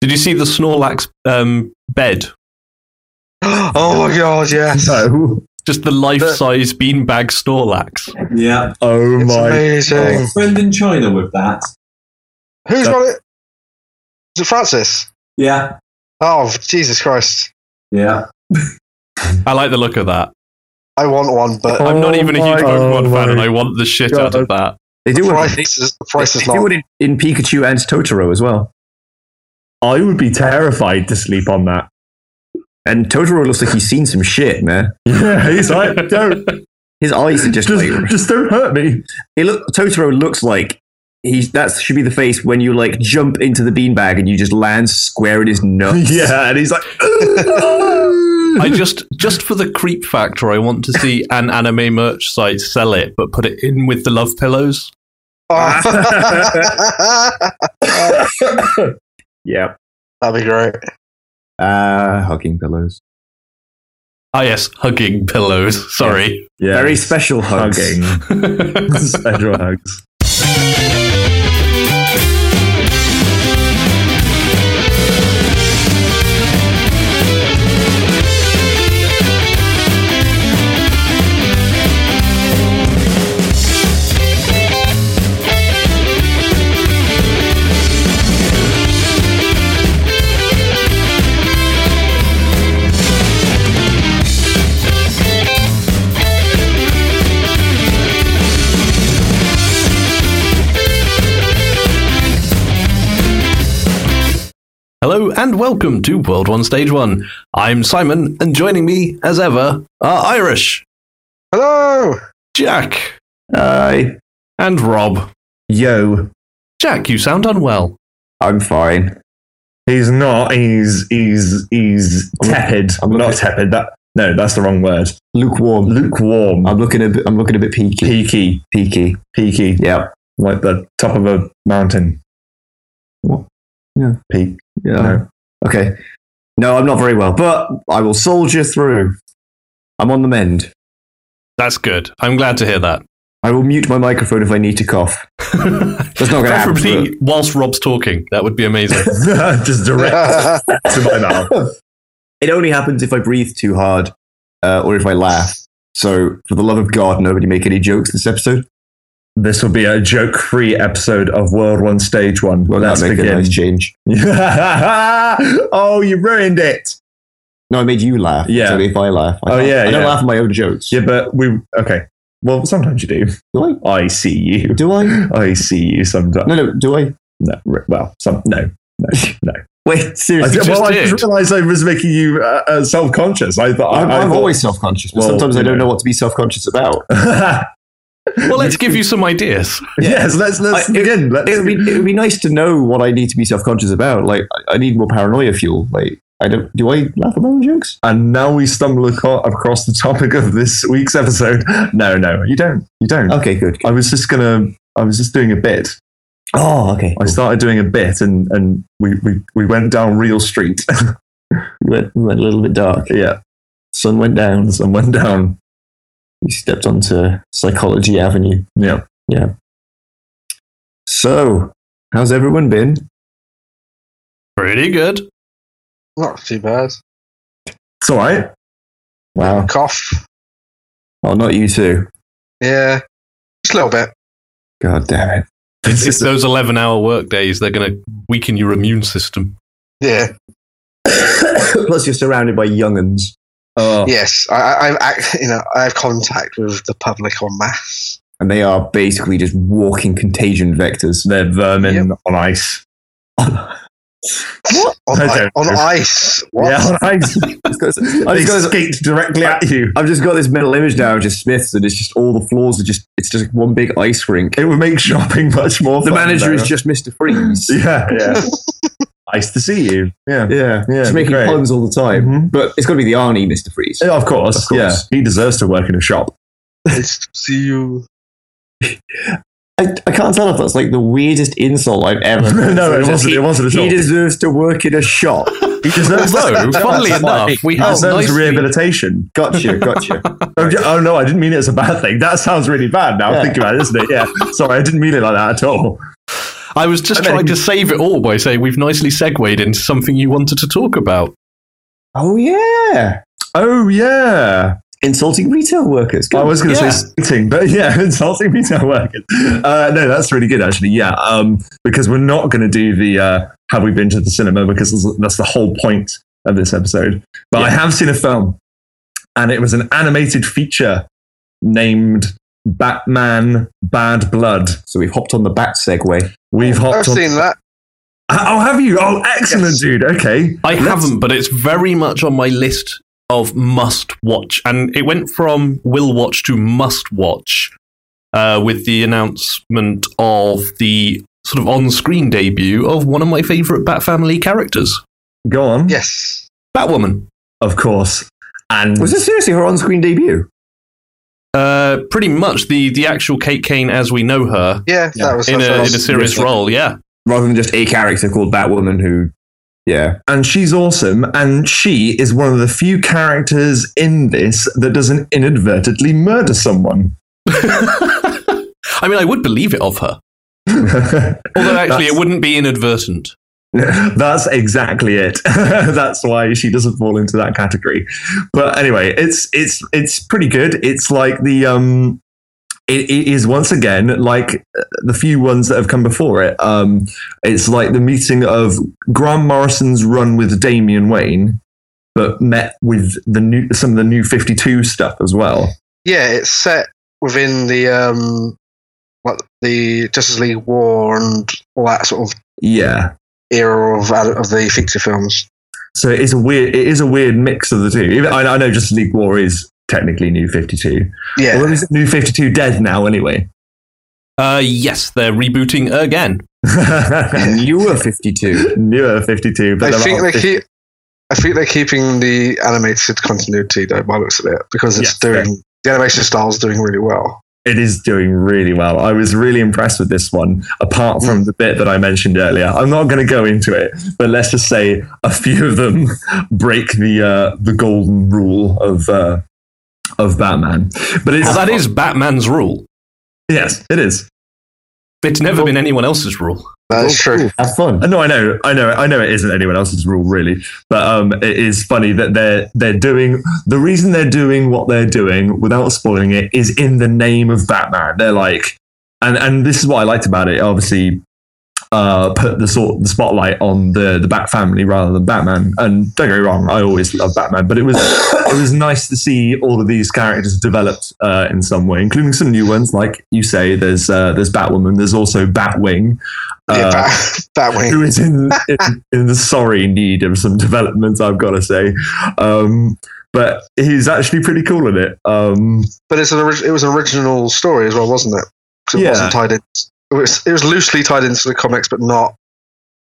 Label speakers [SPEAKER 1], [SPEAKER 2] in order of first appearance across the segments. [SPEAKER 1] Did you see the Snorlax um, bed?
[SPEAKER 2] oh my god, yes.
[SPEAKER 3] No.
[SPEAKER 1] Just the life-size beanbag Snorlax.
[SPEAKER 4] Yeah.
[SPEAKER 3] Oh
[SPEAKER 2] It's
[SPEAKER 3] my.
[SPEAKER 2] amazing.
[SPEAKER 4] Friend in China with that.
[SPEAKER 2] Who's
[SPEAKER 3] That-
[SPEAKER 2] got it? Is it Francis?
[SPEAKER 4] Yeah.
[SPEAKER 2] Oh, Jesus Christ.
[SPEAKER 4] Yeah.
[SPEAKER 1] I like the look of that.
[SPEAKER 2] I want one, but
[SPEAKER 1] I'm not even a huge
[SPEAKER 3] Oh
[SPEAKER 1] Pokemon
[SPEAKER 3] my
[SPEAKER 1] fan, and I want the shit out of that.
[SPEAKER 3] They
[SPEAKER 2] the
[SPEAKER 3] do it.
[SPEAKER 2] price, is, the price is
[SPEAKER 3] they do
[SPEAKER 2] not.
[SPEAKER 3] it in, in Pikachu and Totoro as well. I would be terrified to sleep on that. And Totoro looks like he's seen some shit, man.
[SPEAKER 5] Yeah, he's like, don't
[SPEAKER 3] His eyes are just,
[SPEAKER 5] just,
[SPEAKER 3] like
[SPEAKER 5] just don't hurt me.
[SPEAKER 3] it look, Totoro looks like he's that should be the face when you like jump into the beanbag and you just land square in his nuts.
[SPEAKER 5] Yeah, and he's like,
[SPEAKER 1] I just, just for the creep factor, I want to see an anime merch site sell it, but put it in with the love pillows.
[SPEAKER 3] Ah.
[SPEAKER 2] Oh.
[SPEAKER 3] yeah.
[SPEAKER 2] That'd be great.
[SPEAKER 3] Uh, hugging pillows.
[SPEAKER 1] Ah, yes, hugging pillows. Sorry.
[SPEAKER 5] yeah,
[SPEAKER 3] Very special hugs.
[SPEAKER 5] hugging. Special hugs.
[SPEAKER 1] Hello and welcome to World One Stage One. I'm Simon, and joining me, as ever, are Irish,
[SPEAKER 2] Hello.
[SPEAKER 1] Jack,
[SPEAKER 3] Hi.
[SPEAKER 1] and Rob.
[SPEAKER 5] Yo,
[SPEAKER 1] Jack, you sound unwell.
[SPEAKER 3] I'm fine.
[SPEAKER 5] he's not. He's he's he's tepid.
[SPEAKER 3] I'm looking-
[SPEAKER 5] not tepid. That no, that's the wrong word.
[SPEAKER 3] Lukewarm.
[SPEAKER 5] Lukewarm,
[SPEAKER 3] I'm looking a bit. I'm looking a bit peaky.
[SPEAKER 5] peaky,
[SPEAKER 3] Peaky.
[SPEAKER 5] peaky,
[SPEAKER 3] Yeah.
[SPEAKER 5] like the top of a mountain.
[SPEAKER 3] What? Yeah.
[SPEAKER 5] peak.
[SPEAKER 3] Yeah.
[SPEAKER 5] No.
[SPEAKER 3] Okay. No, I'm not very well, but I will soldier through. I'm on the mend.
[SPEAKER 1] That's good. I'm glad to hear that.
[SPEAKER 3] I will mute my microphone if I need to cough. That's not going to happen.
[SPEAKER 1] Preferably whilst Rob's talking. That would be amazing.
[SPEAKER 5] just direct to my mouth.
[SPEAKER 3] It only happens if I breathe too hard uh, or if I laugh. So, for the love of God, nobody make any jokes this episode.
[SPEAKER 5] This will be a joke-free episode of World One Stage One.
[SPEAKER 3] Well,
[SPEAKER 5] Let's
[SPEAKER 3] that make a
[SPEAKER 5] begin.
[SPEAKER 3] nice change.
[SPEAKER 5] oh, you ruined it.
[SPEAKER 3] No, I made you laugh.
[SPEAKER 5] Yeah.
[SPEAKER 3] So if I laugh, I
[SPEAKER 5] Oh,
[SPEAKER 3] laugh.
[SPEAKER 5] yeah,
[SPEAKER 3] I don't
[SPEAKER 5] yeah.
[SPEAKER 3] laugh at my own jokes.
[SPEAKER 5] Yeah, but we okay. Well, sometimes you do.
[SPEAKER 3] Do
[SPEAKER 5] I see
[SPEAKER 3] I?
[SPEAKER 5] you.
[SPEAKER 3] Do I?
[SPEAKER 5] I see you sometimes.
[SPEAKER 3] No, no. Do I?
[SPEAKER 5] No, r- well, some no.
[SPEAKER 3] Wait,
[SPEAKER 5] I
[SPEAKER 3] seriously.
[SPEAKER 5] did, well, I
[SPEAKER 1] did.
[SPEAKER 5] just realised I was making you uh, uh, self-conscious. I thought
[SPEAKER 3] I'm,
[SPEAKER 5] I, I
[SPEAKER 3] I'm
[SPEAKER 5] thought-
[SPEAKER 3] always self-conscious, but
[SPEAKER 5] Well,
[SPEAKER 3] sometimes I
[SPEAKER 5] you
[SPEAKER 3] don't
[SPEAKER 5] know.
[SPEAKER 3] know what to be self-conscious about.
[SPEAKER 1] well, let's give you some ideas.
[SPEAKER 5] yes. Let's let's
[SPEAKER 3] I- it-
[SPEAKER 5] begin. Let's
[SPEAKER 3] it would be it would be nice to know what I need to be self conscious about. Like I- I need more paranoia fuel. Like I don't do I laugh at my own jokes?
[SPEAKER 5] and now we stumble aco- across the topic of this week's episode. No, no, you don't. You don't.
[SPEAKER 3] Okay, good.
[SPEAKER 5] I was just gonna. I was just doing a bit.
[SPEAKER 3] Oh, okay.
[SPEAKER 5] I started doing a bit, and and we we, we went down real street.
[SPEAKER 3] We went, we went a little bit dark.
[SPEAKER 5] yeah,
[SPEAKER 3] Sun went down.
[SPEAKER 5] and went down.
[SPEAKER 3] We stepped onto Psychology Avenue.
[SPEAKER 5] Yeah,
[SPEAKER 3] So, how's everyone been?
[SPEAKER 1] Pretty good.
[SPEAKER 2] Not too bad.
[SPEAKER 5] it's all right.
[SPEAKER 3] Wow.
[SPEAKER 2] Cough.
[SPEAKER 3] Oh, not you two.
[SPEAKER 2] Yeah. Just a little bit.
[SPEAKER 3] God damn it.
[SPEAKER 1] It's, it's those 11 hour work days. They're going to weaken your immune system.
[SPEAKER 2] Yeah.
[SPEAKER 3] Plus, you're surrounded by younguns.
[SPEAKER 5] Oh,
[SPEAKER 2] Yes. I, I, I, I- you know, I have contact with the public on mass.
[SPEAKER 3] And they are basically just walking contagion vectors.
[SPEAKER 5] they're vermin on ice.
[SPEAKER 2] On,
[SPEAKER 5] I
[SPEAKER 2] I,
[SPEAKER 5] don't
[SPEAKER 2] on
[SPEAKER 5] know.
[SPEAKER 2] ice. What?
[SPEAKER 5] Yeah, on ice.
[SPEAKER 3] It's got- it's-
[SPEAKER 5] they
[SPEAKER 3] it's got-
[SPEAKER 5] skate directly at you.
[SPEAKER 3] I've just got this mental image now of just Smiths, and it's just all the floors are just, it's just one big ice rink.
[SPEAKER 5] It would make shopping much more.
[SPEAKER 3] The
[SPEAKER 5] fun,
[SPEAKER 3] manager
[SPEAKER 5] though.
[SPEAKER 3] is just Mr. Freeze.
[SPEAKER 5] Yeah, yeah. nice to see you. Yeah,
[SPEAKER 3] Yeah,
[SPEAKER 5] Yeah,
[SPEAKER 3] just making
[SPEAKER 5] great.
[SPEAKER 3] puns all the time.
[SPEAKER 5] Mhm.
[SPEAKER 3] But it's got to be the Arnie, Mister Freeze.
[SPEAKER 5] Yeah, of course.
[SPEAKER 3] Of course.
[SPEAKER 5] Yeah, he deserves to work in a shop.
[SPEAKER 2] Nice to see you.
[SPEAKER 3] I, I can't tell if that's like the weirdest insult I've ever. heard.
[SPEAKER 5] no, it
[SPEAKER 3] He-
[SPEAKER 5] wasn't. It wasn't at all. Oh,
[SPEAKER 3] He deserves to work in a shop.
[SPEAKER 5] He deserves.
[SPEAKER 1] Although, funnily
[SPEAKER 5] that's
[SPEAKER 1] enough,
[SPEAKER 5] right.
[SPEAKER 1] we
[SPEAKER 5] he
[SPEAKER 1] have
[SPEAKER 5] deserves
[SPEAKER 1] nicely-
[SPEAKER 5] rehabilitation.
[SPEAKER 3] Gotcha, gotcha.
[SPEAKER 5] Oh, yeah, oh, no, I didn't mean it as a bad thing. That sounds really bad. Now
[SPEAKER 3] Yeah.
[SPEAKER 5] thinking about it, isn't it? Yeah, sorry, I didn't mean it like that at all.
[SPEAKER 1] I was just
[SPEAKER 3] I mean-
[SPEAKER 1] trying to save it all by saying we've nicely segued into something you wanted to talk about.
[SPEAKER 3] Oh yeah.
[SPEAKER 5] Oh yeah.
[SPEAKER 3] Insulting retail workers. Good.
[SPEAKER 5] I was going to
[SPEAKER 1] Yeah.
[SPEAKER 5] say insulting, but yeah, insulting retail workers. Uh, no, that's really good actually. Yeah, um, because we're not going to do the uh, have we been to the cinema because that's- that's the whole point of this episode. But I have seen a film, and it was an animated feature named Batman Bad Blood.
[SPEAKER 3] So we've hopped on the bat segue.
[SPEAKER 5] We've
[SPEAKER 2] I've
[SPEAKER 5] hopped on.
[SPEAKER 2] seen that.
[SPEAKER 5] Oh, have you? Oh, excellent,
[SPEAKER 2] Yes.
[SPEAKER 5] dude. Okay.
[SPEAKER 1] I
[SPEAKER 5] Let's-
[SPEAKER 1] haven't, but it's very much on my list of must watch. And it went from will watch to must watch uh, with the announcement of the sort of on screen debut of one of my favourite Bat Family characters,
[SPEAKER 5] Go on.
[SPEAKER 2] Yes.
[SPEAKER 1] Batwoman.
[SPEAKER 5] Of course. And
[SPEAKER 3] Was this seriously her on-screen debut?
[SPEAKER 1] Uh, pretty much the, the actual Kate Kane as we know her
[SPEAKER 2] Yeah, that was
[SPEAKER 1] in
[SPEAKER 2] that's
[SPEAKER 1] a, in
[SPEAKER 2] what I
[SPEAKER 1] a
[SPEAKER 2] was-
[SPEAKER 1] serious role, yeah.
[SPEAKER 3] Rather than just a character called Batwoman who Yeah.
[SPEAKER 5] and she's awesome. And she is one of the few characters in this that doesn't inadvertently murder someone.
[SPEAKER 1] I mean, I would believe it of her. Although, actually,
[SPEAKER 5] that's,
[SPEAKER 1] it wouldn't be inadvertent.
[SPEAKER 5] that's exactly it. that's why she doesn't fall into that category. But anyway, it's it's it's pretty good. It's like the um, it, it is once again like uh, the few ones that have come before it. Um, it's like the meeting of Graham Morrison's run with Damian Wayne, but met with the new some of the new Fifty Two stuff as well.
[SPEAKER 2] Yeah, it's set within the um, what the Justice League War and all that sort of
[SPEAKER 5] Yeah,
[SPEAKER 2] era of of the feature films.
[SPEAKER 5] So it's a weird. It is a weird mix of the two. Even, I, I know just League War is technically New Fifty Two.
[SPEAKER 2] Yeah,
[SPEAKER 5] Although is New Fifty Two dead now anyway?
[SPEAKER 1] Uh, yes, they're rebooting again.
[SPEAKER 3] And you were 52.
[SPEAKER 5] Newer Fifty Two, but
[SPEAKER 2] I
[SPEAKER 5] they're
[SPEAKER 2] think
[SPEAKER 5] not
[SPEAKER 2] they
[SPEAKER 5] 50
[SPEAKER 2] keep. I think they're keeping the animated continuity though, by the looks of it, because it's
[SPEAKER 5] Yes,
[SPEAKER 2] doing the animation style's doing really well.
[SPEAKER 5] it is doing really well. I was really impressed with this one. Apart
[SPEAKER 2] Hmm.
[SPEAKER 5] from the bit that I mentioned earlier, I'm not going to go into it, but let's just say a few of them break the uh, the golden rule of uh, of Batman. But it's
[SPEAKER 1] Well,
[SPEAKER 2] Uh-huh.
[SPEAKER 1] that is Batman's rule.
[SPEAKER 5] yes, it is.
[SPEAKER 1] It's never been anyone else's rule.
[SPEAKER 2] That's
[SPEAKER 3] Oh,
[SPEAKER 2] true.
[SPEAKER 3] cool. Have fun.
[SPEAKER 5] No, I know, I know, I know. It isn't anyone else's rule, really. But um, it is funny that they're they're doing the reason they're doing what they're doing without spoiling it is in the name of Batman. They're like, and and this is what I liked about it. Obviously, uh, put the sort the spotlight on the the Bat family rather than Batman. And don't get me wrong, I always love Batman, but it was it was nice to see all of these characters developed uh, in some way, including some new ones. Like you say, there's uh, there's Batwoman, there's also Batwing.
[SPEAKER 2] yeah,
[SPEAKER 5] uh,
[SPEAKER 2] that, that way.
[SPEAKER 5] who is in, in, in the sorry need of some development, I've got to say. Um, but he's actually pretty cool in it. Um,
[SPEAKER 2] But it's an orig- it was an original story as well, wasn't it? 'Cause it
[SPEAKER 5] Yeah.
[SPEAKER 2] wasn't tied in. It was, it was loosely tied into the comics, but not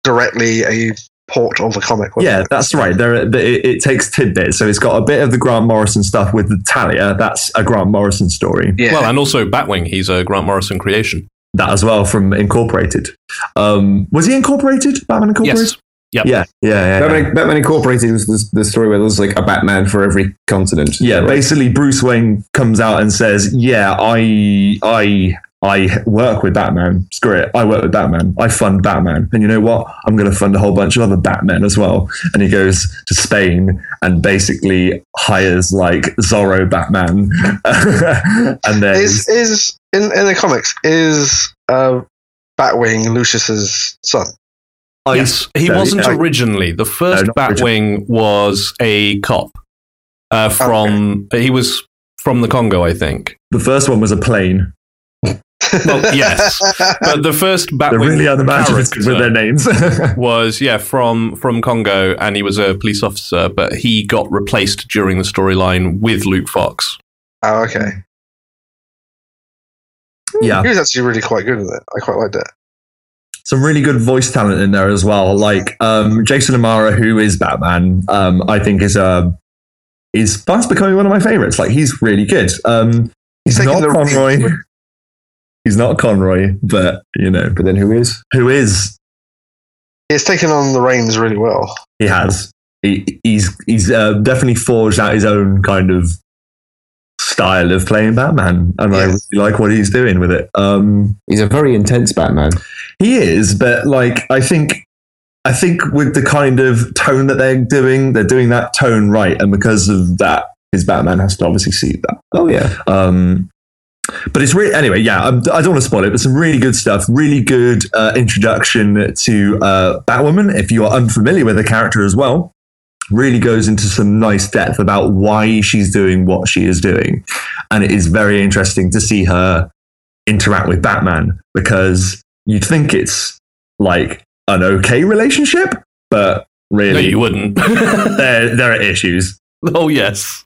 [SPEAKER 2] directly a port of a comic. Wasn't
[SPEAKER 5] yeah,
[SPEAKER 2] it?
[SPEAKER 5] that's right. There, are- there- it, it takes tidbits, so it's got a bit of the Grant Morrison stuff with the Talia. That's a Grant Morrison story.
[SPEAKER 2] Yeah.
[SPEAKER 1] Well, and also Batwing. He's a Grant Morrison creation.
[SPEAKER 5] That as well from Incorporated. Um, was he Incorporated? Batman Incorporated.
[SPEAKER 1] Yes. Yep.
[SPEAKER 5] Yeah, yeah, yeah. yeah.
[SPEAKER 3] Batman, Batman Incorporated was the, the story where there's like a Batman for every continent.
[SPEAKER 5] Yeah,
[SPEAKER 3] Right.
[SPEAKER 5] basically Bruce Wayne comes out and says, "Yeah, I, I, I work with Batman. Screw it, I work with Batman. I fund Batman, and you know what? I'm going to fund a whole bunch of other Batmen as well." And he goes to Spain and basically hires like Zorro Batman, and then
[SPEAKER 2] is is in in the comics is uh, Batwing Lucius's son?
[SPEAKER 5] I-
[SPEAKER 1] yes. He
[SPEAKER 5] so,
[SPEAKER 1] wasn't
[SPEAKER 5] yeah.
[SPEAKER 1] originally. The first
[SPEAKER 5] No, not
[SPEAKER 1] Batwing was a cop uh, from. He was from the Congo, I think.
[SPEAKER 5] the first one was a plane.
[SPEAKER 1] Well, yes. But the first
[SPEAKER 5] They're
[SPEAKER 1] Batwing
[SPEAKER 5] really unimaginative with their
[SPEAKER 1] character
[SPEAKER 5] names.
[SPEAKER 1] was yeah from from Congo, and he was a police officer, but he got replaced during the storyline with Luke Fox.
[SPEAKER 2] oh, okay.
[SPEAKER 5] yeah,
[SPEAKER 2] He was actually really quite good in it. I quite liked it.
[SPEAKER 5] some really good voice talent in there as well. Like um, Jason Amara, who is Batman, um, I think is uh, is fast becoming one of my favorites. Like he's really good. Um, he's
[SPEAKER 2] He's
[SPEAKER 5] not
[SPEAKER 2] taking the-
[SPEAKER 5] Conroy. He's not Conroy, but you know
[SPEAKER 3] But then who is?
[SPEAKER 5] who is?
[SPEAKER 2] He's taken on the reins really well.
[SPEAKER 5] He has. He, he's he's uh, definitely forged out his own kind of style of playing Batman, and I
[SPEAKER 2] Yeah.
[SPEAKER 5] really like what he's doing with it. Um,
[SPEAKER 3] He's a very intense Batman.
[SPEAKER 5] He is, but like I think I think with the kind of tone that they're doing, they're doing that tone right, and because of that, his Batman has to obviously see that.
[SPEAKER 3] Oh yeah,
[SPEAKER 5] Um, but it's really anyway. Yeah, I, I don't want to spoil it, but some really good stuff. Really good uh, introduction to uh, Batwoman. If you are unfamiliar with the character as well, really goes into some nice depth about why she's doing what she is doing, and it is very interesting to see her interact with Batman because you'd think it's like an okay relationship, but
[SPEAKER 1] No,
[SPEAKER 5] really
[SPEAKER 1] you wouldn't.
[SPEAKER 5] there there are issues.
[SPEAKER 1] Oh yes.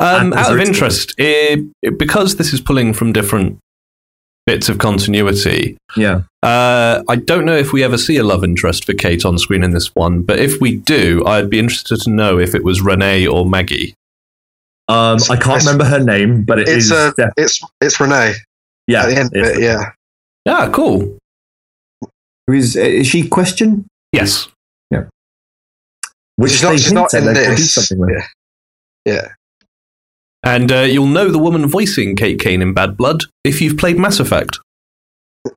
[SPEAKER 1] Um,
[SPEAKER 5] And
[SPEAKER 1] out of
[SPEAKER 5] it's-
[SPEAKER 1] interest, eh, because this is pulling from different bits of continuity.
[SPEAKER 5] Yeah.
[SPEAKER 1] Uh, I don't know if we ever see a love interest for Kate on screen in this one, but if we do, I'd be interested to know if it was Renee or Maggie.
[SPEAKER 5] Um, I can't
[SPEAKER 2] It's-
[SPEAKER 5] remember her name, but it
[SPEAKER 2] it's,
[SPEAKER 5] is
[SPEAKER 2] uh,
[SPEAKER 5] def-
[SPEAKER 2] It's it's Renee
[SPEAKER 5] yeah.
[SPEAKER 2] at the end of
[SPEAKER 5] it's-
[SPEAKER 2] it, yeah.
[SPEAKER 1] Ah, cool.
[SPEAKER 3] who is is she? Question?
[SPEAKER 1] Yes.
[SPEAKER 5] which
[SPEAKER 2] she's
[SPEAKER 5] they
[SPEAKER 2] not, she's
[SPEAKER 5] hint
[SPEAKER 2] not
[SPEAKER 5] at
[SPEAKER 2] in
[SPEAKER 5] there could be
[SPEAKER 2] this.
[SPEAKER 5] something with.
[SPEAKER 2] Yeah. yeah.
[SPEAKER 1] And uh, you'll know the woman voicing Kate Kane in Bad Blood if you've played Mass Effect.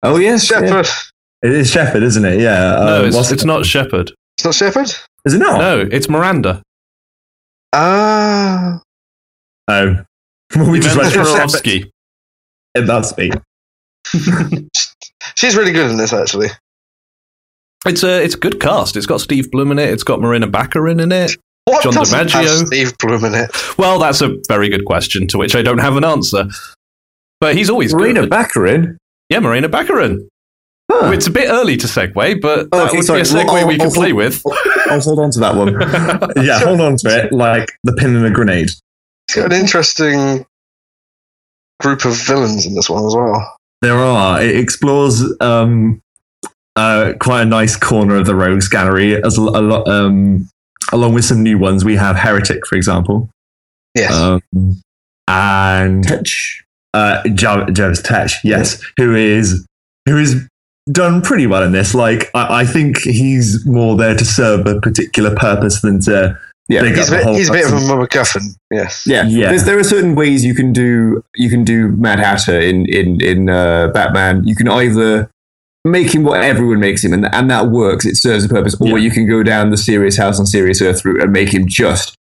[SPEAKER 3] Oh yes, yeah.
[SPEAKER 2] Shepard.
[SPEAKER 5] It is Shepard, isn't it? Yeah.
[SPEAKER 1] no,
[SPEAKER 5] um,
[SPEAKER 1] it's,
[SPEAKER 5] what's-
[SPEAKER 1] it's not Shepard.
[SPEAKER 2] It's not Shepard?
[SPEAKER 5] Is it not?
[SPEAKER 1] No, it's Miranda.
[SPEAKER 2] Ah.
[SPEAKER 5] Oh. Well, we just
[SPEAKER 1] Ivana
[SPEAKER 5] went Shepard.
[SPEAKER 1] Strahovski.
[SPEAKER 5] It must be.
[SPEAKER 2] she's really good in this, actually.
[SPEAKER 1] It's a it's a good cast. It's got Steve Blum in it. It's got Marina Baccarin in it.
[SPEAKER 2] What
[SPEAKER 1] John
[SPEAKER 2] doesn't have
[SPEAKER 1] DiMaggio.
[SPEAKER 2] Steve Bloom in it?
[SPEAKER 1] Well, that's a very good question to which I don't have an answer. But he's always
[SPEAKER 3] Marina
[SPEAKER 1] good.
[SPEAKER 3] Baccarin.
[SPEAKER 1] yeah, Marina Baccarin.
[SPEAKER 3] Huh.
[SPEAKER 1] It's a bit early to segue, but
[SPEAKER 3] Oh,
[SPEAKER 1] that
[SPEAKER 3] okay,
[SPEAKER 1] would
[SPEAKER 3] sorry.
[SPEAKER 1] be a segue
[SPEAKER 3] Well, I'll-
[SPEAKER 1] we could
[SPEAKER 3] I'll-
[SPEAKER 1] play with.
[SPEAKER 5] I'll hold on to that one. Yeah, hold on to it like the pin in a grenade.
[SPEAKER 2] It's got an interesting group of villains in this one as well.
[SPEAKER 5] There are. It explores um, uh, quite a nice corner of the Rogues Gallery, as a lot, um, along with some new ones. We have Heretic, for example,
[SPEAKER 2] Yes.
[SPEAKER 5] um, and
[SPEAKER 3] Touch.
[SPEAKER 5] uh, Jar- Jarvis Tetch, yes, who is who is done pretty well in this. Like, I, I think he's more there to serve a particular purpose than to
[SPEAKER 3] Yeah,
[SPEAKER 5] big
[SPEAKER 2] he's a
[SPEAKER 5] up the
[SPEAKER 2] bit,
[SPEAKER 5] whole
[SPEAKER 2] he's a bit of a
[SPEAKER 5] person.
[SPEAKER 2] MacGuffin, yes.
[SPEAKER 3] Yeah,
[SPEAKER 5] Yeah.
[SPEAKER 3] There's, there are certain ways you can do you can do Mad Hatter in in in uh, Batman. You can either make him what everyone makes him, and and that works. It serves a purpose. Or
[SPEAKER 5] Yeah.
[SPEAKER 3] you can go down the serious house on serious earth route and make him just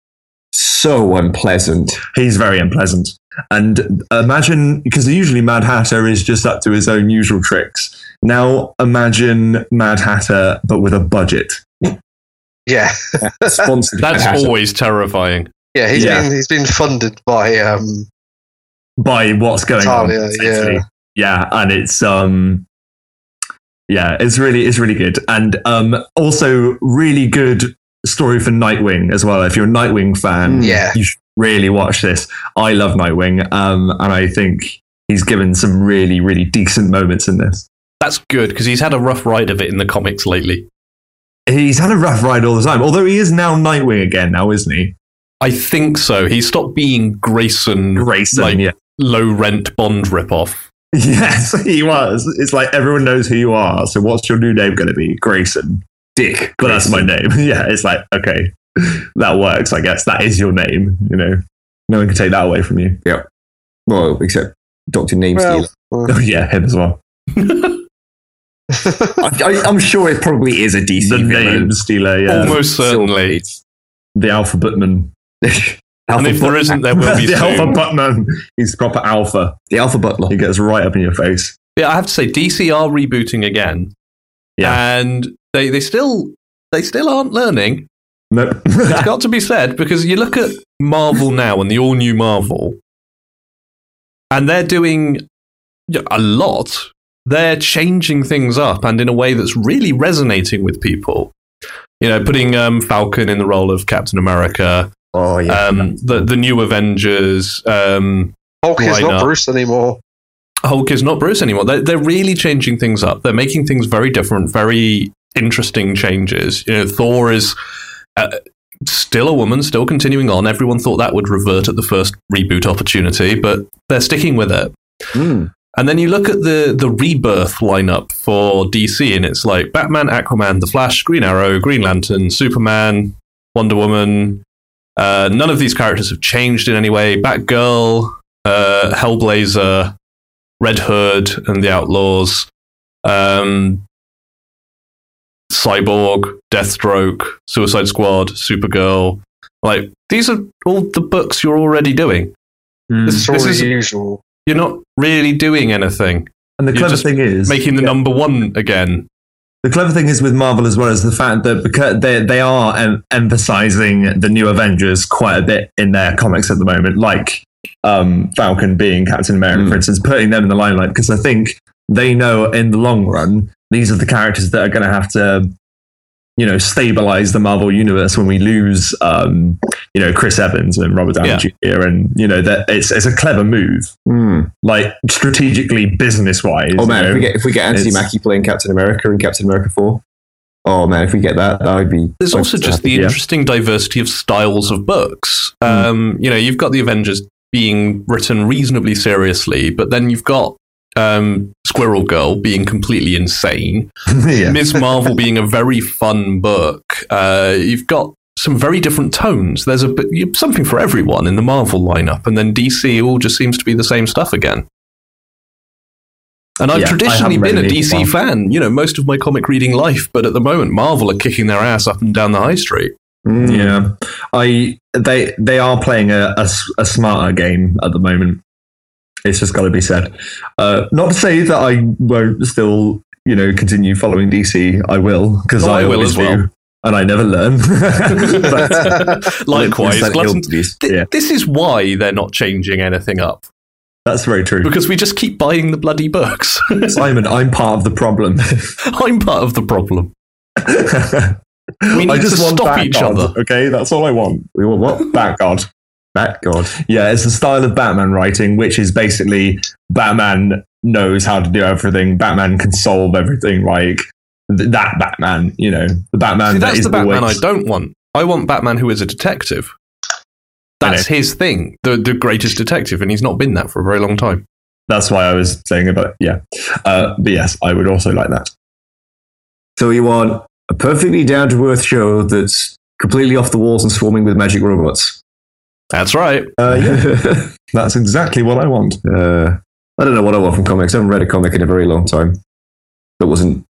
[SPEAKER 3] so unpleasant.
[SPEAKER 5] he's very unpleasant. And imagine because usually Mad Hatter is just up to his own usual tricks. Now imagine Mad Hatter but with a budget.
[SPEAKER 2] Yeah.
[SPEAKER 3] Sponsored Mad
[SPEAKER 1] That's
[SPEAKER 3] Hatter.
[SPEAKER 1] always terrifying.
[SPEAKER 2] Yeah, he's
[SPEAKER 5] Yeah.
[SPEAKER 2] been he's been funded by um
[SPEAKER 5] by what's going
[SPEAKER 2] Talia, yeah.
[SPEAKER 5] on. essentially. yeah, and it's um, yeah, it's really it's really good, and um, also really good story for Nightwing as well. If you're a Nightwing fan,
[SPEAKER 3] Mm.
[SPEAKER 2] yeah.
[SPEAKER 5] you should really watch this. I love Nightwing, um, and I think he's given some really really decent moments in this.
[SPEAKER 1] That's good because he's had a rough ride of it in the comics lately.
[SPEAKER 5] He's had a rough ride all the time, although he is now Nightwing again, now isn't he?
[SPEAKER 1] I think so. He stopped being Grayson,
[SPEAKER 5] Grayson,
[SPEAKER 1] Like-
[SPEAKER 5] yeah.
[SPEAKER 1] low rent Bond ripoff.
[SPEAKER 5] Yes, he was. It's like everyone knows who you are. So what's your new name going to be? Grayson. Dick. But that's my name. Yeah, it's like, okay, that works, I guess. That is your name, you know. No one can take that away from you.
[SPEAKER 3] Well, except Doctor Name
[SPEAKER 2] Well,
[SPEAKER 3] Stealer.
[SPEAKER 5] Oh, yeah, him as well.
[SPEAKER 3] I, I, I'm sure it probably is a DC
[SPEAKER 5] The
[SPEAKER 3] villain.
[SPEAKER 5] name stealer, yeah.
[SPEAKER 1] Almost certainly.
[SPEAKER 5] The alpha butman.
[SPEAKER 1] And if there isn't, there will be
[SPEAKER 5] the alpha
[SPEAKER 1] soon.
[SPEAKER 5] butman. He's proper alpha.
[SPEAKER 3] the Alpha Butler.
[SPEAKER 5] He gets right up in your face.
[SPEAKER 1] Yeah, I have to say, DC are rebooting again.
[SPEAKER 5] Yeah.
[SPEAKER 1] And they, they still they still aren't learning.
[SPEAKER 5] Nope.
[SPEAKER 1] it's got to be said because you look at Marvel now and the all new Marvel, and they're doing yeah, a lot. They're changing things up and in a way that's really resonating with people. You know, putting um, Falcon in the role of Captain America,
[SPEAKER 3] Oh yeah.
[SPEAKER 1] um, the, the new Avengers, um,
[SPEAKER 2] Hulk is
[SPEAKER 1] why
[SPEAKER 2] not,
[SPEAKER 1] not?
[SPEAKER 2] Bruce anymore.
[SPEAKER 1] Hulk is not Bruce anymore. They're, they're really changing things up. They're making things very different, very interesting changes. You know, Thor is uh, still a woman, still continuing on. Everyone thought that would revert at the first reboot opportunity, but they're sticking with it.
[SPEAKER 3] Hmm.
[SPEAKER 1] And then you look at the the rebirth lineup for DC, and it's like Batman, Aquaman, The Flash, Green Arrow, Green Lantern, Superman, Wonder Woman. Uh, none of these characters have changed in any way. Batgirl, uh, Hellblazer, Red Hood, and the Outlaws. Um, Cyborg, Deathstroke, Suicide Squad, Supergirl. Like these are all the books you're already doing.
[SPEAKER 2] It's
[SPEAKER 1] This,
[SPEAKER 2] all
[SPEAKER 1] this
[SPEAKER 2] the
[SPEAKER 1] is
[SPEAKER 2] usual.
[SPEAKER 1] you're not really doing anything.
[SPEAKER 5] And the
[SPEAKER 1] You're
[SPEAKER 5] clever
[SPEAKER 1] just
[SPEAKER 5] thing is
[SPEAKER 1] Making the
[SPEAKER 5] Yeah.
[SPEAKER 1] number one again.
[SPEAKER 5] The clever thing is with Marvel as well is the fact that because they, they are em- emphasizing the new Avengers quite a bit in their comics at the moment, like um, Falcon being Captain America,
[SPEAKER 3] Mm.
[SPEAKER 5] for instance, putting them in the limelight because I think they know in the long run these are the characters that are going to have to, you know, stabilize the Marvel universe when we lose, um, you know, Chris Evans and Robert Downey
[SPEAKER 1] Yeah.
[SPEAKER 5] Jr. and you know that it's it's a clever move,
[SPEAKER 3] Hmm.
[SPEAKER 5] like strategically, business wise.
[SPEAKER 3] Oh man, if we get if we get Anthony
[SPEAKER 5] it's-
[SPEAKER 3] Mackie playing Captain America in Captain America Four, oh man, if we get that, that would be.
[SPEAKER 1] There's also just the
[SPEAKER 5] yeah. Hmm.
[SPEAKER 1] interesting diversity of styles of books. Um, you know, you've got the Avengers being written reasonably seriously, but then you've got um, Squirrel Girl being completely insane,
[SPEAKER 5] yeah.
[SPEAKER 1] Ms. Marvel being a very fun book. Uh, you've got some very different tones. There's a bit, you- something for everyone in the Marvel lineup, and then DC all just seems to be the same stuff again. And I've
[SPEAKER 5] Yeah, I
[SPEAKER 1] traditionally
[SPEAKER 5] haven't read
[SPEAKER 1] been a
[SPEAKER 5] any
[SPEAKER 1] DC
[SPEAKER 5] Marvel.
[SPEAKER 1] fan, you know, most of my comic reading life, but at the moment, Marvel are kicking their ass up and down the high street.
[SPEAKER 3] Mm.
[SPEAKER 5] Yeah, I they they are playing a, a s- a smarter game at the moment. It's just got to be said. Uh, not to say that I won't still you know continue following DC. I will because
[SPEAKER 1] Oh,
[SPEAKER 5] I,
[SPEAKER 1] I will
[SPEAKER 5] always
[SPEAKER 1] as well.
[SPEAKER 5] do, and I never learn. but,
[SPEAKER 1] Likewise,
[SPEAKER 5] Silent
[SPEAKER 1] Glutton-
[SPEAKER 5] Hill movies.
[SPEAKER 1] Th-
[SPEAKER 5] Yeah.
[SPEAKER 1] this is why they're not changing anything up
[SPEAKER 5] that's very true.
[SPEAKER 1] because we just keep buying the bloody books.
[SPEAKER 5] Simon, I'm part of the problem.
[SPEAKER 1] I'm part of the problem. need
[SPEAKER 5] I
[SPEAKER 1] to
[SPEAKER 5] just want
[SPEAKER 1] stop
[SPEAKER 5] Bat
[SPEAKER 1] each
[SPEAKER 5] God,
[SPEAKER 1] other.
[SPEAKER 5] Okay, that's all I want. We want what? Bat God. Bat God. Yeah, it's the style of Batman writing, which is basically Batman knows how to do everything. Batman can solve everything. Like th- that Batman, you know, the Batman
[SPEAKER 1] See,
[SPEAKER 5] that
[SPEAKER 1] that's
[SPEAKER 5] is
[SPEAKER 1] the Batman
[SPEAKER 5] always-
[SPEAKER 1] I don't want. I want Batman who is a detective.
[SPEAKER 5] I
[SPEAKER 1] That's his thing. The the greatest detective, and he's not been that for a very long time.
[SPEAKER 5] That's why I was saying about it. Yeah, uh, but yes, I would also like that.
[SPEAKER 3] So you want a perfectly down to earth show that's completely off the walls and swarming with magic robots.
[SPEAKER 1] That's right.
[SPEAKER 5] Uh, yeah,
[SPEAKER 3] uh,
[SPEAKER 5] that's exactly what I want.
[SPEAKER 3] I don't know what I want from comics. I haven't read a comic in a very long time. That wasn't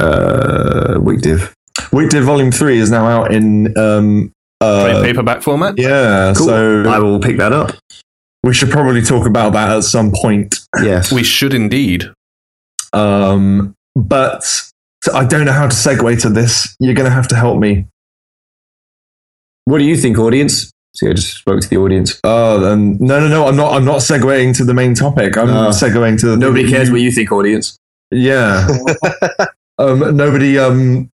[SPEAKER 3] uh, weak div.
[SPEAKER 5] Weekday Volume Three is now out in. Um,
[SPEAKER 1] Trade
[SPEAKER 5] uh,
[SPEAKER 1] paperback format.
[SPEAKER 5] yeah,
[SPEAKER 3] Cool.
[SPEAKER 5] so
[SPEAKER 3] I will pick that up.
[SPEAKER 5] we should probably talk about that at some point.
[SPEAKER 3] Yes.
[SPEAKER 1] We should indeed.
[SPEAKER 5] Um, but I don't know how to segue to this. You're going to have to help me.
[SPEAKER 3] what do you think, audience? See, I just spoke to the audience.
[SPEAKER 5] Uh, um, no, no, no. I'm not. I'm not segueing to the main topic. I'm
[SPEAKER 3] No.
[SPEAKER 5] segueing to the
[SPEAKER 3] Nobody cares what you think, audience.
[SPEAKER 5] Yeah. um, nobody. Um,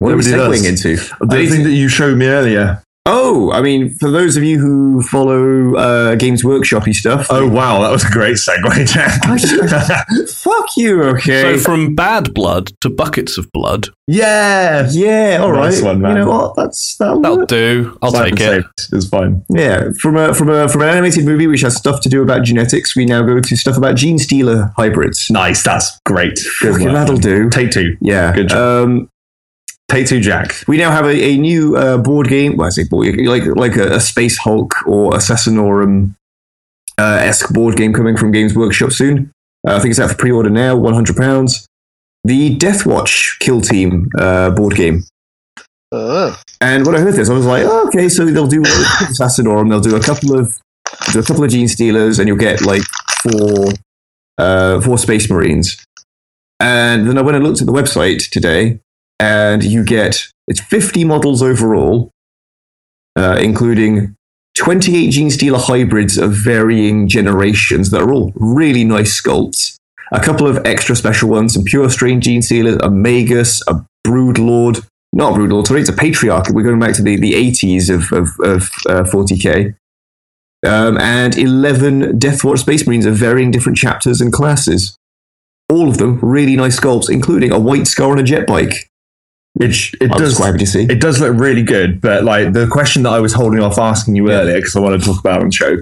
[SPEAKER 3] What are we
[SPEAKER 5] Nobody
[SPEAKER 3] segueing
[SPEAKER 5] does.
[SPEAKER 3] into? I
[SPEAKER 5] the
[SPEAKER 3] need
[SPEAKER 5] thing
[SPEAKER 3] to-
[SPEAKER 5] that you showed me earlier.
[SPEAKER 3] Oh, I mean, for those of you who follow uh, Games Workshopy stuff,
[SPEAKER 5] Oh wow, that was a great segue, Jack.
[SPEAKER 3] fuck you, okay?
[SPEAKER 1] So from bad blood to buckets of blood.
[SPEAKER 5] yeah.
[SPEAKER 3] yeah, all right.
[SPEAKER 5] Nice one, man.
[SPEAKER 3] You know what? That's that'll
[SPEAKER 1] That'll
[SPEAKER 3] work.
[SPEAKER 1] do. I'll
[SPEAKER 5] Simon
[SPEAKER 1] take it.
[SPEAKER 5] saved. It's fine.
[SPEAKER 3] yeah. From a from a from an animated movie which has stuff to do about genetics, we now go to stuff about gene stealer hybrids.
[SPEAKER 5] Nice. That's great. Good
[SPEAKER 3] Okay,
[SPEAKER 5] work.
[SPEAKER 3] that'll do.
[SPEAKER 5] Take two.
[SPEAKER 3] Yeah.
[SPEAKER 5] Good
[SPEAKER 3] Um,
[SPEAKER 5] Take two, Jack.
[SPEAKER 3] we now have a, a new uh, board game. Well, I say board, like like a, a Space Hulk or Assassinorum uh, esque board game coming from Games Workshop soon. Uh, I think it's out for pre order now. One hundred pounds. The Death Watch Kill Team uh, board game.
[SPEAKER 2] Uh,
[SPEAKER 3] And when I heard this, I was like, oh, okay, so they'll do Assassinorum, they'll do a couple of do a couple of gene stealers, and you'll get like four uh, four space marines. And then I went and looked at the website today, and you get it's 50 models overall, uh, including 28 gene stealer hybrids of varying generations that are all really nice sculpts. A couple of extra special ones, some pure strain gene stealers, a Magus, a Broodlord, not brutal. Sorry, it's a patriarch. We're going back to the, the 80s of, of, of uh, 40k. Um, and 11 Death Watch Space Marines of varying different chapters and classes. All of them really nice sculpts, including a white scar on a jet bike.
[SPEAKER 5] It, it
[SPEAKER 3] I was
[SPEAKER 5] does.
[SPEAKER 3] quite happy to see.
[SPEAKER 5] It does look really good, but like the question that I was holding off asking you earlier because I want to talk about it on the show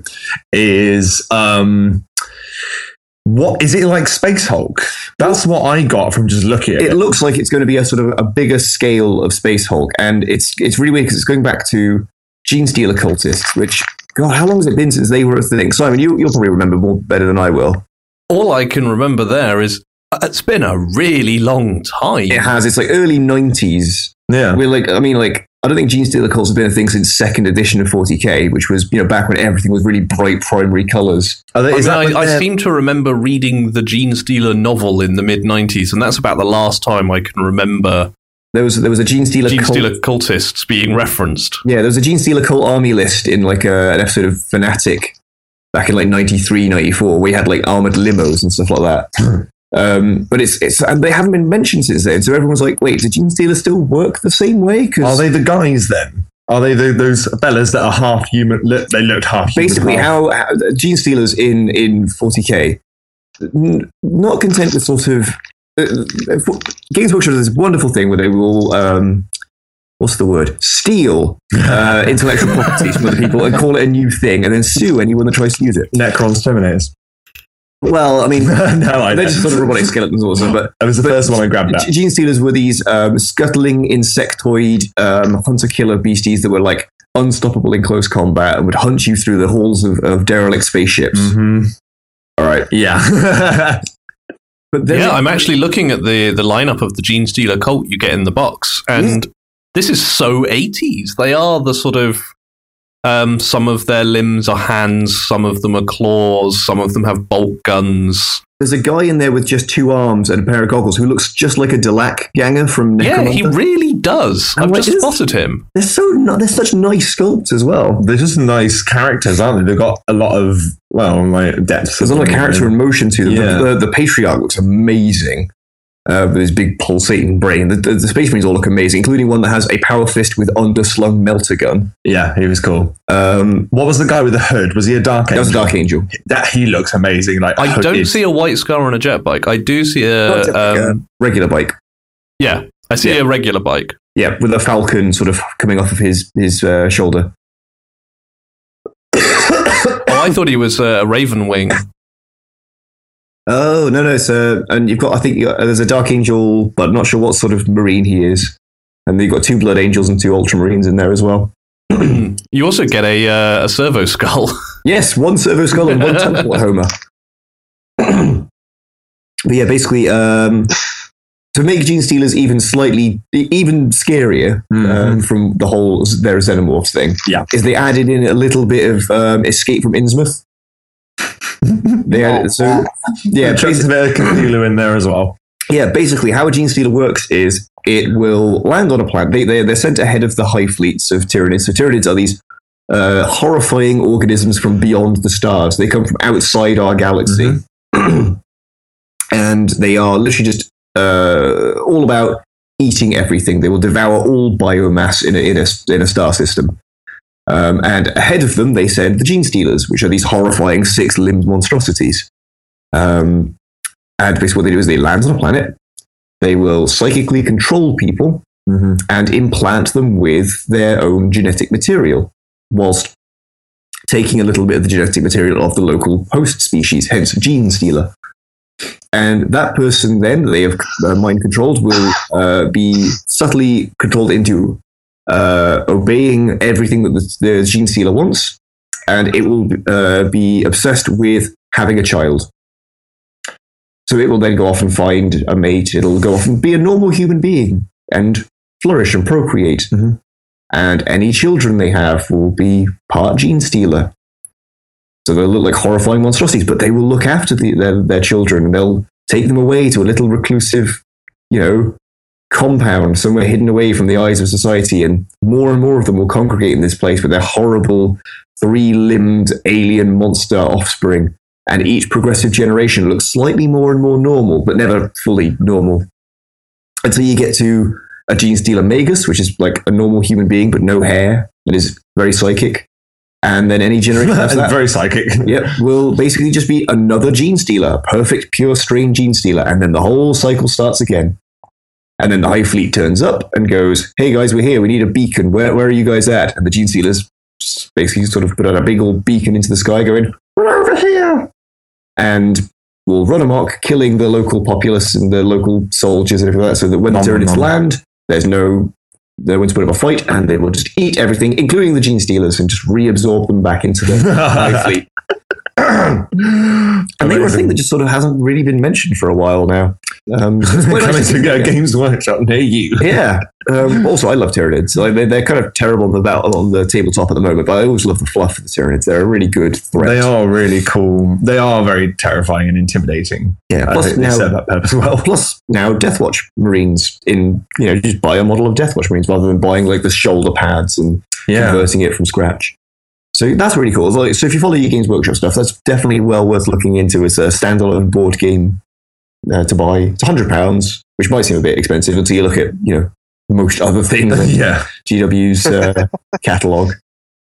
[SPEAKER 5] is um, what is it like Space Hulk? That's what I got from just looking at it.
[SPEAKER 3] It looks like it's going to be a sort of a bigger scale of Space Hulk, and it's it's really weird because it's going back to Gene Stealer cultists, which God, how long has it been since they were a thing? Simon, you, you'll probably remember more better than I will.
[SPEAKER 1] All I can remember there is uh, It's been a really long time.
[SPEAKER 3] It has. It's like early nineties.
[SPEAKER 5] Yeah.
[SPEAKER 3] We're like, I mean, like, I don't think Gene Stealer Calls has been a thing since second edition of 40k, which was you know back when everything was really bright primary colors.
[SPEAKER 5] Are they,
[SPEAKER 1] I,
[SPEAKER 5] is
[SPEAKER 1] mean,
[SPEAKER 5] that
[SPEAKER 1] I, I
[SPEAKER 5] when they're-
[SPEAKER 1] seem to remember reading the Gene Stealer novel in the mid 90s, and that's about the last time I can remember
[SPEAKER 3] There was there was a Gene Stealer.
[SPEAKER 1] Gene
[SPEAKER 3] cult-
[SPEAKER 1] Stealer cultists being referenced.
[SPEAKER 3] Yeah, there was a Gene Stealer cult army list in like a, an episode of Fanatic back in like 93, 94. We had like armored limos and stuff like that. um, but it's it's and they haven't been mentioned since then. So everyone's like, wait, did Gene Stealer still work the same way?
[SPEAKER 5] Are
[SPEAKER 3] Because
[SPEAKER 5] they the guys then? Are they the, those fellas that are half human? Look, they looked half human.
[SPEAKER 3] basically,
[SPEAKER 5] half-
[SPEAKER 3] how, how Gene Stealers in in 40k, n- not content with sort of uh, uh, for- Games Workshop does this wonderful thing where they will. Um, What's the word? Steal uh, intellectual property from other people and call it a new thing, and then sue anyone that tries to use it.
[SPEAKER 5] Necrons Terminators.
[SPEAKER 3] Well, I mean,
[SPEAKER 5] no, I
[SPEAKER 3] they're just sort of robotic skeletons, also. But
[SPEAKER 5] That was the first one I grabbed
[SPEAKER 3] G- gene stealers were these um, scuttling insectoid um, hunter killer beasties that were like unstoppable in close combat and would hunt you through the halls of, of derelict spaceships.
[SPEAKER 5] Mm-hmm.
[SPEAKER 3] All right,
[SPEAKER 5] Yeah.
[SPEAKER 3] but then
[SPEAKER 1] yeah, I'm actually looking at the, the lineup of the Gene Stealer cult you get in the box, and
[SPEAKER 3] Hmm.
[SPEAKER 1] this is so 80s. They are the sort of. Um, some of their limbs are hands, some of them are claws, some of them have bolt guns.
[SPEAKER 3] there's a guy in there with just two arms and a pair of goggles who looks just like a Delac ganger from
[SPEAKER 1] Yeah,
[SPEAKER 3] Necromunda.
[SPEAKER 1] he really does.
[SPEAKER 3] And
[SPEAKER 1] I've
[SPEAKER 3] what
[SPEAKER 1] just
[SPEAKER 3] is-
[SPEAKER 1] spotted him.
[SPEAKER 3] they're so ni- they're such nice sculpts as well.
[SPEAKER 5] They're just nice characters, aren't they? They've got a lot of, well, like depth.
[SPEAKER 3] There's a lot of character and motion to them.
[SPEAKER 5] Yeah.
[SPEAKER 3] The, the, the patriarch looks amazing. Uh, with his big pulsating brain. The, the, the space marines all look amazing, including one that has a power fist with underslung melter gun.
[SPEAKER 5] Yeah, he was cool.
[SPEAKER 3] Um,
[SPEAKER 5] What was the guy with the hood? Was he a dark
[SPEAKER 3] that was a
[SPEAKER 5] angel?
[SPEAKER 3] dark angel.
[SPEAKER 5] That he looks amazing. Like
[SPEAKER 1] I don't
[SPEAKER 5] hooded.
[SPEAKER 1] see a white scar on a jet bike. I do see
[SPEAKER 3] Oh, Not
[SPEAKER 1] a.
[SPEAKER 3] jet bike,
[SPEAKER 1] Um,
[SPEAKER 3] regular bike.
[SPEAKER 1] yeah, I see a regular bike.
[SPEAKER 3] Yeah, with a falcon sort of coming off of his his uh, shoulder.
[SPEAKER 1] Oh, I thought he was uh, a Raven Wing.
[SPEAKER 3] Oh no no! So and you've got I think you got- there's a dark angel, but not sure what sort of marine he is. And you've got two blood angels and two ultramarines in there as well.
[SPEAKER 1] you also get a, uh, a servo skull.
[SPEAKER 3] Yes, one servo skull and one teleport homer. but yeah, basically, um, to make Gene Stealers even slightly, e- even scarier
[SPEAKER 5] Uh,
[SPEAKER 3] um, from the whole s- their Xenomorphs thing,
[SPEAKER 5] Mm-hmm. Yeah.
[SPEAKER 3] is they added in a little bit of um, Escape from Innsmouth. they added, so yeah,
[SPEAKER 5] Yeah, Chuck's
[SPEAKER 3] basi-
[SPEAKER 5] a bit of Cthulhu in there as well.
[SPEAKER 3] yeah. Basically, how a Gene Stealer works is it will land on a planet. They, they they're sent ahead of the high fleets of Tyranids. So Tyranids are these. Uh, horrifying organisms from beyond the stars. They come from outside our galaxy.
[SPEAKER 5] Mhm.
[SPEAKER 3] and they are literally just uh, all about eating everything. They will devour all biomass in a, in a, in a star system. Um, and ahead of them, they send the gene stealers, which are these horrifying six limbed monstrosities. Um, and basically, what they do is they land on a planet, they will psychically control people and implant them with their own genetic material, whilst taking a little bit of the genetic material of the local host species, hence gene stealer. And that person then, they have uh, mind controlled, will uh, be subtly controlled into uh, obeying everything that the, the gene stealer wants, and it will uh, be obsessed with having a child. So it will then go off and find a mate. It'll go off and be a normal human being and flourish and procreate.
[SPEAKER 5] Mhm.
[SPEAKER 3] And any children they have will be part gene stealer. So they'll look like horrifying monstrosities, but they will look after the, their, their children and they'll take them away to a little reclusive, you know, compound somewhere hidden away from the eyes of society. And more and more of them will congregate in this place with their horrible three limbed alien monster offspring. And each progressive generation looks slightly more and more normal, but never fully normal. Until you get to a gene stealer magus, which is like a normal human being but no hair and is very psychic. And then any generation after that,
[SPEAKER 5] Very psychic.
[SPEAKER 3] yep, will basically just be another gene stealer, a perfect pure strain gene stealer, and then the whole cycle starts again. And then the High Fleet turns up and goes, "Hey guys, we're here. We need a beacon. Where where are you guys at?" And the gene stealers s- basically sort of put out a big old beacon into the sky, going, "We're over here," and will run amok, killing the local populace and the local soldiers and everything like that. So that when the
[SPEAKER 5] Nom, nom,
[SPEAKER 3] Tyranids
[SPEAKER 5] nom.
[SPEAKER 3] land, there's no no one's put up a fight, and they will just eat everything, including the gene stealers, and just reabsorb them back into the High Fleet. And they were a
[SPEAKER 5] Amazing.
[SPEAKER 3] thing that just sort of hasn't really been mentioned for a while now. Um, so it's quite nice
[SPEAKER 5] Coming
[SPEAKER 3] to see
[SPEAKER 5] to a
[SPEAKER 3] again.
[SPEAKER 5] Games Workshop near you.
[SPEAKER 3] yeah. Um, also, I love Tyranids. Like, they, they're kind of terrible on the, battle, on the tabletop at the moment, but I always love the fluff of the Tyranids. They're a really good threat.
[SPEAKER 5] They are really cool. They are very terrifying and intimidating.
[SPEAKER 3] Yeah.
[SPEAKER 5] I
[SPEAKER 3] Plus,
[SPEAKER 5] think they
[SPEAKER 3] now,
[SPEAKER 5] serve that purpose well.
[SPEAKER 3] plus now Deathwatch Marines in you know just buy a model of Deathwatch Marines rather than buying like the shoulder pads and converting it from scratch. So that's really cool. Like, so if you follow your Games Workshop stuff, that's definitely well worth looking into as a standalone board game uh, to buy. It's hundred pounds, which might seem a bit expensive until you look at you know most other things in
[SPEAKER 5] yeah.
[SPEAKER 3] GW's uh, catalog.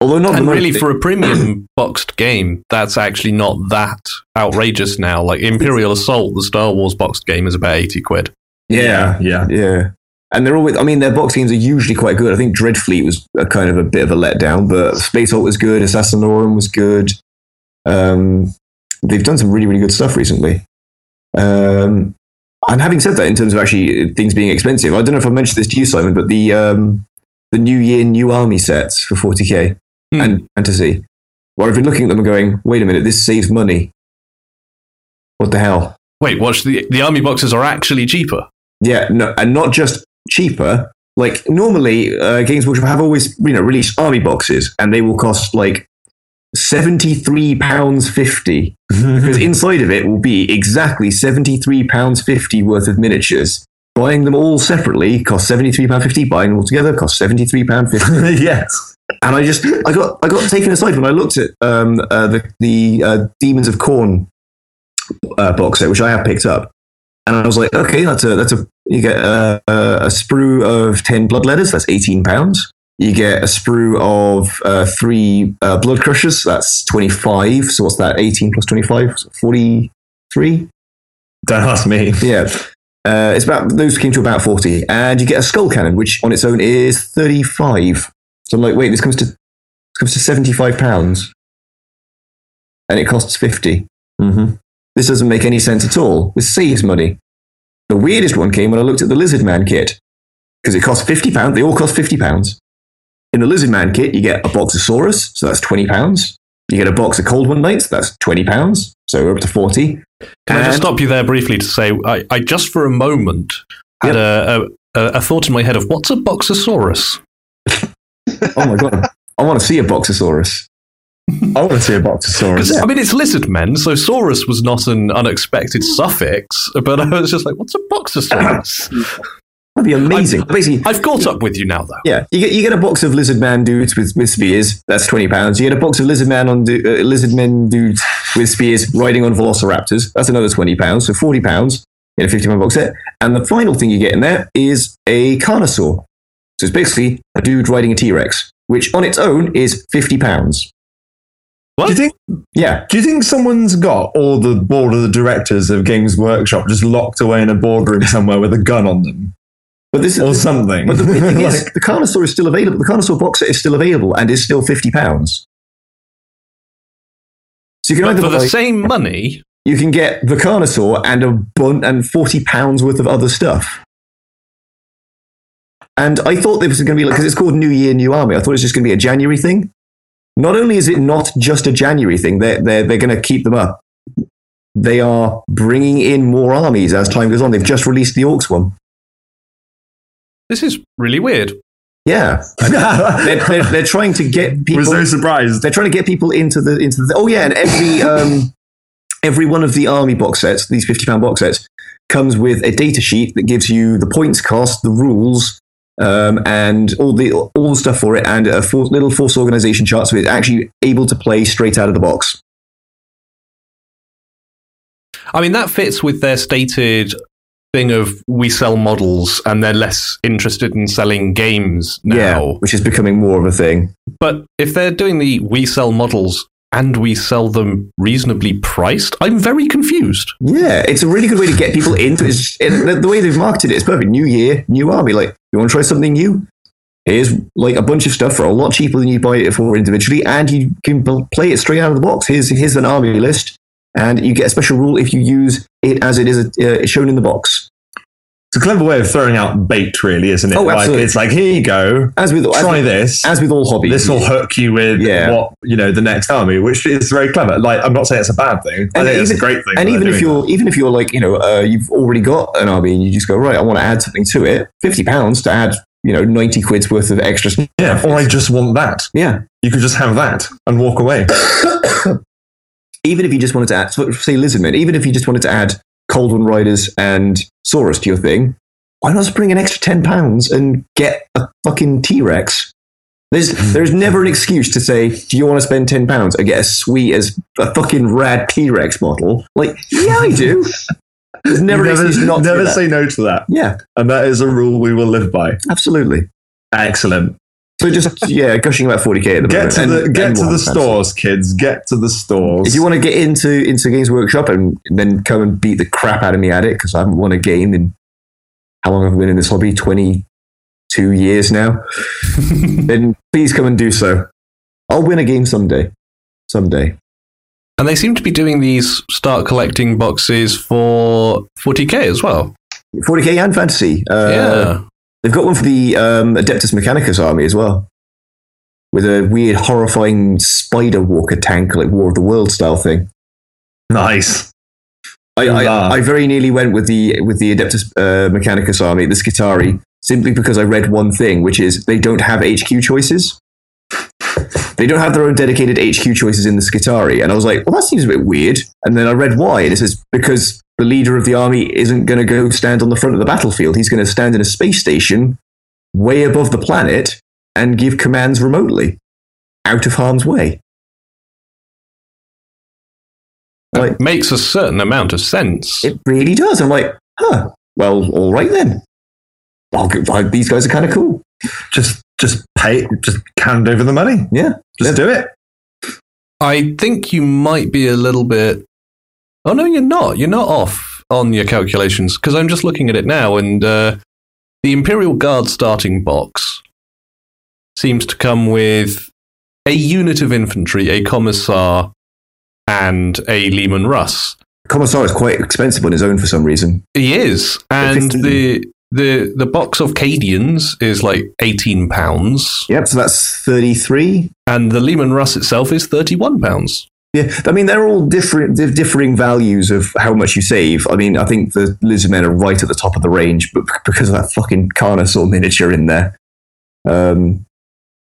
[SPEAKER 3] Although not the
[SPEAKER 1] and
[SPEAKER 3] most- e-
[SPEAKER 1] really, for a premium boxed game, that's actually not that outrageous now. Like Imperial Assault, the Star Wars boxed game, is about eighty quid.
[SPEAKER 5] Yeah. Yeah.
[SPEAKER 3] Yeah. And they're always, I mean, their box games are usually quite good. I think Dreadfleet was a kind of a bit of a letdown, but Space Hulk was good, Assassinorum was good. Um, they've done some really, really good stuff recently. Um, and having said that, in terms of actually things being expensive, I don't know if I mentioned this to you, Simon, but the, um, the New Year New Army sets for 40k
[SPEAKER 1] Hmm.
[SPEAKER 3] and Fantasy, where I've been looking at them and going, wait a minute, this saves money. What the hell?
[SPEAKER 1] Wait, watch the the army boxes are actually cheaper.
[SPEAKER 3] Yeah, no, and not just cheaper. Like normally, uh, Games Workshop have always you know released army boxes, and they will cost like seventy three pounds fifty because inside of it will be exactly seventy three pounds fifty worth of miniatures. Buying them all separately costs seventy three pound fifty. Buying them all together costs seventy three pound fifty.
[SPEAKER 5] yes.
[SPEAKER 3] And I just I got I got taken aside when I looked at um, uh, the the uh, Demons of Corn uh, box set, which I have picked up, and I was like, okay, that's a that's a you get a, a, a sprue of ten blood letters, that's eighteen pounds. You get a sprue of uh, three uh, blood crushers, that's twenty five. So what's that? Eighteen plus 25? 43?
[SPEAKER 5] Don't ask me.
[SPEAKER 3] Yeah. Uh, it's about those came to about forty, and you get a skull cannon, which on its own is thirty-five. So I'm like, wait, this comes to this comes to seventy-five pounds, and it costs fifty.
[SPEAKER 5] Mm-hmm.
[SPEAKER 3] This doesn't make any sense at all. This saves money. The weirdest one came when I looked at the Lizard Man kit because it cost fifty pounds. They all cost fifty pounds. In the Lizard Man kit, you get a box of Saurus, so that's twenty pounds. You get a box of Cold One Knights, that's twenty pounds. So we're up to forty.
[SPEAKER 1] Can I just
[SPEAKER 3] And-
[SPEAKER 1] stop you there briefly to say, I, I just for a moment had a, a, a, a thought in my head of what's a boxosaurus?
[SPEAKER 3] Oh my god, I want to see a Boxosaurus.
[SPEAKER 5] I want to see a Boxosaurus.
[SPEAKER 1] Because I mean, it's lizard men, so saurus was not an unexpected
[SPEAKER 3] Mm.
[SPEAKER 1] suffix. But I was just like, what's a boxosaurus?
[SPEAKER 3] That'd be amazing. Basically,
[SPEAKER 1] I've caught up with you now, though.
[SPEAKER 3] yeah, you get you get a box of lizard man dudes with, with spears. That's twenty pounds. You get a box of lizard man on du- uh, lizard men dudes with spears riding on velociraptors. That's another twenty pounds. So forty pounds in a fifty pound box set. And the final thing you get in there is a carnosaur. So it's basically a dude riding a T Rex, which on its own is fifty pounds.
[SPEAKER 5] do you think?
[SPEAKER 3] Yeah,
[SPEAKER 5] Do you think someone's got uh, all the board of the directors of Games Workshop just locked away in a boardroom somewhere with a gun on them
[SPEAKER 3] but this
[SPEAKER 5] or
[SPEAKER 3] is.
[SPEAKER 5] something?
[SPEAKER 3] But the weird thing is,
[SPEAKER 5] Like,
[SPEAKER 3] the Carnosaur is still available. The Carnosaur box set is still available and is still fifty pounds. So you can
[SPEAKER 1] But
[SPEAKER 3] either
[SPEAKER 1] for the
[SPEAKER 3] buy-
[SPEAKER 1] same money,
[SPEAKER 3] you can get the Carnosaur and a bun and 40 pounds worth of other stuff. And I thought this was going to be like, because it's called New Year, New Army. I thought it was just going to be a January thing. Not only is it not just a January thing, they're, they're, they're going to keep them up. They are bringing in more armies as time goes on. They've just released the Orcs one.
[SPEAKER 1] this is really weird.
[SPEAKER 3] Yeah. They're, they're, they're trying to get people.
[SPEAKER 5] was no surprise.
[SPEAKER 3] they're trying to get people into the into the oh yeah and every um every one of the army box sets these 50 pound box sets comes with a data sheet that gives you the points cost the rules um, and all the all the stuff for it and a for, little force organization chart so it's actually able to play straight out of the box
[SPEAKER 1] I mean, that fits with their stated thing of we sell models and they're less interested in selling games now.
[SPEAKER 3] which is becoming more of a thing
[SPEAKER 1] But if they're doing the we sell models and we sell them reasonably priced, I'm very confused.
[SPEAKER 3] yeah it's a really good way to get people into it It's- it- the, the way they've marketed it is perfect new year new army like you want to try something new Here's like a bunch of stuff for a lot cheaper than you buy it for individually, and you can bl- play it straight out of the box. Here's here's an army list, and you get a special rule if you use it as it is uh, shown in the box.
[SPEAKER 5] It's a clever way of throwing out bait, really, isn't it?
[SPEAKER 3] Oh,
[SPEAKER 5] like,
[SPEAKER 3] absolutely.
[SPEAKER 5] it's like, here you go,
[SPEAKER 3] As with as
[SPEAKER 5] try
[SPEAKER 3] with,
[SPEAKER 5] this.
[SPEAKER 3] as with all hobbies,
[SPEAKER 5] This will hook you with
[SPEAKER 3] Yeah.
[SPEAKER 5] what you know the next army, which is very clever. Like I'm not saying it's a bad thing. I
[SPEAKER 3] And
[SPEAKER 5] think it's a
[SPEAKER 3] even-
[SPEAKER 5] great thing. that
[SPEAKER 3] and
[SPEAKER 5] they're
[SPEAKER 3] even if
[SPEAKER 5] doing
[SPEAKER 3] you're even if you're like you know uh, you've already got an army and you just go right, I want to add something to it. Fifty pounds to add you know ninety quid's worth of extra. sn-
[SPEAKER 5] that. yeah, or I just want that.
[SPEAKER 3] Yeah,
[SPEAKER 5] You could just have that and walk away.
[SPEAKER 3] even if you just wanted to add so, say lizardmen, even if you just wanted to add cold one riders and saurus to your thing, why not just bring an extra ten pounds and get a fucking T Rex? There's
[SPEAKER 5] Mm-hmm.
[SPEAKER 3] there's never an excuse to say, do you want to spend ten pounds and get as sweet as a fucking rad T Rex model? Like yeah, I do. There's never,
[SPEAKER 5] You
[SPEAKER 3] an excuse not to do
[SPEAKER 5] never
[SPEAKER 3] that.
[SPEAKER 5] say no to that.
[SPEAKER 3] Yeah,
[SPEAKER 5] And that is a rule we will live by.
[SPEAKER 3] absolutely.
[SPEAKER 5] Excellent.
[SPEAKER 3] So just yeah, gushing about 40k at the
[SPEAKER 5] Get
[SPEAKER 3] moment.
[SPEAKER 5] to
[SPEAKER 3] and-
[SPEAKER 5] the
[SPEAKER 3] and
[SPEAKER 5] get to
[SPEAKER 3] Wild
[SPEAKER 5] the
[SPEAKER 3] Fantasy.
[SPEAKER 5] stores, kids. Get to the stores.
[SPEAKER 3] If you want to get into into Games Workshop and then come and beat the crap out of me at it because I haven't won a game in how long have I been in this hobby? 22 years now. then please come and do so. I'll win a game someday. Someday.
[SPEAKER 1] And they seem to be doing these start collecting boxes for 40k as well.
[SPEAKER 3] 40k and fantasy. Uh,
[SPEAKER 1] yeah.
[SPEAKER 3] They've got one for the um, Adeptus Mechanicus army as well, with a weird, horrifying spider walker tank, like War of the World style thing.
[SPEAKER 5] nice.
[SPEAKER 3] I,
[SPEAKER 5] Nah.
[SPEAKER 3] I, I very nearly went with the with the Adeptus uh, Mechanicus army, the Skitari, simply because I read one thing, which is they don't have HQ choices. They don't have their own dedicated HQ choices in the Skitari, and I was like, well, that seems a bit weird. And then I read why, and it says because the leader of the army isn't going to go stand on the front of the battlefield. He's going to stand in a space station way above the planet and give commands remotely, out of harm's way. Like,
[SPEAKER 1] It makes a certain amount of sense.
[SPEAKER 3] it really does. I'm like, huh, well, all right then. I'll go, like, these guys are kind of cool.
[SPEAKER 5] Just just pay. Just hand over the money.
[SPEAKER 3] Yeah.
[SPEAKER 5] Just do it.
[SPEAKER 1] I think you might be a little bit. Oh no, you're not. You're not off on your calculations because I'm just looking at it now, and uh, the Imperial Guard starting box seems to come with a unit of infantry, a commissar, and a Lehman Russ.
[SPEAKER 3] Commissar is quite expensive on his own for some reason.
[SPEAKER 1] He is, and the the the box of Cadians is like eighteen pounds,
[SPEAKER 3] Yep. So that's 33.
[SPEAKER 1] and the Lehman Russ itself is thirty one pounds.
[SPEAKER 3] Yeah. I mean, they're all different, they're differing values of how much you save. I mean, I think the lizard men are right at the top of the range, but because of that fucking Carnosaur miniature in there. Um,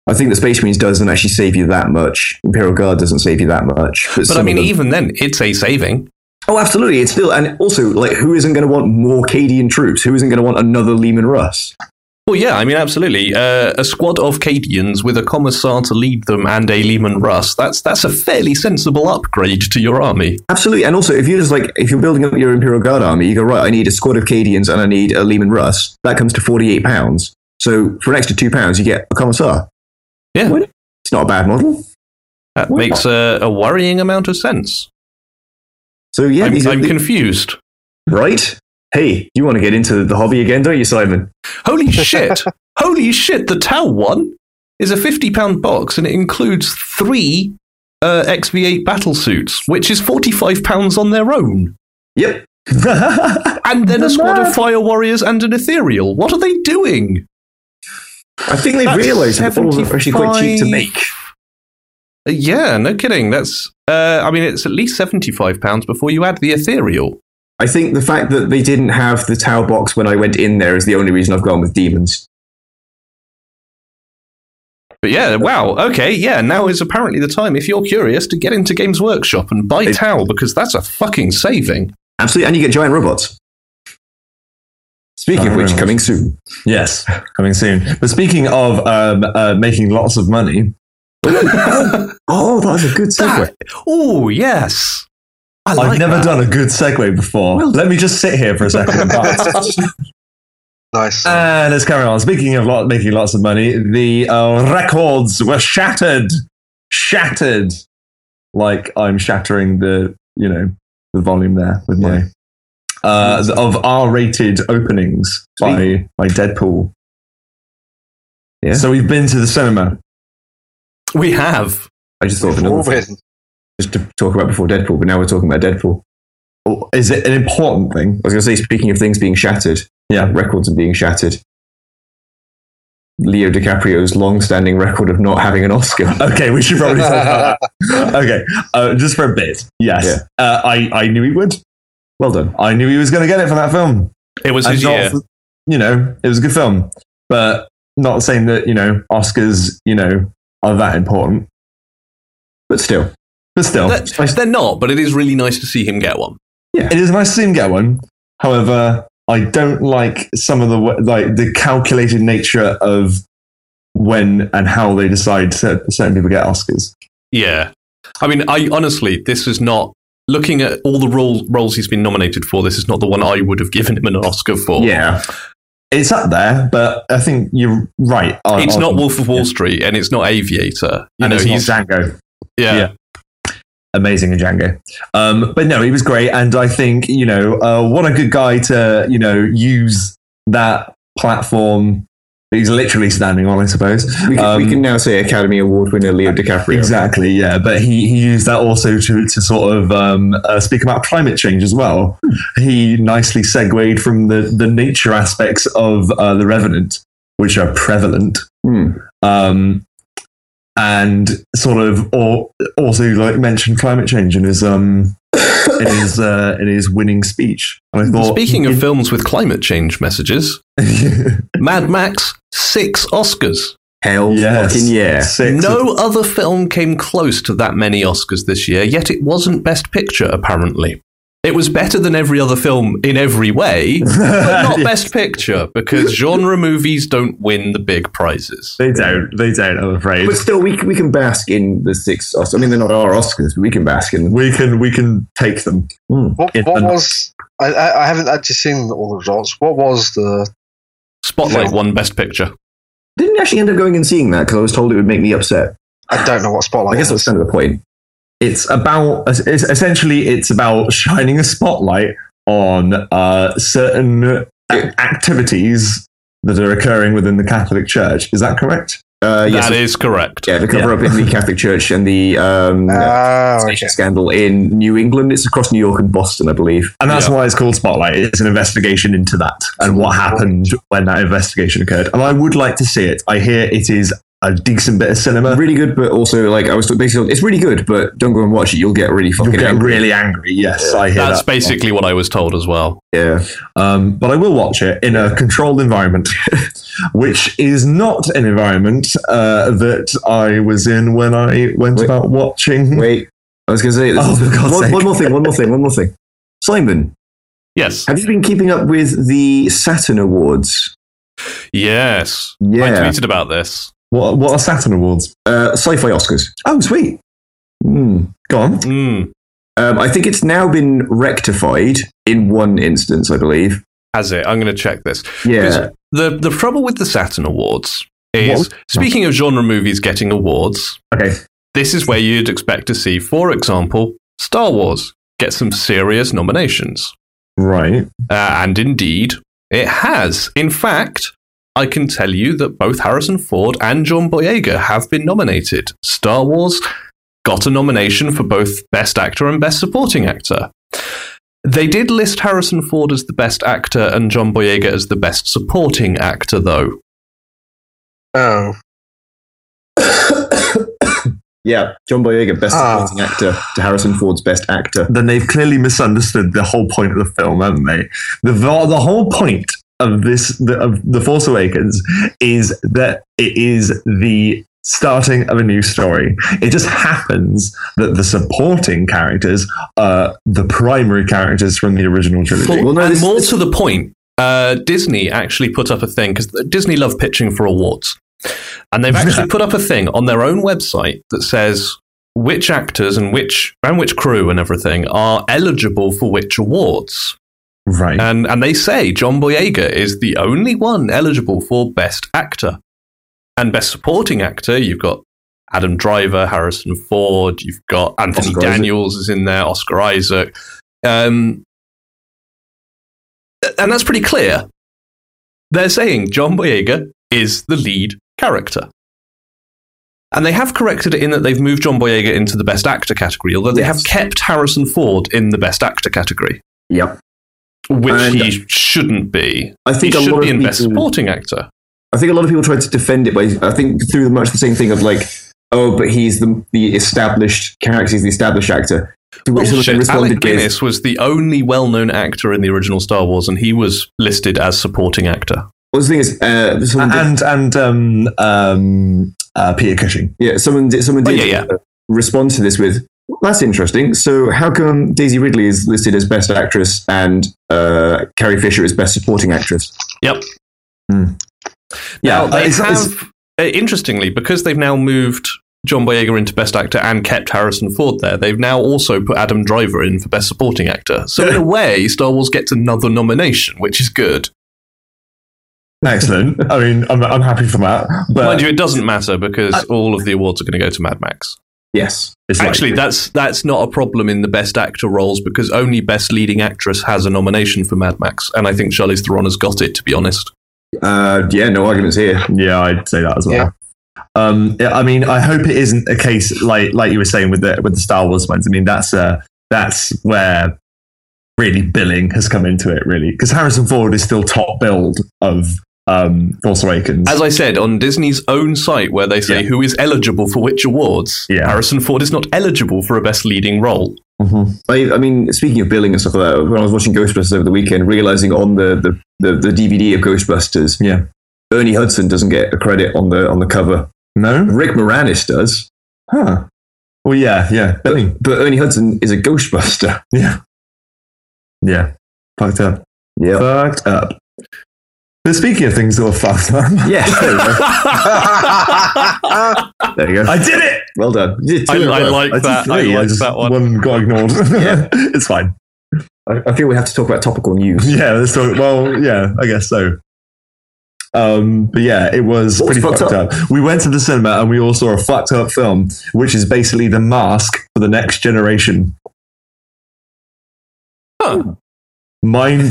[SPEAKER 3] I think the Space Marines doesn't actually save you that much. Imperial Guard doesn't save you that much.
[SPEAKER 1] But I
[SPEAKER 3] some of
[SPEAKER 1] mean,
[SPEAKER 3] them-
[SPEAKER 1] even then, it's a saving.
[SPEAKER 3] Oh, absolutely. It's still, and also, like, who isn't going to want more Cadian troops? Who isn't going to want another Lehman Russ?
[SPEAKER 1] Well, yeah, I mean, absolutely. Uh, a squad of Cadians with a commissar to lead them and a Lehman Russ, that's, that's a fairly sensible upgrade to your army.
[SPEAKER 3] Absolutely. And also, if you're just like, if you're building up your Imperial Guard army, you go, right, I need a squad of Cadians and I need a Lehman Russ. That comes to 48 pounds. So for an extra two pounds, you get a commissar.
[SPEAKER 1] Yeah.
[SPEAKER 3] What? It's not a bad model.
[SPEAKER 1] That
[SPEAKER 3] Wow.
[SPEAKER 1] makes a, a worrying amount of sense.
[SPEAKER 3] So yeah,
[SPEAKER 1] I'm,
[SPEAKER 3] these are
[SPEAKER 1] I'm
[SPEAKER 3] the-
[SPEAKER 1] confused.
[SPEAKER 3] right? Hey, you want to get into the hobby again, don't you, Simon?
[SPEAKER 1] Holy shit! Holy shit! The Tau one is a £50 box and it includes three uh, XV8 battlesuits, which is £45 on their own.
[SPEAKER 3] Yep.
[SPEAKER 1] And then a squad of Fire Warriors and an Ethereal. What are they doing?
[SPEAKER 3] I think they've
[SPEAKER 1] That's
[SPEAKER 3] realised that the models are actually quite cheap to
[SPEAKER 1] 75.
[SPEAKER 3] make.
[SPEAKER 1] Uh, Yeah, no kidding. That's, uh, I mean, it's at least seventy-five pounds before you add the ethereal.
[SPEAKER 3] I think the fact that they didn't have the Tau box when I went in there is the only reason I've gone with demons.
[SPEAKER 1] But yeah, wow. Okay, yeah. Now is apparently the time if you're curious to get into Games Workshop and buy
[SPEAKER 3] It-
[SPEAKER 1] Tau because that's a fucking saving.
[SPEAKER 3] Absolutely, and you get giant robots. Speaking of
[SPEAKER 5] Giant
[SPEAKER 3] which,
[SPEAKER 5] robots.
[SPEAKER 3] coming soon.
[SPEAKER 5] Yes, coming soon. But speaking of um, uh, making lots of money,
[SPEAKER 3] Oh, that's a good segue.
[SPEAKER 1] oh yes, I like
[SPEAKER 5] I've never
[SPEAKER 1] that.
[SPEAKER 5] done a good segue before.
[SPEAKER 3] Well-
[SPEAKER 5] Let me just sit here for a second. and pass.
[SPEAKER 2] Nice.
[SPEAKER 5] and let's carry on. Speaking of lot, making lots of money, the uh, records were shattered, shattered. Like I'm shattering the, you know, the volume there with my uh, of R-rated openings by by Deadpool.
[SPEAKER 3] Yeah.
[SPEAKER 5] So we've been to the cinema.
[SPEAKER 1] We have.
[SPEAKER 3] I just thought of another thing
[SPEAKER 2] Wolverine.
[SPEAKER 3] just to talk about before Deadpool, but now we're talking about Deadpool.
[SPEAKER 5] Oh, Is it an important thing?
[SPEAKER 3] I was going to say, speaking of things being shattered,
[SPEAKER 5] Yeah.
[SPEAKER 3] records are being shattered. Leo DiCaprio's long-standing record of not having an Oscar.
[SPEAKER 5] Okay, we should probably talk about that. Okay, uh, just for a bit. Yes, uh, I I knew he would.
[SPEAKER 3] Well done.
[SPEAKER 5] I knew he was going to get it for that film.
[SPEAKER 1] It was his
[SPEAKER 5] And
[SPEAKER 1] year.
[SPEAKER 5] not- you know, it was a good film, but not saying that you know Oscars, you know, are that important.
[SPEAKER 3] But still,
[SPEAKER 5] But still,
[SPEAKER 1] That- they're not, but it is really nice to see him get one.
[SPEAKER 5] it is nice to see him get one. However, I don't like some of the wa- like the calculated nature of when and how they decide cer- certain people get Oscars.
[SPEAKER 1] Yeah. I mean, I honestly, this is not looking at all the role, roles he's been nominated for. This is not the one I would have given him an Oscar for.
[SPEAKER 5] Yeah, it's up there, but I think you're right. on-
[SPEAKER 1] It's
[SPEAKER 5] on-
[SPEAKER 1] not Wolf of Wall Street and it's not Aviator. You
[SPEAKER 5] and
[SPEAKER 1] know,
[SPEAKER 5] it's
[SPEAKER 1] he's
[SPEAKER 5] not Django.
[SPEAKER 1] yeah,
[SPEAKER 5] yeah. amazing in Django. Um, but no, he was great, and I think you know uh, what a good guy to you know use that platform. that He's literally standing on, I suppose.
[SPEAKER 3] we can, we
[SPEAKER 5] Um,
[SPEAKER 3] can now say Academy Award winner Leo DiCaprio.
[SPEAKER 5] Exactly, yeah. But he, he used that also to, to sort of um, uh, speak about climate change as well.
[SPEAKER 3] Hmm.
[SPEAKER 5] He nicely segued from the, the nature aspects of uh, The Revenant, which are prevalent,
[SPEAKER 3] Hmm.
[SPEAKER 5] um, and sort of or, also like mentioned climate change in his, um, in, his, uh, in his winning speech. And I thought,
[SPEAKER 1] Speaking of films with climate change messages, Mad Max, six Oscars.
[SPEAKER 3] Hell
[SPEAKER 5] Yes.
[SPEAKER 3] fucking yeah.
[SPEAKER 5] Six of-
[SPEAKER 1] no other film came close to that many Oscars this year, yet it wasn't Best Picture, apparently. It was better than every other film in every way, but not Best Picture, because genre movies don't win the big prizes.
[SPEAKER 5] They don't. They don't. I'm afraid.
[SPEAKER 3] But still, we, we can bask in the six Oscars. I mean, they're not our Oscars, but we can bask in them.
[SPEAKER 5] We can. We can take them.
[SPEAKER 2] What,
[SPEAKER 5] Yeah,
[SPEAKER 2] what
[SPEAKER 5] and-
[SPEAKER 2] was? I, I I haven't actually seen all the results. What was the?
[SPEAKER 1] Spotlight won Best Picture.
[SPEAKER 3] Didn't actually end up going and seeing that because I was told it would make me upset.
[SPEAKER 2] I don't know what spotlight.
[SPEAKER 3] I guess
[SPEAKER 2] was.
[SPEAKER 3] that's kind of the point.
[SPEAKER 5] it's about it's, essentially it's about shining a spotlight on uh, certain a- activities that are occurring within the Catholic Church. Is that correct?
[SPEAKER 3] Uh, yes,
[SPEAKER 1] that is correct.
[SPEAKER 3] yeah, the cover up in the Catholic Church and the um,
[SPEAKER 2] Ah, okay.
[SPEAKER 3] station scandal in New England. It's across New York and Boston, I believe.
[SPEAKER 5] And that's
[SPEAKER 1] Yeah.
[SPEAKER 5] why it's called Spotlight. It's an investigation into that and what happened when that investigation occurred. And I would like to see it. I hear it is a decent bit of cinema.
[SPEAKER 3] Really good, but also like I was basically, told, it's really good, but don't go and watch it. You'll get really
[SPEAKER 5] You'll
[SPEAKER 3] fucking
[SPEAKER 5] get
[SPEAKER 3] angry.
[SPEAKER 5] really angry. Yes, I hear
[SPEAKER 1] That's
[SPEAKER 5] that.
[SPEAKER 1] basically what I was told as well.
[SPEAKER 3] yeah.
[SPEAKER 5] Um, but I will watch it in a controlled environment, which is not an environment uh, that I was in when I went
[SPEAKER 3] Wait.
[SPEAKER 5] about watching.
[SPEAKER 3] Wait, I was going to say this
[SPEAKER 5] Oh,
[SPEAKER 3] is-
[SPEAKER 5] for God's
[SPEAKER 3] one,
[SPEAKER 5] sake.
[SPEAKER 3] one more thing. One more thing. One more thing. Simon,
[SPEAKER 1] Yes.
[SPEAKER 3] have you been keeping up with the Saturn Awards?
[SPEAKER 1] Yes. I
[SPEAKER 3] Yeah,
[SPEAKER 1] tweeted about this.
[SPEAKER 5] What, what are Saturn Awards?
[SPEAKER 3] uh, sci-fi Oscars.
[SPEAKER 5] Oh, sweet.
[SPEAKER 3] Hmm.
[SPEAKER 5] Go on.
[SPEAKER 1] Mm,
[SPEAKER 3] Um, I think it's now been rectified in one instance, I believe.
[SPEAKER 1] has it? I'm going to check this.
[SPEAKER 3] Yeah,
[SPEAKER 1] Because The, the trouble with the Saturn Awards is, speaking of genre movies getting awards,
[SPEAKER 5] Okay.
[SPEAKER 1] This is where you'd expect to see, for example, Star Wars get some serious nominations.
[SPEAKER 5] Right.
[SPEAKER 1] Uh, and indeed, it has. In fact, I can tell you that both Harrison Ford and John Boyega have been nominated. Star Wars got a nomination for both Best Actor and Best Supporting Actor. They did list Harrison Ford as the Best Actor and John Boyega as the Best Supporting Actor, though.
[SPEAKER 2] Oh,
[SPEAKER 3] yeah. John Boyega, best
[SPEAKER 2] Ah.
[SPEAKER 3] supporting actor, to Harrison Ford's best actor.
[SPEAKER 5] Then they've clearly misunderstood the whole point of the film, haven't they? The, vo- the whole point of this, the, of The Force Awakens, is that it is the starting of a new story. It just happens that the supporting characters are the primary characters from the original trilogy.
[SPEAKER 1] Well,
[SPEAKER 3] Well, no,
[SPEAKER 1] and
[SPEAKER 3] this-
[SPEAKER 1] more to the point, uh, Disney actually put up a thing because Disney love pitching for awards, and they've actually put up a thing on their own website that says which actors and which and which crew and everything are eligible for which awards.
[SPEAKER 5] Right.
[SPEAKER 1] And and they say John Boyega is the only one eligible for Best Actor. And Best Supporting Actor, you've got Adam Driver, Harrison Ford, you've got Anthony
[SPEAKER 3] Oscar Isaac.
[SPEAKER 1] Daniels is in there, Oscar Isaac. Um, and that's pretty clear. They're saying John Boyega is the lead character. And they have corrected it in that they've moved John Boyega into the Best Actor category, although they have kept Harrison Ford in the Best Actor category.
[SPEAKER 3] Yep.
[SPEAKER 1] which
[SPEAKER 3] And-
[SPEAKER 1] he shouldn't be.
[SPEAKER 3] I
[SPEAKER 1] He
[SPEAKER 3] think a
[SPEAKER 1] should
[SPEAKER 3] lot
[SPEAKER 1] be
[SPEAKER 3] of
[SPEAKER 1] in best
[SPEAKER 3] people-
[SPEAKER 1] supporting actor.
[SPEAKER 3] I think a lot of people tried to defend it by I think through much the same thing of like, oh, but he's the the established character, he's the established actor. To which someone
[SPEAKER 1] Bullshit. Oh, Alec
[SPEAKER 3] responded with,
[SPEAKER 1] Guinness was the only well-known actor in the original Star Wars, and he was listed as supporting actor.
[SPEAKER 3] well, the thing is, uh, someone did,
[SPEAKER 5] and and um, um, uh, Peter Cushing.
[SPEAKER 3] yeah, someone did, someone
[SPEAKER 1] Oh,
[SPEAKER 3] did uh,
[SPEAKER 1] yeah,
[SPEAKER 3] respond to this with, "That's interesting. So how come Daisy Ridley is listed as best actress and uh, Carrie Fisher is best supporting actress?"
[SPEAKER 1] Now,
[SPEAKER 5] uh,
[SPEAKER 1] they
[SPEAKER 5] it's-
[SPEAKER 1] have,
[SPEAKER 5] it's-
[SPEAKER 1] uh, interestingly, because they've now moved John Boyega into Best Actor and kept Harrison Ford there, they've now also put Adam Driver in for Best Supporting Actor. So, in a way, Star Wars gets another nomination, which is good.
[SPEAKER 5] excellent. I mean, I'm, I'm happy for that. But
[SPEAKER 1] Mind you, it doesn't matter because all of the awards are going to go to Mad Max.
[SPEAKER 3] Yes,
[SPEAKER 5] it's like-
[SPEAKER 1] Actually, that's that's not a problem in the Best Actor roles because only Best Leading Actress has a nomination for Mad Max, and I think Charlize Theron has got it. To be honest,
[SPEAKER 3] uh, yeah, no arguments here.
[SPEAKER 5] Yeah, I'd say that as well. Um, yeah, I mean, I hope it isn't a case like like you were saying with the with the Star Wars ones. I mean, that's uh, that's where really billing has come into it, really, because Harrison Ford is still top billed of um, Force Awakens.
[SPEAKER 1] as I said on Disney's own site, where they say
[SPEAKER 5] Yeah.
[SPEAKER 1] who is eligible for which awards,
[SPEAKER 5] Yeah.
[SPEAKER 1] Harrison Ford is not eligible for a Best Leading role.
[SPEAKER 5] Mhm.
[SPEAKER 3] I, I mean, speaking of billing and stuff like that, when I was watching Ghostbusters over the weekend, realizing on the, the, the, the DVD of Ghostbusters,
[SPEAKER 5] Yeah.
[SPEAKER 3] Ernie Hudson doesn't get a credit on the on the cover.
[SPEAKER 5] No,
[SPEAKER 3] Rick Moranis does,
[SPEAKER 5] huh? Well, yeah, yeah, billing,
[SPEAKER 3] but Ernie Hudson is a Ghostbuster.
[SPEAKER 5] yeah, yeah, fucked up,
[SPEAKER 3] Yeah.
[SPEAKER 5] fucked up. But speaking of things that were fucked up,
[SPEAKER 3] Yeah, there you go.
[SPEAKER 2] yeah.
[SPEAKER 3] There you go.
[SPEAKER 5] I did it.
[SPEAKER 3] well done. You did
[SPEAKER 1] I,
[SPEAKER 3] two in a
[SPEAKER 1] I
[SPEAKER 3] row.
[SPEAKER 1] like
[SPEAKER 5] I did
[SPEAKER 1] that. I
[SPEAKER 5] three,
[SPEAKER 1] like
[SPEAKER 5] just-
[SPEAKER 1] that one.
[SPEAKER 5] got ignored. it's fine.
[SPEAKER 3] I, I feel we have to talk about topical news.
[SPEAKER 5] Yeah, that's all, well, yeah, I guess so. Um, but yeah, it was
[SPEAKER 3] What was
[SPEAKER 5] pretty
[SPEAKER 3] fucked
[SPEAKER 5] fucked, up? We went to the cinema and we all saw a fucked up film, which is basically the mask for the next generation.
[SPEAKER 1] Huh.
[SPEAKER 5] Mind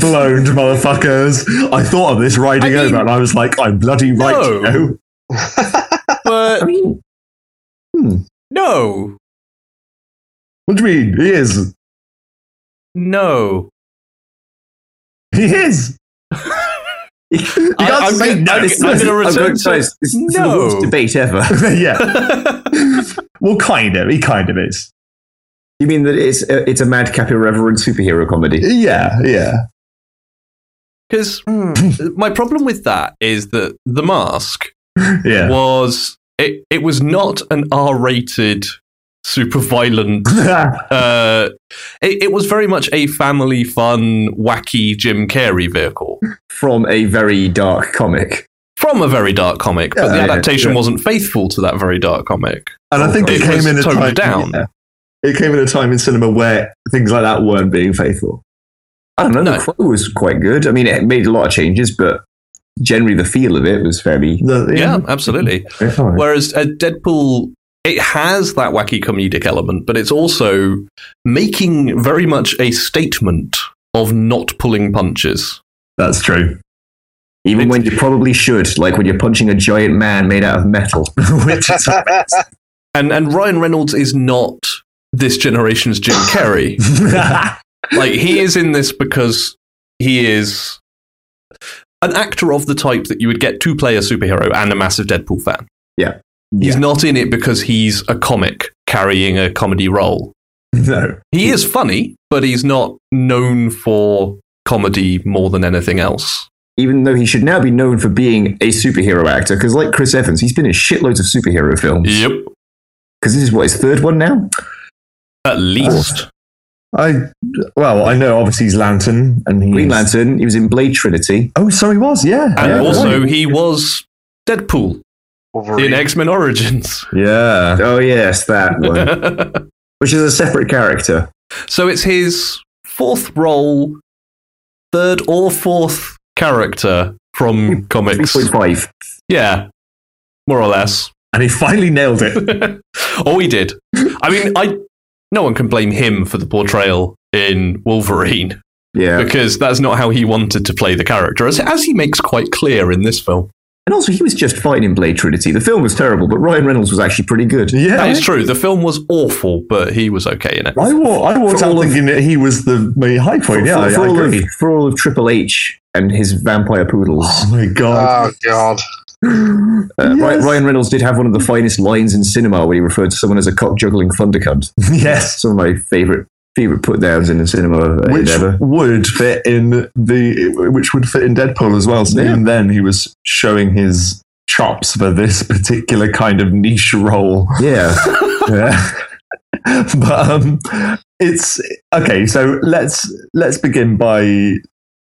[SPEAKER 5] blown, motherfuckers! I thought of this riding
[SPEAKER 1] I mean-
[SPEAKER 5] over, and I was like, "I'm bloody right."
[SPEAKER 1] No.
[SPEAKER 5] you know?
[SPEAKER 1] But
[SPEAKER 3] I mean,
[SPEAKER 5] Hmm.
[SPEAKER 1] no,
[SPEAKER 5] What do you mean? He is.
[SPEAKER 1] no.
[SPEAKER 5] He is. you can't
[SPEAKER 1] I- I'm
[SPEAKER 5] say
[SPEAKER 1] gonna-
[SPEAKER 5] no.
[SPEAKER 1] I'm-
[SPEAKER 5] It's
[SPEAKER 1] I'm
[SPEAKER 5] not-
[SPEAKER 1] gonna
[SPEAKER 3] I'm
[SPEAKER 1] return
[SPEAKER 3] going to say this, this is the
[SPEAKER 1] No.
[SPEAKER 3] worst debate ever.
[SPEAKER 5] yeah. Well, kind of. He kind of is.
[SPEAKER 3] You mean that it's a, it's a madcap irreverent superhero comedy?
[SPEAKER 5] Yeah, yeah.
[SPEAKER 1] Because
[SPEAKER 5] Hmm.
[SPEAKER 1] my problem with that is that the mask
[SPEAKER 5] Yeah.
[SPEAKER 1] was it, it was not an R-rated, super violent. Uh, it, it was very much a family fun, wacky Jim Carrey vehicle
[SPEAKER 3] From a very dark comic.
[SPEAKER 1] from a very dark comic, but
[SPEAKER 5] Yeah,
[SPEAKER 1] the
[SPEAKER 5] yeah,
[SPEAKER 1] adaptation
[SPEAKER 5] yeah.
[SPEAKER 1] wasn't faithful to that very dark comic.
[SPEAKER 5] and I think
[SPEAKER 1] Oh, It
[SPEAKER 5] it came
[SPEAKER 1] was
[SPEAKER 5] in a
[SPEAKER 1] toned
[SPEAKER 5] time
[SPEAKER 1] down.
[SPEAKER 5] yeah. It came in a time in cinema where things like that weren't being faithful.
[SPEAKER 3] I don't know.
[SPEAKER 1] No.
[SPEAKER 3] The Crow was quite good. I mean, it made a lot of changes, but generally the feel of it was very.
[SPEAKER 5] The-
[SPEAKER 1] yeah absolutely.
[SPEAKER 5] yeah, fine.
[SPEAKER 1] Whereas a Deadpool, it has that wacky comedic element, but it's also making very much a statement of not pulling punches.
[SPEAKER 5] that's true.
[SPEAKER 3] Even
[SPEAKER 1] It's-
[SPEAKER 3] when you probably should, like when you're punching a giant man made out of metal.
[SPEAKER 5] Which is
[SPEAKER 1] And and Ryan Reynolds is not this generation's Jim Carrey. like he is in this because he is an actor of the type that you would get to play a superhero and a massive Deadpool fan. He's
[SPEAKER 3] Yeah.
[SPEAKER 1] not in it because he's a comic carrying a comedy role.
[SPEAKER 5] no.
[SPEAKER 1] He is funny, but he's not known for comedy more than anything else.
[SPEAKER 3] Even though he should now be known for being a superhero actor, because like Chris Evans, he's been in shitloads of superhero films.
[SPEAKER 1] Yep.
[SPEAKER 3] Because this is what his third one now.
[SPEAKER 1] At least.
[SPEAKER 5] I well, I know obviously he's Lantern and he's
[SPEAKER 3] Green Lantern. He was in Blade Trinity.
[SPEAKER 5] Oh, so he was, yeah.
[SPEAKER 1] and
[SPEAKER 5] yeah,
[SPEAKER 1] also,
[SPEAKER 5] right.
[SPEAKER 1] he was Deadpool in
[SPEAKER 2] Wolverine.
[SPEAKER 1] X Men Origins.
[SPEAKER 5] yeah.
[SPEAKER 3] Oh yes, that one, which is a separate character.
[SPEAKER 1] so it's his fourth role, third or fourth character
[SPEAKER 5] Hmm.
[SPEAKER 1] from
[SPEAKER 3] Three
[SPEAKER 1] comics.
[SPEAKER 3] point five.
[SPEAKER 1] Yeah. More or less.
[SPEAKER 5] And he finally nailed it.
[SPEAKER 1] or he did. I mean, I. No one can blame him for the portrayal in Wolverine.
[SPEAKER 3] Yeah.
[SPEAKER 1] because that's not how he wanted to play the character, as, as he makes quite clear in this film.
[SPEAKER 3] And also, he was just fine in Blade Trinity. The film was terrible, but Ryan Reynolds was actually pretty good.
[SPEAKER 5] Yeah,
[SPEAKER 1] That is true. The film was awful, but he was okay in it.
[SPEAKER 5] I, wa- I walked
[SPEAKER 3] For
[SPEAKER 5] out
[SPEAKER 3] all of-
[SPEAKER 5] thinking that he was the my high
[SPEAKER 3] For,
[SPEAKER 5] point. yeah,
[SPEAKER 3] for-
[SPEAKER 5] I-
[SPEAKER 3] for
[SPEAKER 5] I
[SPEAKER 3] all of,
[SPEAKER 5] agree.
[SPEAKER 3] for all of Triple H and his vampire poodles.
[SPEAKER 5] Oh my
[SPEAKER 2] Oh
[SPEAKER 5] god!
[SPEAKER 2] god.
[SPEAKER 3] Uh, Ry-
[SPEAKER 5] Yes.
[SPEAKER 3] Ryan Reynolds did have one of the finest lines in cinema when he referred to someone as a cock juggling thunder cunt.
[SPEAKER 5] yes,
[SPEAKER 3] Some of my favorite favorite put downs in the cinema uh,
[SPEAKER 5] which
[SPEAKER 3] endeavor.
[SPEAKER 5] would fit in the which would fit in Deadpool as well. So
[SPEAKER 3] Yeah.
[SPEAKER 5] even then, he was showing his chops for this particular kind of niche role.
[SPEAKER 3] Yeah,
[SPEAKER 5] Yeah. but um, it's okay. So let's let's begin by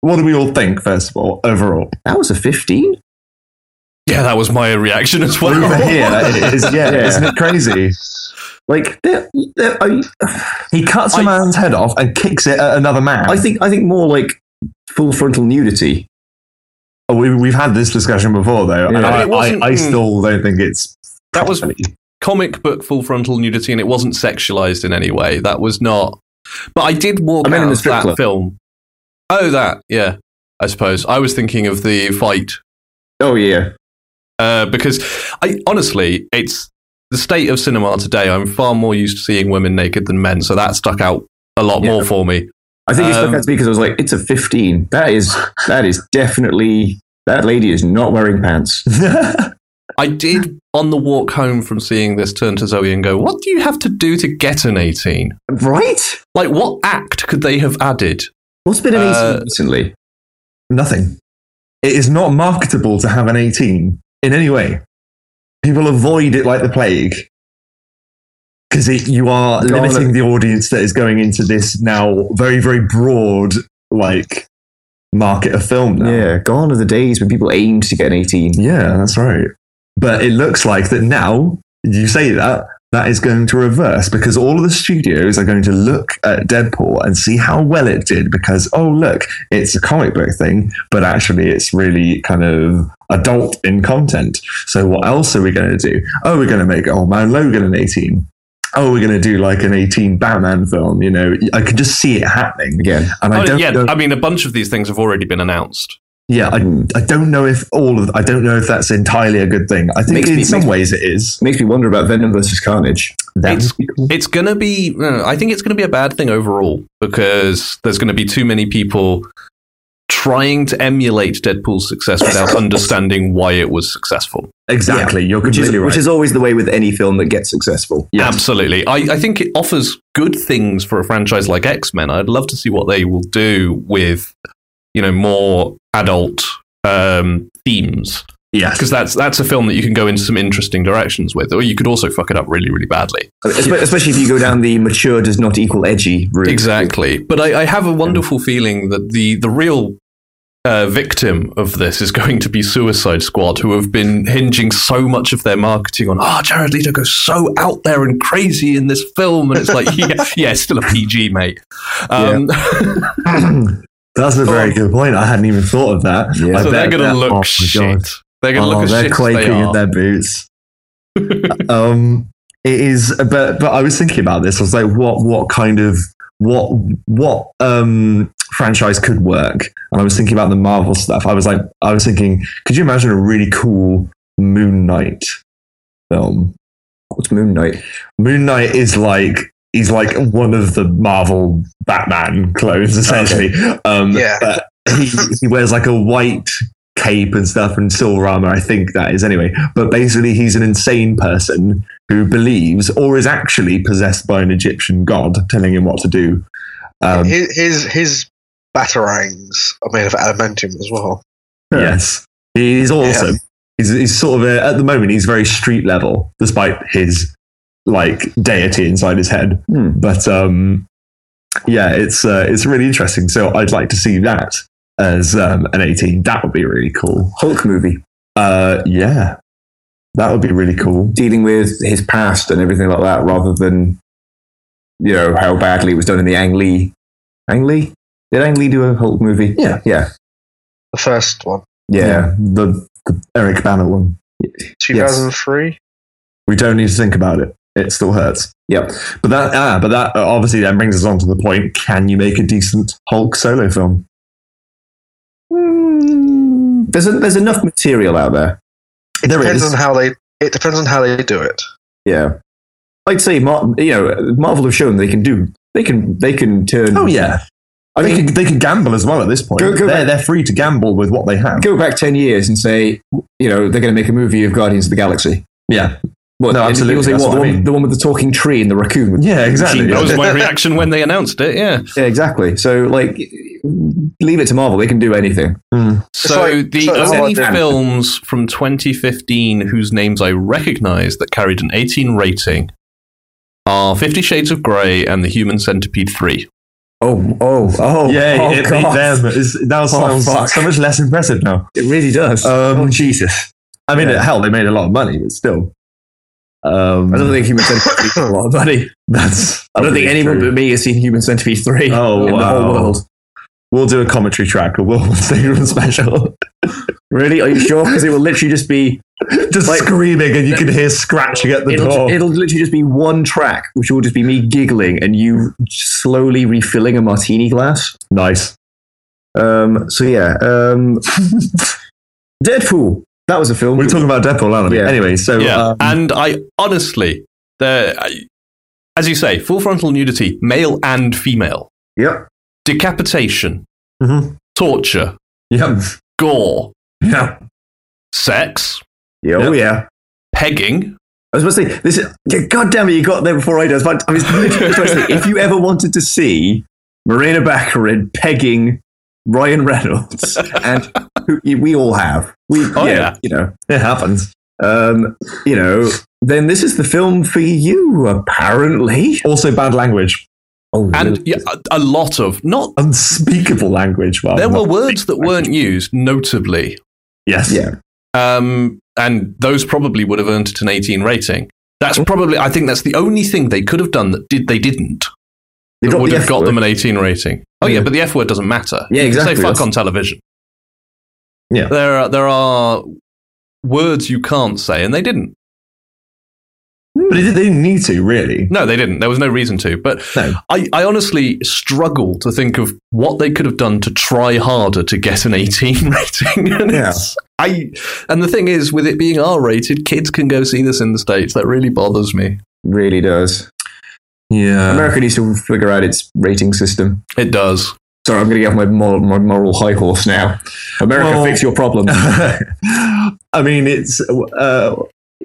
[SPEAKER 5] what do we all think first of all overall
[SPEAKER 3] that was a fifteen.
[SPEAKER 1] Yeah, that was my reaction as well.
[SPEAKER 5] over here it is, yeah,
[SPEAKER 3] Yeah.
[SPEAKER 5] isn't it crazy?
[SPEAKER 3] Like, they're, they're, I,
[SPEAKER 5] He cuts a
[SPEAKER 1] I-
[SPEAKER 5] man's head off and kicks it at another man.
[SPEAKER 3] I think I think more like full frontal nudity.
[SPEAKER 5] Oh, we, we've had this discussion before, though, and
[SPEAKER 3] Yeah.
[SPEAKER 5] I,
[SPEAKER 1] It wasn't-
[SPEAKER 5] I, I
[SPEAKER 1] mm.
[SPEAKER 5] still don't think it's
[SPEAKER 1] That was comic book full frontal nudity, and it wasn't sexualized in any way. That was not. But I did walk
[SPEAKER 3] I meant
[SPEAKER 1] out
[SPEAKER 3] in the
[SPEAKER 1] of
[SPEAKER 3] strip
[SPEAKER 1] that
[SPEAKER 3] club.
[SPEAKER 1] film. Oh, that yeah. I suppose I was thinking of the fight
[SPEAKER 3] Oh yeah,
[SPEAKER 1] uh, because I honestly, it's the state of cinema today. I'm far more used to seeing women naked than men, so that stuck out a lot
[SPEAKER 3] Yeah.
[SPEAKER 1] more for me.
[SPEAKER 3] I think it stuck
[SPEAKER 1] Um,
[SPEAKER 3] out to me because I was like, it's a fifteen. That is that is definitely that lady is not wearing pants.
[SPEAKER 1] I did on the walk home from seeing this turn to Zoe and go, "What do you have to do to get an 18?
[SPEAKER 3] Right?
[SPEAKER 1] Like, what act could they have added?"
[SPEAKER 3] What's been amazing
[SPEAKER 1] Uh,
[SPEAKER 3] recently?
[SPEAKER 5] nothing. It is not marketable to have an 18 in any way. People avoid it like the plague because you are
[SPEAKER 3] Gone.
[SPEAKER 5] limiting the audience that is going into this now very, very broad like market of film now.
[SPEAKER 3] Yeah, gone are the days when people aimed to get an eighteen.
[SPEAKER 5] Yeah, that's right. But it looks like that now you say that that is going to reverse because all of the studios are going to look at Deadpool and see how well it did because oh look, it's a comic book thing, but actually it's really kind of adult in content. So what else are we going to do? Oh, we're going to make Old Man Logan an 18. Oh, we're going to do like an 18 Batman film, you know. I can just see it happening.
[SPEAKER 3] Again,
[SPEAKER 5] And I
[SPEAKER 1] Oh,
[SPEAKER 5] don't
[SPEAKER 1] yeah,
[SPEAKER 5] know,
[SPEAKER 1] I mean, a bunch of these things have already been announced.
[SPEAKER 5] yeah, I,
[SPEAKER 3] Hmm.
[SPEAKER 5] I don't know if all of I don't know if that's entirely a good thing. I think
[SPEAKER 3] Makes
[SPEAKER 5] in
[SPEAKER 3] me-
[SPEAKER 5] some
[SPEAKER 3] makes-
[SPEAKER 5] ways it is.
[SPEAKER 3] makes me wonder about Venom versus Carnage.
[SPEAKER 5] That
[SPEAKER 1] It's-
[SPEAKER 5] would be cool.
[SPEAKER 1] It's going to be, uh, I think it's going to be a bad thing overall because there's going to be too many people trying to emulate Deadpool's success without understanding why it was successful.
[SPEAKER 5] exactly. You're
[SPEAKER 3] Which is,
[SPEAKER 5] completely right.
[SPEAKER 3] which is always the way with any film that gets successful.
[SPEAKER 1] Um,
[SPEAKER 5] Yes.
[SPEAKER 1] Absolutely. I, I think it offers good things for a franchise like X Men. I'd love to see what they will do with, you know, more adult um, themes
[SPEAKER 5] yes.
[SPEAKER 1] because that's that's a film that you can go into some interesting directions with, or you could also fuck it up really, really badly.
[SPEAKER 3] Espe- Especially if you go down the mature does not equal edgy route.
[SPEAKER 1] Exactly. But I, I have a wonderful feeling that the the real uh, victim of this is going to be Suicide Squad, who have been hinging so much of their marketing on, oh, Jared Leto goes so out there and crazy in this film. And it's like, yeah, yeah, it's still a PG, mate. Um,
[SPEAKER 5] that's a very
[SPEAKER 3] "Oh."
[SPEAKER 5] good point. I hadn't even thought of that.
[SPEAKER 3] Yeah.
[SPEAKER 5] I
[SPEAKER 1] Oh. so they're going
[SPEAKER 5] bet
[SPEAKER 1] to
[SPEAKER 5] that-
[SPEAKER 1] look
[SPEAKER 5] oh my
[SPEAKER 1] shit.
[SPEAKER 5] God.
[SPEAKER 1] They're going to
[SPEAKER 5] Oh,
[SPEAKER 1] look as
[SPEAKER 5] they're
[SPEAKER 1] shit as
[SPEAKER 5] quaking
[SPEAKER 1] they
[SPEAKER 5] in
[SPEAKER 1] are.
[SPEAKER 5] their boots. um, it is, but but I was thinking about this. I was like, what what kind of what what um franchise could work? And I was thinking about the Marvel stuff. I was like, I was thinking, could you imagine a really cool Moon Knight film?
[SPEAKER 3] What's Moon Knight?
[SPEAKER 5] Moon Knight is like he's like one of the Marvel Batman clones essentially. Um,
[SPEAKER 2] Yeah.
[SPEAKER 5] but he, he wears like a white cape and stuff and silver armor. I think that is anyway. But basically, he's an insane person who believes or is actually possessed by an Egyptian god telling him what to do. Um,
[SPEAKER 2] his, his his batarangs are made of adamantium as well.
[SPEAKER 5] Yes, he's awesome. He's, he's sort of a, at the moment he's very street level, despite his like deity inside his head.
[SPEAKER 3] Hmm.
[SPEAKER 5] But um, yeah, it's uh, it's really interesting. So I'd like to see that as um, an eighteen. That would be really cool.
[SPEAKER 3] Hulk movie
[SPEAKER 5] Uh, yeah, that would be really cool.
[SPEAKER 3] dealing with his past and everything like that, rather than you know how badly it was done in the Ang Lee. Ang Lee? Did Ang Lee do a Hulk movie?
[SPEAKER 5] Yeah.
[SPEAKER 3] yeah,
[SPEAKER 2] The first one,
[SPEAKER 3] yeah.
[SPEAKER 5] the, the Eric Banner one.
[SPEAKER 2] 2003.
[SPEAKER 5] We don't need to think about it. It still hurts.
[SPEAKER 3] Yep.
[SPEAKER 5] But that ah, but that uh, obviously then brings us on to the point: Can you make a decent Hulk solo film?
[SPEAKER 3] Hmm. There's a, there's enough material out there.
[SPEAKER 2] It
[SPEAKER 3] There
[SPEAKER 2] depends
[SPEAKER 3] is.
[SPEAKER 2] on how they. It depends on how they do it.
[SPEAKER 3] Yeah, I'd say Mar- you know Marvel have shown they can do they can they can turn.
[SPEAKER 5] Oh yeah,
[SPEAKER 3] I
[SPEAKER 5] they
[SPEAKER 3] mean,
[SPEAKER 5] can they can gamble as well at this point.
[SPEAKER 3] Go-
[SPEAKER 5] they're
[SPEAKER 3] go back.
[SPEAKER 5] they're free to gamble with what they have.
[SPEAKER 3] go back ten years and say you know they're going to make a movie of Guardians of the Galaxy.
[SPEAKER 5] Yeah,
[SPEAKER 3] What,
[SPEAKER 5] No,
[SPEAKER 3] and
[SPEAKER 5] absolutely,
[SPEAKER 3] people Say,
[SPEAKER 5] that's
[SPEAKER 3] what,
[SPEAKER 5] what
[SPEAKER 3] the,
[SPEAKER 5] I
[SPEAKER 3] one,
[SPEAKER 5] mean.
[SPEAKER 3] the one with the talking tree and the raccoon. With,
[SPEAKER 5] yeah, exactly.
[SPEAKER 1] That was my reaction when they announced it. Yeah.
[SPEAKER 3] yeah, exactly. So like, leave it to Marvel; they can do anything.
[SPEAKER 5] Mm.
[SPEAKER 1] So
[SPEAKER 2] like-
[SPEAKER 1] the
[SPEAKER 2] it's like the
[SPEAKER 1] only
[SPEAKER 2] Holiday Inn.
[SPEAKER 1] films from 2015 whose names I recognise that carried an 18 rating are Fifty Shades of Grey and The Human Centipede 3.
[SPEAKER 3] Oh, oh, oh!
[SPEAKER 5] Yeah,
[SPEAKER 3] oh,
[SPEAKER 5] it, it
[SPEAKER 3] God. Oh,
[SPEAKER 5] them. It's, now sounds
[SPEAKER 3] fuck.
[SPEAKER 5] so much less impressive now.
[SPEAKER 3] It really does.
[SPEAKER 5] Um,
[SPEAKER 3] oh Jesus!
[SPEAKER 5] I mean,
[SPEAKER 3] Yeah.
[SPEAKER 5] hell, they made a lot of money, but still. Um,
[SPEAKER 3] I don't think Human Centipede made a lot of money.
[SPEAKER 5] that's.
[SPEAKER 3] I don't think
[SPEAKER 5] probably
[SPEAKER 3] anyone
[SPEAKER 5] true.
[SPEAKER 3] but me has seen Human Centipede three.
[SPEAKER 5] Oh,
[SPEAKER 3] in the
[SPEAKER 5] wow.
[SPEAKER 3] whole world.
[SPEAKER 5] We'll do a commentary track, or we'll we'll take a special.
[SPEAKER 3] Really? Are you sure? Because it will literally just be
[SPEAKER 5] Just
[SPEAKER 3] Like-
[SPEAKER 5] screaming, and you can hear scratching at the
[SPEAKER 3] it'll,
[SPEAKER 5] door.
[SPEAKER 3] it'll literally just be one track, which will just be me giggling and you slowly refilling a martini glass.
[SPEAKER 5] nice.
[SPEAKER 3] Um, so yeah, um, Deadpool. That was a film.
[SPEAKER 5] We're talking about Deadpool, aren't we?
[SPEAKER 3] Yeah.
[SPEAKER 5] Anyway, so
[SPEAKER 1] yeah,
[SPEAKER 5] um,
[SPEAKER 1] and I honestly, there, I- as you say, full frontal nudity, male and female,
[SPEAKER 3] Yep.
[SPEAKER 1] decapitation,
[SPEAKER 5] Mhm.
[SPEAKER 1] torture,
[SPEAKER 5] yeah,
[SPEAKER 1] gore,
[SPEAKER 5] yeah,
[SPEAKER 1] sex,
[SPEAKER 3] Yeah. Oh
[SPEAKER 5] Yep.
[SPEAKER 3] yeah.
[SPEAKER 1] pegging.
[SPEAKER 3] I was about to say this. Is, yeah, God damn it! You got there before I did. I was about to, I was literally just about to say, if you ever wanted to see Marina Baccarin pegging Ryan Reynolds, and who, we all have, we
[SPEAKER 1] Oh, yeah.
[SPEAKER 3] you know,
[SPEAKER 5] it happens.
[SPEAKER 3] um, you know, then this is the film for you, apparently.
[SPEAKER 5] Also, bad language,
[SPEAKER 3] Oh,
[SPEAKER 1] And yeah, a- a lot of, not,
[SPEAKER 5] unspeakable language. Well,
[SPEAKER 1] there were
[SPEAKER 5] not-
[SPEAKER 1] words that weren't used, notably.
[SPEAKER 5] yes,
[SPEAKER 3] Yeah.
[SPEAKER 1] um, and those probably would have earned it an 18 rating. That's
[SPEAKER 3] Mm-hmm.
[SPEAKER 1] probably, I think that's the only thing they could have done that did they didn't.
[SPEAKER 3] They
[SPEAKER 1] that
[SPEAKER 3] dropped
[SPEAKER 1] would
[SPEAKER 3] the
[SPEAKER 1] have
[SPEAKER 3] F
[SPEAKER 1] got
[SPEAKER 3] word.
[SPEAKER 1] them an 18 rating. Oh yeah,
[SPEAKER 3] Yeah.
[SPEAKER 1] but the F word doesn't matter.
[SPEAKER 3] Yeah,
[SPEAKER 1] You can
[SPEAKER 3] exactly,
[SPEAKER 1] Say fuck
[SPEAKER 3] that's-
[SPEAKER 1] on television.
[SPEAKER 5] Yeah.
[SPEAKER 1] there are, there are words you can't say, and they didn't.
[SPEAKER 5] but it, they didn't need to really.
[SPEAKER 1] No, they didn't. There was no reason to. But
[SPEAKER 5] No.
[SPEAKER 1] I, I honestly struggle to think of what they could have done to try harder to get an 18 rating. And
[SPEAKER 3] Yeah.
[SPEAKER 1] it's- I, and the thing is, with it being R rated, kids can go see this in the States. That really bothers me.
[SPEAKER 3] Really does.
[SPEAKER 5] Yeah,
[SPEAKER 3] America needs to figure out its rating system.
[SPEAKER 1] It does.
[SPEAKER 3] Sorry, I'm going to get off my moral, my moral high horse now. America,
[SPEAKER 5] Well-
[SPEAKER 3] fix your problem.
[SPEAKER 5] I mean, it's uh,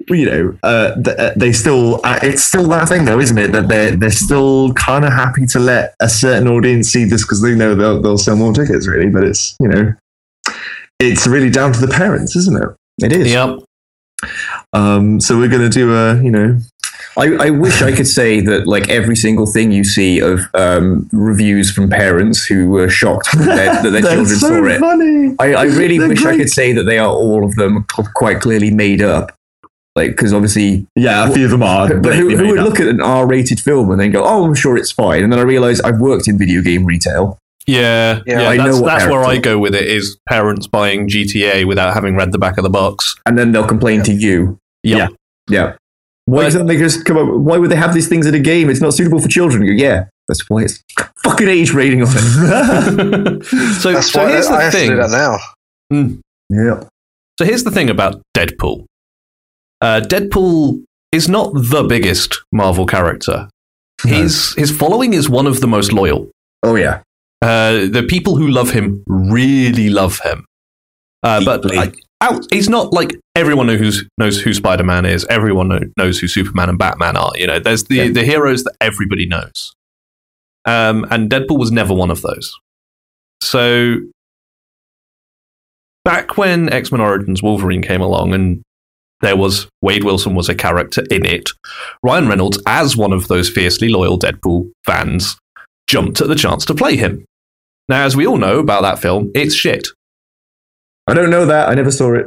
[SPEAKER 5] you know uh, th- uh, they still uh, it's still that thing though, isn't it? That they're they're still kind of happy to let a certain audience see this because they know they'll they'll sell more tickets, really. But it's you know, it's really down to the parents, isn't it?
[SPEAKER 3] It is.
[SPEAKER 1] Yep.
[SPEAKER 5] Um, so we're gonna do a you know
[SPEAKER 3] I, I wish I could say that like every single thing you see of um, reviews from parents who were shocked that their, that their
[SPEAKER 5] They're
[SPEAKER 3] children
[SPEAKER 5] so
[SPEAKER 3] saw it.
[SPEAKER 5] Funny.
[SPEAKER 3] I, I really
[SPEAKER 5] They're
[SPEAKER 3] wish I
[SPEAKER 5] great.
[SPEAKER 3] could say that they are all of them c- quite clearly made up. Like, because obviously
[SPEAKER 5] Yeah, a few of them are.
[SPEAKER 3] But who, who would look at an R-rated film and then go, "Oh, I'm sure it's fine," and then I realize I've worked in video game retail.
[SPEAKER 1] Yeah.
[SPEAKER 2] Yeah,
[SPEAKER 1] Yeah.
[SPEAKER 3] I know
[SPEAKER 1] that's
[SPEAKER 3] what
[SPEAKER 1] that's where I
[SPEAKER 3] parents
[SPEAKER 1] go with it is parents buying GTA without having read the back of the box.
[SPEAKER 3] And then they'll complain to you.
[SPEAKER 1] Yep.
[SPEAKER 5] Yeah.
[SPEAKER 3] Yeah. Why
[SPEAKER 1] But-
[SPEAKER 3] can't they just come up? Why would they have these things in a game? It's not suitable for children. You go, yeah, that's why it's fucking age rating on it.
[SPEAKER 1] so
[SPEAKER 2] That's
[SPEAKER 1] so
[SPEAKER 2] why
[SPEAKER 1] here's
[SPEAKER 2] I, I
[SPEAKER 1] the
[SPEAKER 2] have to do
[SPEAKER 1] thing.
[SPEAKER 2] that now.
[SPEAKER 3] Yeah.
[SPEAKER 1] So here's the thing about Deadpool. Uh, Deadpool is not the biggest Marvel character. His his following is one of the most loyal.
[SPEAKER 3] Oh yeah.
[SPEAKER 1] Uh, the people who love him really love him. Uh, but
[SPEAKER 3] Deeply.
[SPEAKER 1] like, out, he's not like everyone knows knows who Spider Man is. Everyone know, knows who Superman and Batman are. You know, there's the,
[SPEAKER 3] Yeah.
[SPEAKER 1] the heroes that everybody knows. Um, and Deadpool was never one of those. So back when X Men Origins Wolverine came along and there was Wade Wilson was a character in it, Ryan Reynolds, as one of those fiercely loyal Deadpool fans, jumped at the chance to play him. Now, as we all know about that film, it's shit.
[SPEAKER 3] I don't know that. I never saw it.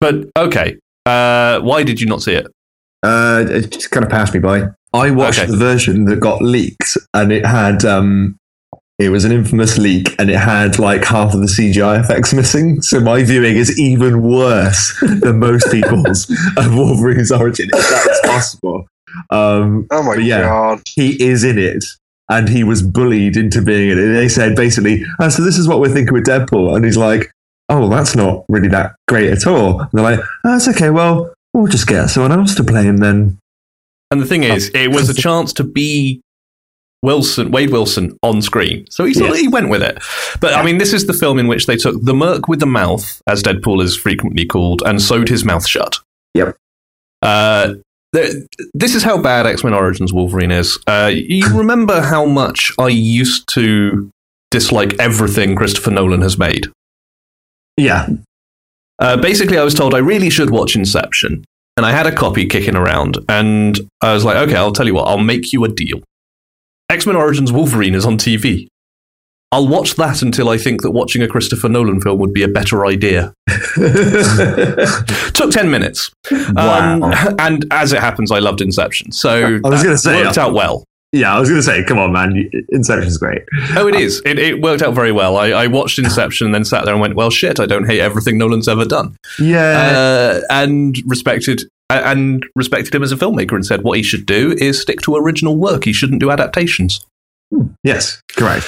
[SPEAKER 1] But okay, uh, why did you not see it?
[SPEAKER 3] Uh, it just kind of passed me by.
[SPEAKER 5] I watched
[SPEAKER 1] Okay.
[SPEAKER 5] the version that got leaked, and it had um, it was an infamous leak, and it had like half of the CGI effects missing. So my viewing is even worse than most people's of Wolverine's origin, if that's possible. Um,
[SPEAKER 2] Oh my
[SPEAKER 5] But yeah.
[SPEAKER 2] god!
[SPEAKER 5] he is in it. And he was bullied into being in it. They said basically, oh, so this is what we're thinking with Deadpool. And he's like, oh, that's not really that great at all. And they're like, oh, that's okay. Well, we'll just get someone else to play him then.
[SPEAKER 1] And the thing is, it was a chance to be Wilson, Wade Wilson, on screen. So he, sort of- he went with it. But I mean, this is the film in which they took the Merc with the mouth, as Deadpool is frequently called, and sewed his mouth shut.
[SPEAKER 3] Yep.
[SPEAKER 1] Uh, there, this is how bad X Men Origins Wolverine is. Uh, you remember how much I used to dislike everything Christopher Nolan has made.
[SPEAKER 5] Yeah.
[SPEAKER 1] Uh, basically, I was told I really should watch Inception, and I had a copy kicking around, and I was like, okay, I'll tell you what, I'll make you a deal. X Men Origins Wolverine is on TV. I'll watch that until I think that watching a Christopher Nolan film would be a better idea. Took 10 minutes. Um,
[SPEAKER 5] Wow.
[SPEAKER 1] and as it happens, I loved Inception. So
[SPEAKER 5] I was
[SPEAKER 1] that
[SPEAKER 5] going to say,
[SPEAKER 1] worked out well.
[SPEAKER 5] yeah, I was going to say, come on, man. Inception's great.
[SPEAKER 1] Oh, it is. It, it worked out very well. I, I watched Inception and then sat there and went, well, shit, I don't hate everything Nolan's ever done.
[SPEAKER 5] Yeah.
[SPEAKER 1] uh, and respected uh, and respected him as a filmmaker and said what he should do is stick to original work. He shouldn't do adaptations.
[SPEAKER 5] yes. Correct.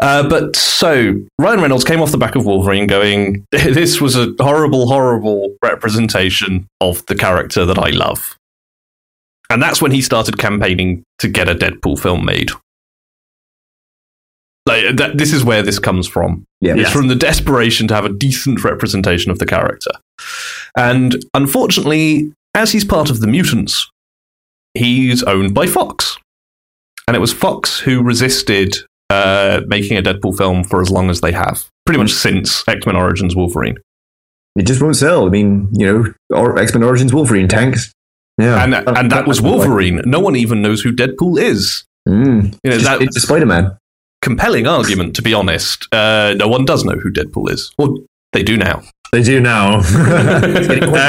[SPEAKER 1] Uh, but so Ryan Reynolds came off the back of Wolverine, going, "This was a horrible, horrible representation of the character that I love," and that's when he started campaigning to get a Deadpool film made. Like, that, this is where this comes from.
[SPEAKER 3] Yeah.
[SPEAKER 1] It's from the desperation to have a decent representation of the character. And unfortunately, as he's part of the mutants, he's owned by Fox. And it was Fox who resisted uh, making a Deadpool film for as long as they have, pretty much since X Men Origins Wolverine.
[SPEAKER 3] It just won't sell. I mean, you know, or X Men Origins Wolverine tanks. Oh.
[SPEAKER 5] Yeah.
[SPEAKER 1] And, that, and that was Wolverine. No one even knows who Deadpool is.
[SPEAKER 3] Mm.
[SPEAKER 1] You know,
[SPEAKER 3] It's just-
[SPEAKER 1] that
[SPEAKER 3] it's Spider Man.
[SPEAKER 1] compelling argument, to be honest. Uh, no one does know who Deadpool is. Well, they do now.
[SPEAKER 5] they do now.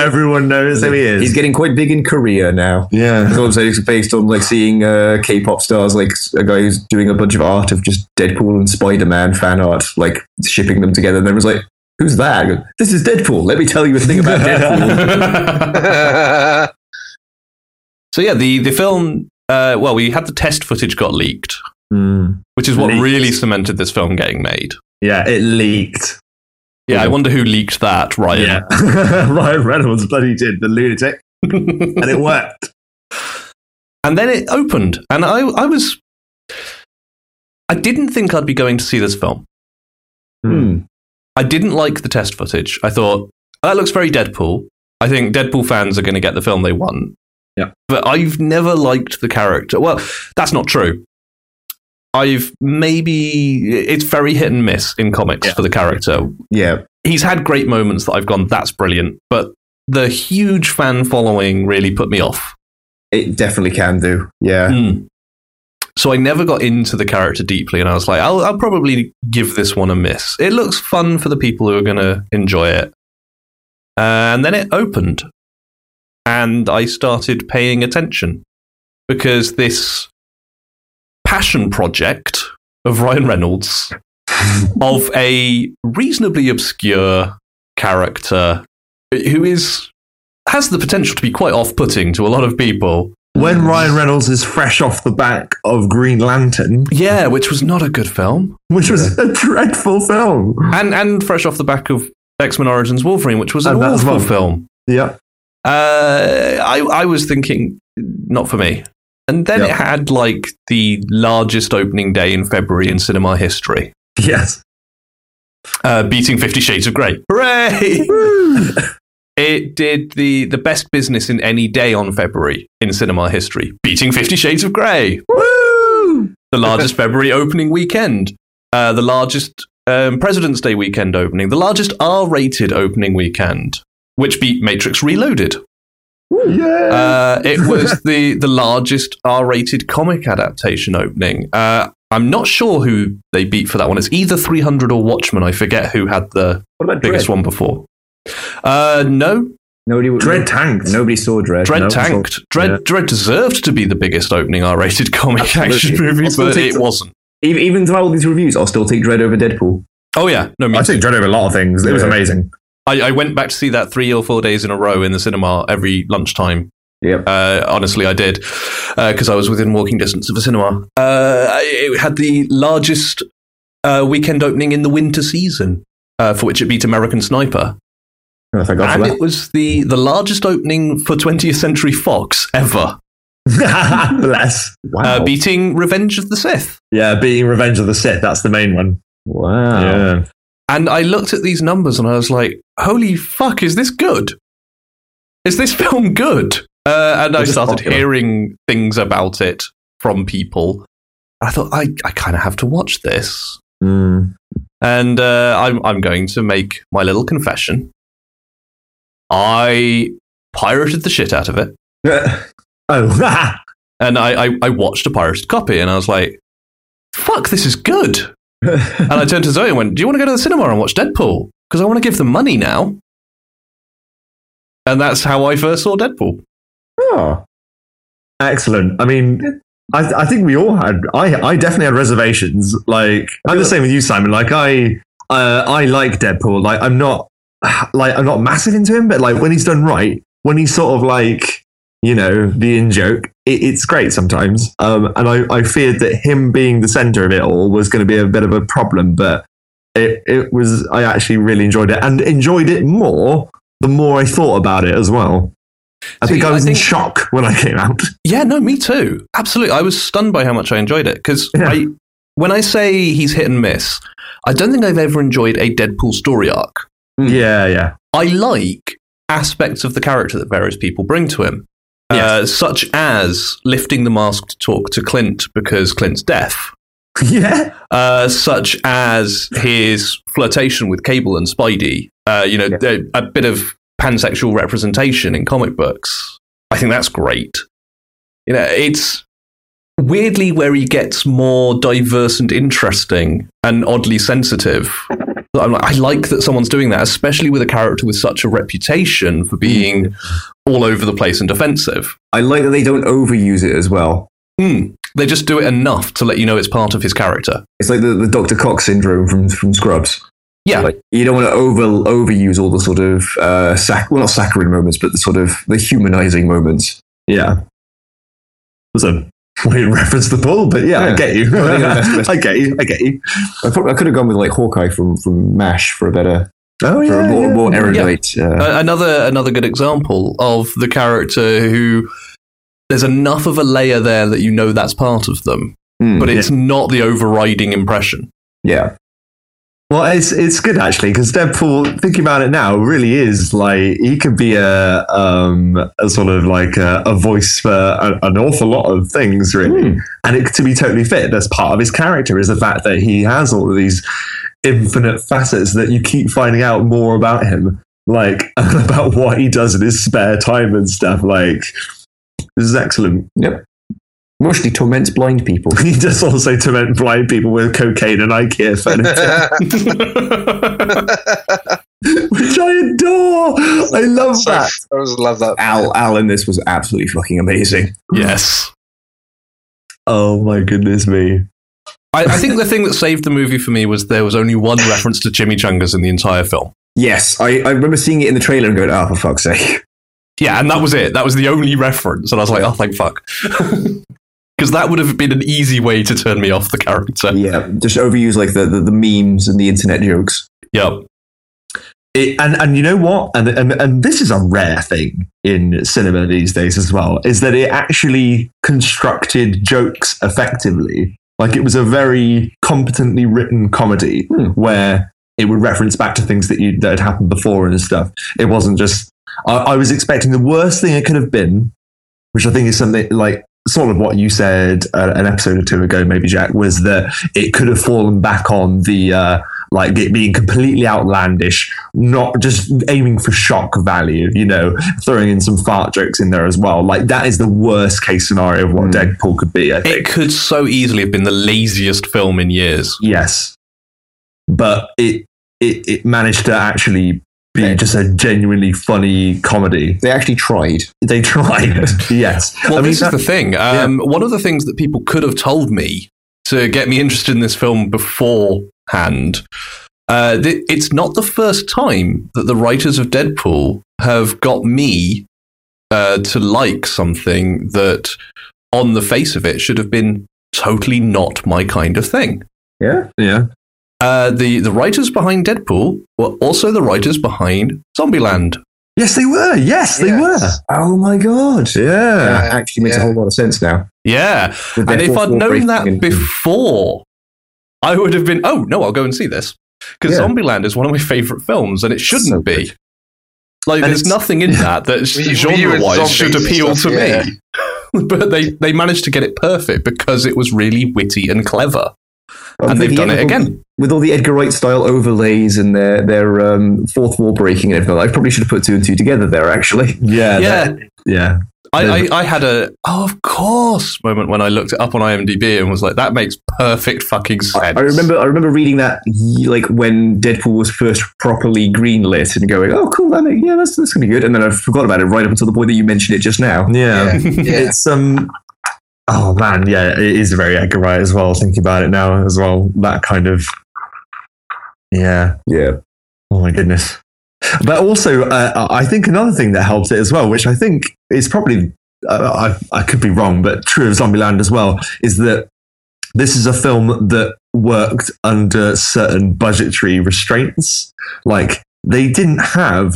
[SPEAKER 5] Everyone knows who he is.
[SPEAKER 3] He's getting quite big in Korea now.
[SPEAKER 5] yeah.
[SPEAKER 3] That's what I'm saying. It's based on like seeing uh, K-pop stars, like a guy who's doing a bunch of art of just Deadpool and Spider-Man fan art, like shipping them together. And everyone's like, "Who's that?" I go, this is Deadpool. Let me tell you a thing about Deadpool.
[SPEAKER 1] So yeah, the the film. Uh, well, we had the test footage got leaked,
[SPEAKER 5] Hmm.
[SPEAKER 1] which is what
[SPEAKER 5] Leaked.
[SPEAKER 1] really cemented this film getting made.
[SPEAKER 5] Yeah, it leaked.
[SPEAKER 1] Yeah, I
[SPEAKER 5] Yeah.
[SPEAKER 1] wonder who leaked that, Ryan.
[SPEAKER 5] Oh, Yeah. Ryan Reynolds bloody did the lunatic, and it worked.
[SPEAKER 1] and then it opened, and I I was. I didn't think I'd be going to see this film.
[SPEAKER 3] Hmm.
[SPEAKER 1] I didn't like the test footage. I thought that looks very Deadpool. I think Deadpool fans are going to get the film they want.
[SPEAKER 5] Yeah.
[SPEAKER 1] But I've never liked the character. Well, that's not true. I've maybe it's very hit and miss in comics
[SPEAKER 5] Yeah.
[SPEAKER 1] for the character.
[SPEAKER 3] Yeah,
[SPEAKER 1] He's had great moments that I've gone, that's brilliant, but the huge fan following really put me off.
[SPEAKER 3] it definitely can do. Yeah,
[SPEAKER 1] Mm. So I never got into the character deeply, and I was like, I'll, I'll probably give this one a miss. It looks fun for the people who are going to enjoy it. And then it opened, and I started paying attention because this passion project of Ryan Reynolds of a reasonably obscure character who is has the potential to be quite off-putting to a lot of people
[SPEAKER 5] When Ryan Reynolds is fresh off the back of Green Lantern,
[SPEAKER 1] Yeah, which was not a good film.
[SPEAKER 5] which was a dreadful film.
[SPEAKER 1] And and fresh off the back of X Men Origins Wolverine, which Oh, was an
[SPEAKER 5] And that's
[SPEAKER 1] awful
[SPEAKER 5] one.
[SPEAKER 1] film.
[SPEAKER 5] Yeah,
[SPEAKER 1] Uh, I I was thinking not for me. And then
[SPEAKER 5] Yeah.
[SPEAKER 1] it had like the largest opening day in February in cinema history,
[SPEAKER 5] yes.
[SPEAKER 1] uh, beating Fifty Shades of Grey. Hooray!
[SPEAKER 5] Woo.
[SPEAKER 1] it did the the best business in any day on February in cinema history, beating Fifty Shades of Grey.
[SPEAKER 5] Woo!
[SPEAKER 1] the largest February opening weekend, uh, the largest um, President's Day weekend opening, the largest R-rated opening weekend, which beat Matrix Reloaded.
[SPEAKER 5] Yeah.
[SPEAKER 1] Uh, it was the the largest R-rated comic adaptation opening. Uh, I'm not sure who they beat for that one. It's either 300 or Watchmen. I forget who had the
[SPEAKER 3] what about Dread?
[SPEAKER 1] biggest one before. Uh, no,
[SPEAKER 3] Nobody,
[SPEAKER 5] Dread tanked.
[SPEAKER 3] Nobody saw Dread.
[SPEAKER 1] Dread
[SPEAKER 5] No,
[SPEAKER 1] tanked. Dread,
[SPEAKER 5] yeah.
[SPEAKER 1] Dread deserved to be the biggest opening R-rated comic action
[SPEAKER 3] Absolutely.
[SPEAKER 1] movie,
[SPEAKER 3] Also
[SPEAKER 1] but
[SPEAKER 3] takes-
[SPEAKER 1] it wasn't.
[SPEAKER 3] Even, even through all these reviews, I'll still take Dread over Deadpool.
[SPEAKER 1] Oh yeah, no, me
[SPEAKER 5] I took Dread over a lot of things. It was
[SPEAKER 3] Yeah.
[SPEAKER 5] amazing.
[SPEAKER 1] I, I went back to see that three or four days in a row in the cinema every lunchtime.
[SPEAKER 3] Yep.
[SPEAKER 1] Uh, honestly, I did because I was within walking distance of a cinema. Uh, it had the largest uh, weekend opening in the winter season. uh, for which it beat American Sniper.
[SPEAKER 5] Oh, thank God
[SPEAKER 1] and
[SPEAKER 5] for
[SPEAKER 1] it was the, the largest opening for 20th Century Fox ever,
[SPEAKER 5] that. Bless. Wow.
[SPEAKER 1] uh, beating Revenge of the Sith.
[SPEAKER 5] yeah, beating Revenge of the Sith. That's the main one.
[SPEAKER 3] Wow.
[SPEAKER 5] Yeah.
[SPEAKER 1] And I looked at these numbers and I was like, holy fuck, is this good? Is this film good? Uh, and I
[SPEAKER 5] Was it
[SPEAKER 1] started
[SPEAKER 5] popular?
[SPEAKER 1] hearing things about it from people. I thought, I, I kind of have to watch this.
[SPEAKER 5] Mm.
[SPEAKER 1] And uh, I'm, I'm going to make my little confession. I pirated the shit out of it.
[SPEAKER 5] oh.
[SPEAKER 1] And I, I, I watched a pirated copy and I was like, fuck, this is good. And I turned to Zoe and went, Do you want to go to the cinema and watch Deadpool? Because I want to give them money now. And that's how I first saw Deadpool.
[SPEAKER 5] Oh, excellent. I mean, I, I think we all had. I, I definitely had reservations. Like I'm the same with you, Simon. Like I, uh, I like Deadpool. Like I'm not, like I'm not massive into him, but like when he's done right, when he's sort of like, you know, the in joke, it, it's great sometimes. Um, and I, I feared that him being the center of it all was going to be a bit of a problem, but it, it was. I actually really enjoyed it and enjoyed it more the more I thought about it as well. I
[SPEAKER 1] See,
[SPEAKER 5] think I
[SPEAKER 1] I
[SPEAKER 5] was in
[SPEAKER 1] think-
[SPEAKER 5] shock when I came out.
[SPEAKER 1] Yeah, no, me too. Absolutely. I was stunned by how much I enjoyed it. Because
[SPEAKER 5] Yeah.
[SPEAKER 1] I, when I say he's hit and miss, I don't think I've ever enjoyed a Deadpool story arc.
[SPEAKER 5] Yeah, yeah.
[SPEAKER 1] I like aspects of the character that various people bring to him, uh, such as lifting the mask to talk to Clint because Clint's deaf.
[SPEAKER 5] Yeah.
[SPEAKER 1] uh, such as his flirtation with Cable and Spidey. Uh, you know, there- a bit of pansexual representation in comic books. I think that's great. You know, it's weirdly where he gets more diverse and interesting and oddly sensitive. I'm like, I like that someone's doing that, especially with a character with such a reputation for being all over the place and defensive.
[SPEAKER 3] I like that they don't overuse it as well.
[SPEAKER 1] Mm. They just do it enough to let you know it's part of his character.
[SPEAKER 3] It's like the, the Dr. Cox syndrome from, from Scrubs.
[SPEAKER 1] Yeah.
[SPEAKER 3] Like, you don't want to over overuse all the sort of uh, sac- well, not saccharine moments, but the sort of the humanizing moments.
[SPEAKER 5] Yeah. Was a weird reference to Paul, but yeah, I
[SPEAKER 3] Yeah.
[SPEAKER 5] get you.
[SPEAKER 3] I think that's best.
[SPEAKER 5] I get you. I get you.
[SPEAKER 3] I, probably, I could have gone with like Hawkeye from, from MASH for a better,
[SPEAKER 5] Oh
[SPEAKER 3] for a
[SPEAKER 5] yeah.
[SPEAKER 3] more,
[SPEAKER 5] yeah.
[SPEAKER 3] more erudite.
[SPEAKER 1] Yeah.
[SPEAKER 3] Uh,
[SPEAKER 1] A- another another good example of the character who there's enough of a layer there that you know that's part of them,
[SPEAKER 3] mm,
[SPEAKER 1] but it's not the overriding impression.
[SPEAKER 3] yeah,
[SPEAKER 5] Well, it's it's good actually because Deadpool. Thinking about it now, really is like he could be a um a sort of like a, a voice for a, an awful lot of things, really. And it to be totally fit. That's part of his character is the fact that he has all of these infinite facets that you keep finding out more about him, like about what he does in his spare time and stuff. Like this is excellent.
[SPEAKER 3] mostly torments blind people.
[SPEAKER 5] He does also torment blind people with cocaine and IKEA furniture.
[SPEAKER 1] yeah,
[SPEAKER 5] which I adore. I love
[SPEAKER 2] So-
[SPEAKER 5] that.
[SPEAKER 2] I always love that.
[SPEAKER 3] Al, Al in this was absolutely fucking amazing.
[SPEAKER 1] yes.
[SPEAKER 5] Oh my goodness me.
[SPEAKER 1] I, I think the thing that saved the movie for me was there was only one reference to chimichangas in the entire film.
[SPEAKER 3] Yes, I, I remember seeing it in the trailer and going, "Ah, for fuck's sake!"
[SPEAKER 1] Yeah, and that was it. That was the only reference, and I was like, oh, thank fuck. Because that would have been an easy way to turn me off the character.
[SPEAKER 3] Yeah, just overuse like the, the, the memes and the internet jokes.
[SPEAKER 1] Yep.
[SPEAKER 5] It, and and you know what? And, and and this is a rare thing in cinema these days as well, is that it actually constructed jokes effectively. Like it was a very competently written comedy
[SPEAKER 3] Hmm.
[SPEAKER 5] where it would reference back to things that you that had happened before and stuff. It wasn't just I, I was expecting the worst thing it could have been, which I think is something like sort of what you said uh, an episode or two ago, maybe Jack, was that it could have fallen back on the uh, like it being completely outlandish, not just aiming for shock value, you know, throwing in some fart jokes in there as well. Like that is the worst case scenario of what
[SPEAKER 3] Hmm.
[SPEAKER 5] Deadpool could be. I think.
[SPEAKER 1] It could so easily have been the laziest film in years.
[SPEAKER 5] Yes, but it it, it managed to actually be
[SPEAKER 3] Yeah.
[SPEAKER 5] just a genuinely funny comedy.
[SPEAKER 3] They actually tried.
[SPEAKER 5] They tried. yes,
[SPEAKER 1] Well,
[SPEAKER 5] I mean
[SPEAKER 1] this
[SPEAKER 5] that-
[SPEAKER 1] is the thing. Um, One of the things that people could have told me to get me interested in this film beforehand, uh, th- it's not the first time that the writers of Deadpool have got me uh, to like something that, on the face of it, should have been totally not my kind of thing.
[SPEAKER 5] yeah.
[SPEAKER 1] Uh, the the writers behind Deadpool were also the writers behind Zombieland.
[SPEAKER 5] Yes, they were. Yes, they
[SPEAKER 2] Yes.
[SPEAKER 5] were. Oh my god. Yeah.
[SPEAKER 3] that actually makes
[SPEAKER 2] yeah.
[SPEAKER 3] a whole lot of sense now.
[SPEAKER 1] Yeah,
[SPEAKER 3] With
[SPEAKER 1] and
[SPEAKER 3] their
[SPEAKER 1] if I'd
[SPEAKER 3] fourth wall
[SPEAKER 1] known that
[SPEAKER 3] breaking and-
[SPEAKER 1] before, I would have been. Oh no, I'll go and see this because
[SPEAKER 3] Yeah.
[SPEAKER 1] Zombieland is one of my favorite films, and it shouldn't
[SPEAKER 3] So
[SPEAKER 1] be.
[SPEAKER 3] good.
[SPEAKER 1] Like,
[SPEAKER 5] And
[SPEAKER 1] there's
[SPEAKER 5] it's-
[SPEAKER 1] nothing in that that
[SPEAKER 2] Were you- were you in
[SPEAKER 1] genre-wise should
[SPEAKER 2] zombies and
[SPEAKER 1] appeal
[SPEAKER 2] stuff?
[SPEAKER 1] to
[SPEAKER 2] Yeah.
[SPEAKER 1] me, but they they managed to get it perfect because it was really witty and clever,
[SPEAKER 3] I'm
[SPEAKER 1] and they've
[SPEAKER 3] thinking
[SPEAKER 1] done it
[SPEAKER 3] with all-
[SPEAKER 1] again.
[SPEAKER 3] with all the Edgar Wright style overlays and their their um, fourth wall breaking and everything. I probably should have put two and two together there. Actually,
[SPEAKER 5] Yeah.
[SPEAKER 1] yeah,
[SPEAKER 5] that- yeah.
[SPEAKER 1] I, I, I had a oh of course moment when I looked it up on IMDb and was like that makes perfect fucking
[SPEAKER 3] I,
[SPEAKER 1] sense.
[SPEAKER 3] I remember I remember reading that y- like when Deadpool was first properly greenlit and going, oh cool, that make, yeah, that's that's gonna be good. And then I forgot about it right up until the point that you mentioned it just now.
[SPEAKER 5] Yeah.
[SPEAKER 2] Yeah. yeah.
[SPEAKER 5] It's um Oh man, yeah, it is very Edgar Wright as well, thinking about it now as well. That kind of Yeah.
[SPEAKER 3] Yeah,
[SPEAKER 5] Oh my goodness. But also, uh, I think another thing that helped it as well, which I think is probably, uh, I, I could be wrong, but true of Zombieland as well, is that this is a film that worked under certain budgetary restraints. Like, they didn't have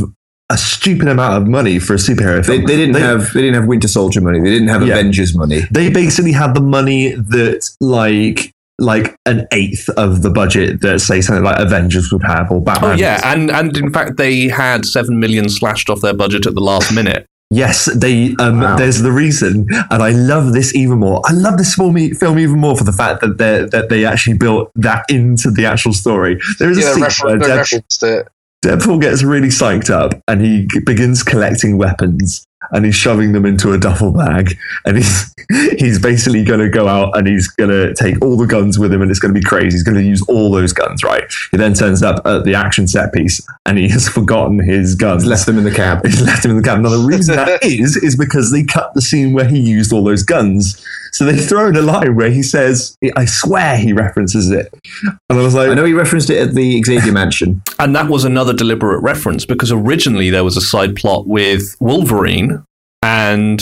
[SPEAKER 5] a stupid amount of money for a superhero
[SPEAKER 3] they,
[SPEAKER 5] film.
[SPEAKER 3] they didn't have they didn't have Winter Soldier money. They didn't have
[SPEAKER 5] Yeah.
[SPEAKER 3] Avengers money.
[SPEAKER 5] They basically had the money that, like, like an eighth of the budget that, say, something like Avengers would have or Batman.
[SPEAKER 1] Oh yeah, and and in fact they had seven million slashed off their budget at the last minute.
[SPEAKER 5] Yes, they. Um,
[SPEAKER 3] Wow.
[SPEAKER 5] There's the reason, and I love this even more. I love this film, e- film even more for the fact that they that they actually built that into the actual story. There is
[SPEAKER 2] Yeah,
[SPEAKER 5] a
[SPEAKER 2] they
[SPEAKER 5] scene where
[SPEAKER 2] refer- they
[SPEAKER 5] Deadpool,
[SPEAKER 2] referenced it.
[SPEAKER 5] Deadpool gets really psyched up, and he g- begins collecting weapons, and he's shoving them into a duffel bag, and he's he's basically going to go out and he's going to take all the guns with him, and it's going to be crazy. He's going to use all those guns, right? He then turns up at the action set piece, and he has forgotten his guns.
[SPEAKER 3] Left them in the cab.
[SPEAKER 5] He's left him in the cab. Now the reason that is is because they cut the scene where he used all those guns. So they throw in a line where he says, "I swear," he references it, and I was
[SPEAKER 3] I
[SPEAKER 5] like,
[SPEAKER 3] know he referenced it at the Xavier Mansion.
[SPEAKER 1] And that was another deliberate reference because originally there was a side plot with Wolverine and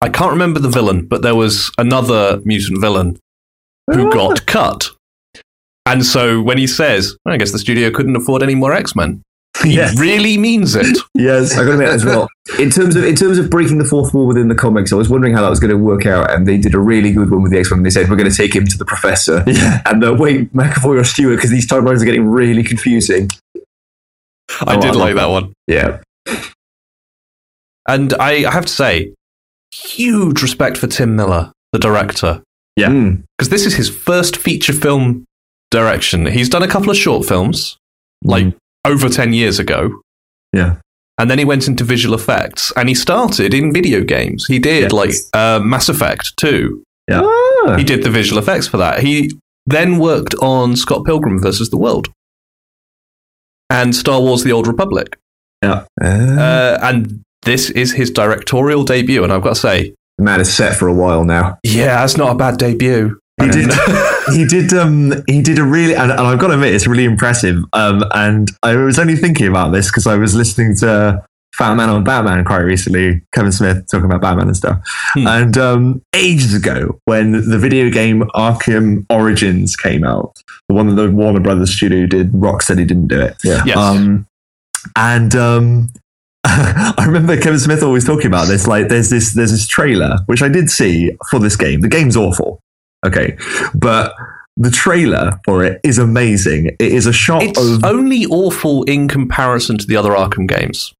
[SPEAKER 1] I can't remember the villain, but there was another mutant villain who got cut. And so when he says, I guess the studio couldn't afford any more X Men, he
[SPEAKER 5] "Yes,
[SPEAKER 1] really means it.
[SPEAKER 5] yes."
[SPEAKER 3] I got to admit as well. In terms of in terms of breaking the fourth wall within the comics, I was wondering how that was going to work out, and they did a really good one with the X Men. They said we're going to take him to the Professor,
[SPEAKER 5] Yeah,
[SPEAKER 3] and uh, wait, McAvoy or Stewart, because these timelines are getting really confusing.
[SPEAKER 1] I
[SPEAKER 3] Oh, I
[SPEAKER 1] did
[SPEAKER 3] love
[SPEAKER 1] like that one.
[SPEAKER 3] Yeah,
[SPEAKER 1] And I, I have to say, huge respect for Tim Miller, the director,
[SPEAKER 5] Yeah.
[SPEAKER 3] Mm.
[SPEAKER 1] because this is his first feature film direction. He's done a couple of short films, like over 10 years ago.
[SPEAKER 5] Yeah.
[SPEAKER 1] And then he went into visual effects and he started in video games. He did
[SPEAKER 5] Yes.
[SPEAKER 1] like uh, Mass Effect 2.
[SPEAKER 5] Yeah.
[SPEAKER 3] Ah.
[SPEAKER 1] He did the visual effects for that. He then worked on Scott Pilgrim versus the World and Star Wars The Old Republic.
[SPEAKER 3] Uh,
[SPEAKER 1] Uh, and this is his directorial debut. And I've got to say,
[SPEAKER 3] the man is set for a while now.
[SPEAKER 1] yeah, that's not a bad debut.
[SPEAKER 5] he did. He did. Um, he did a really, and, and I've got to admit, it's really impressive. Um, and I was only thinking about this because I was listening to Fat Man on Batman quite recently, Kevin Smith talking about Batman and stuff.
[SPEAKER 1] Hmm.
[SPEAKER 5] And um, ages ago, when the video game Arkham Origins came out, the one that the Warner Brothers studio did, Rocksteady didn't do it.
[SPEAKER 1] Yes.
[SPEAKER 5] Um, and um, I remember Kevin Smith always talking about this. Like, there's this there's this trailer which I did see for this game. The game's awful, okay, but the trailer for it is amazing. It is a shot
[SPEAKER 1] it's
[SPEAKER 5] of
[SPEAKER 1] only awful in comparison to the other Arkham games.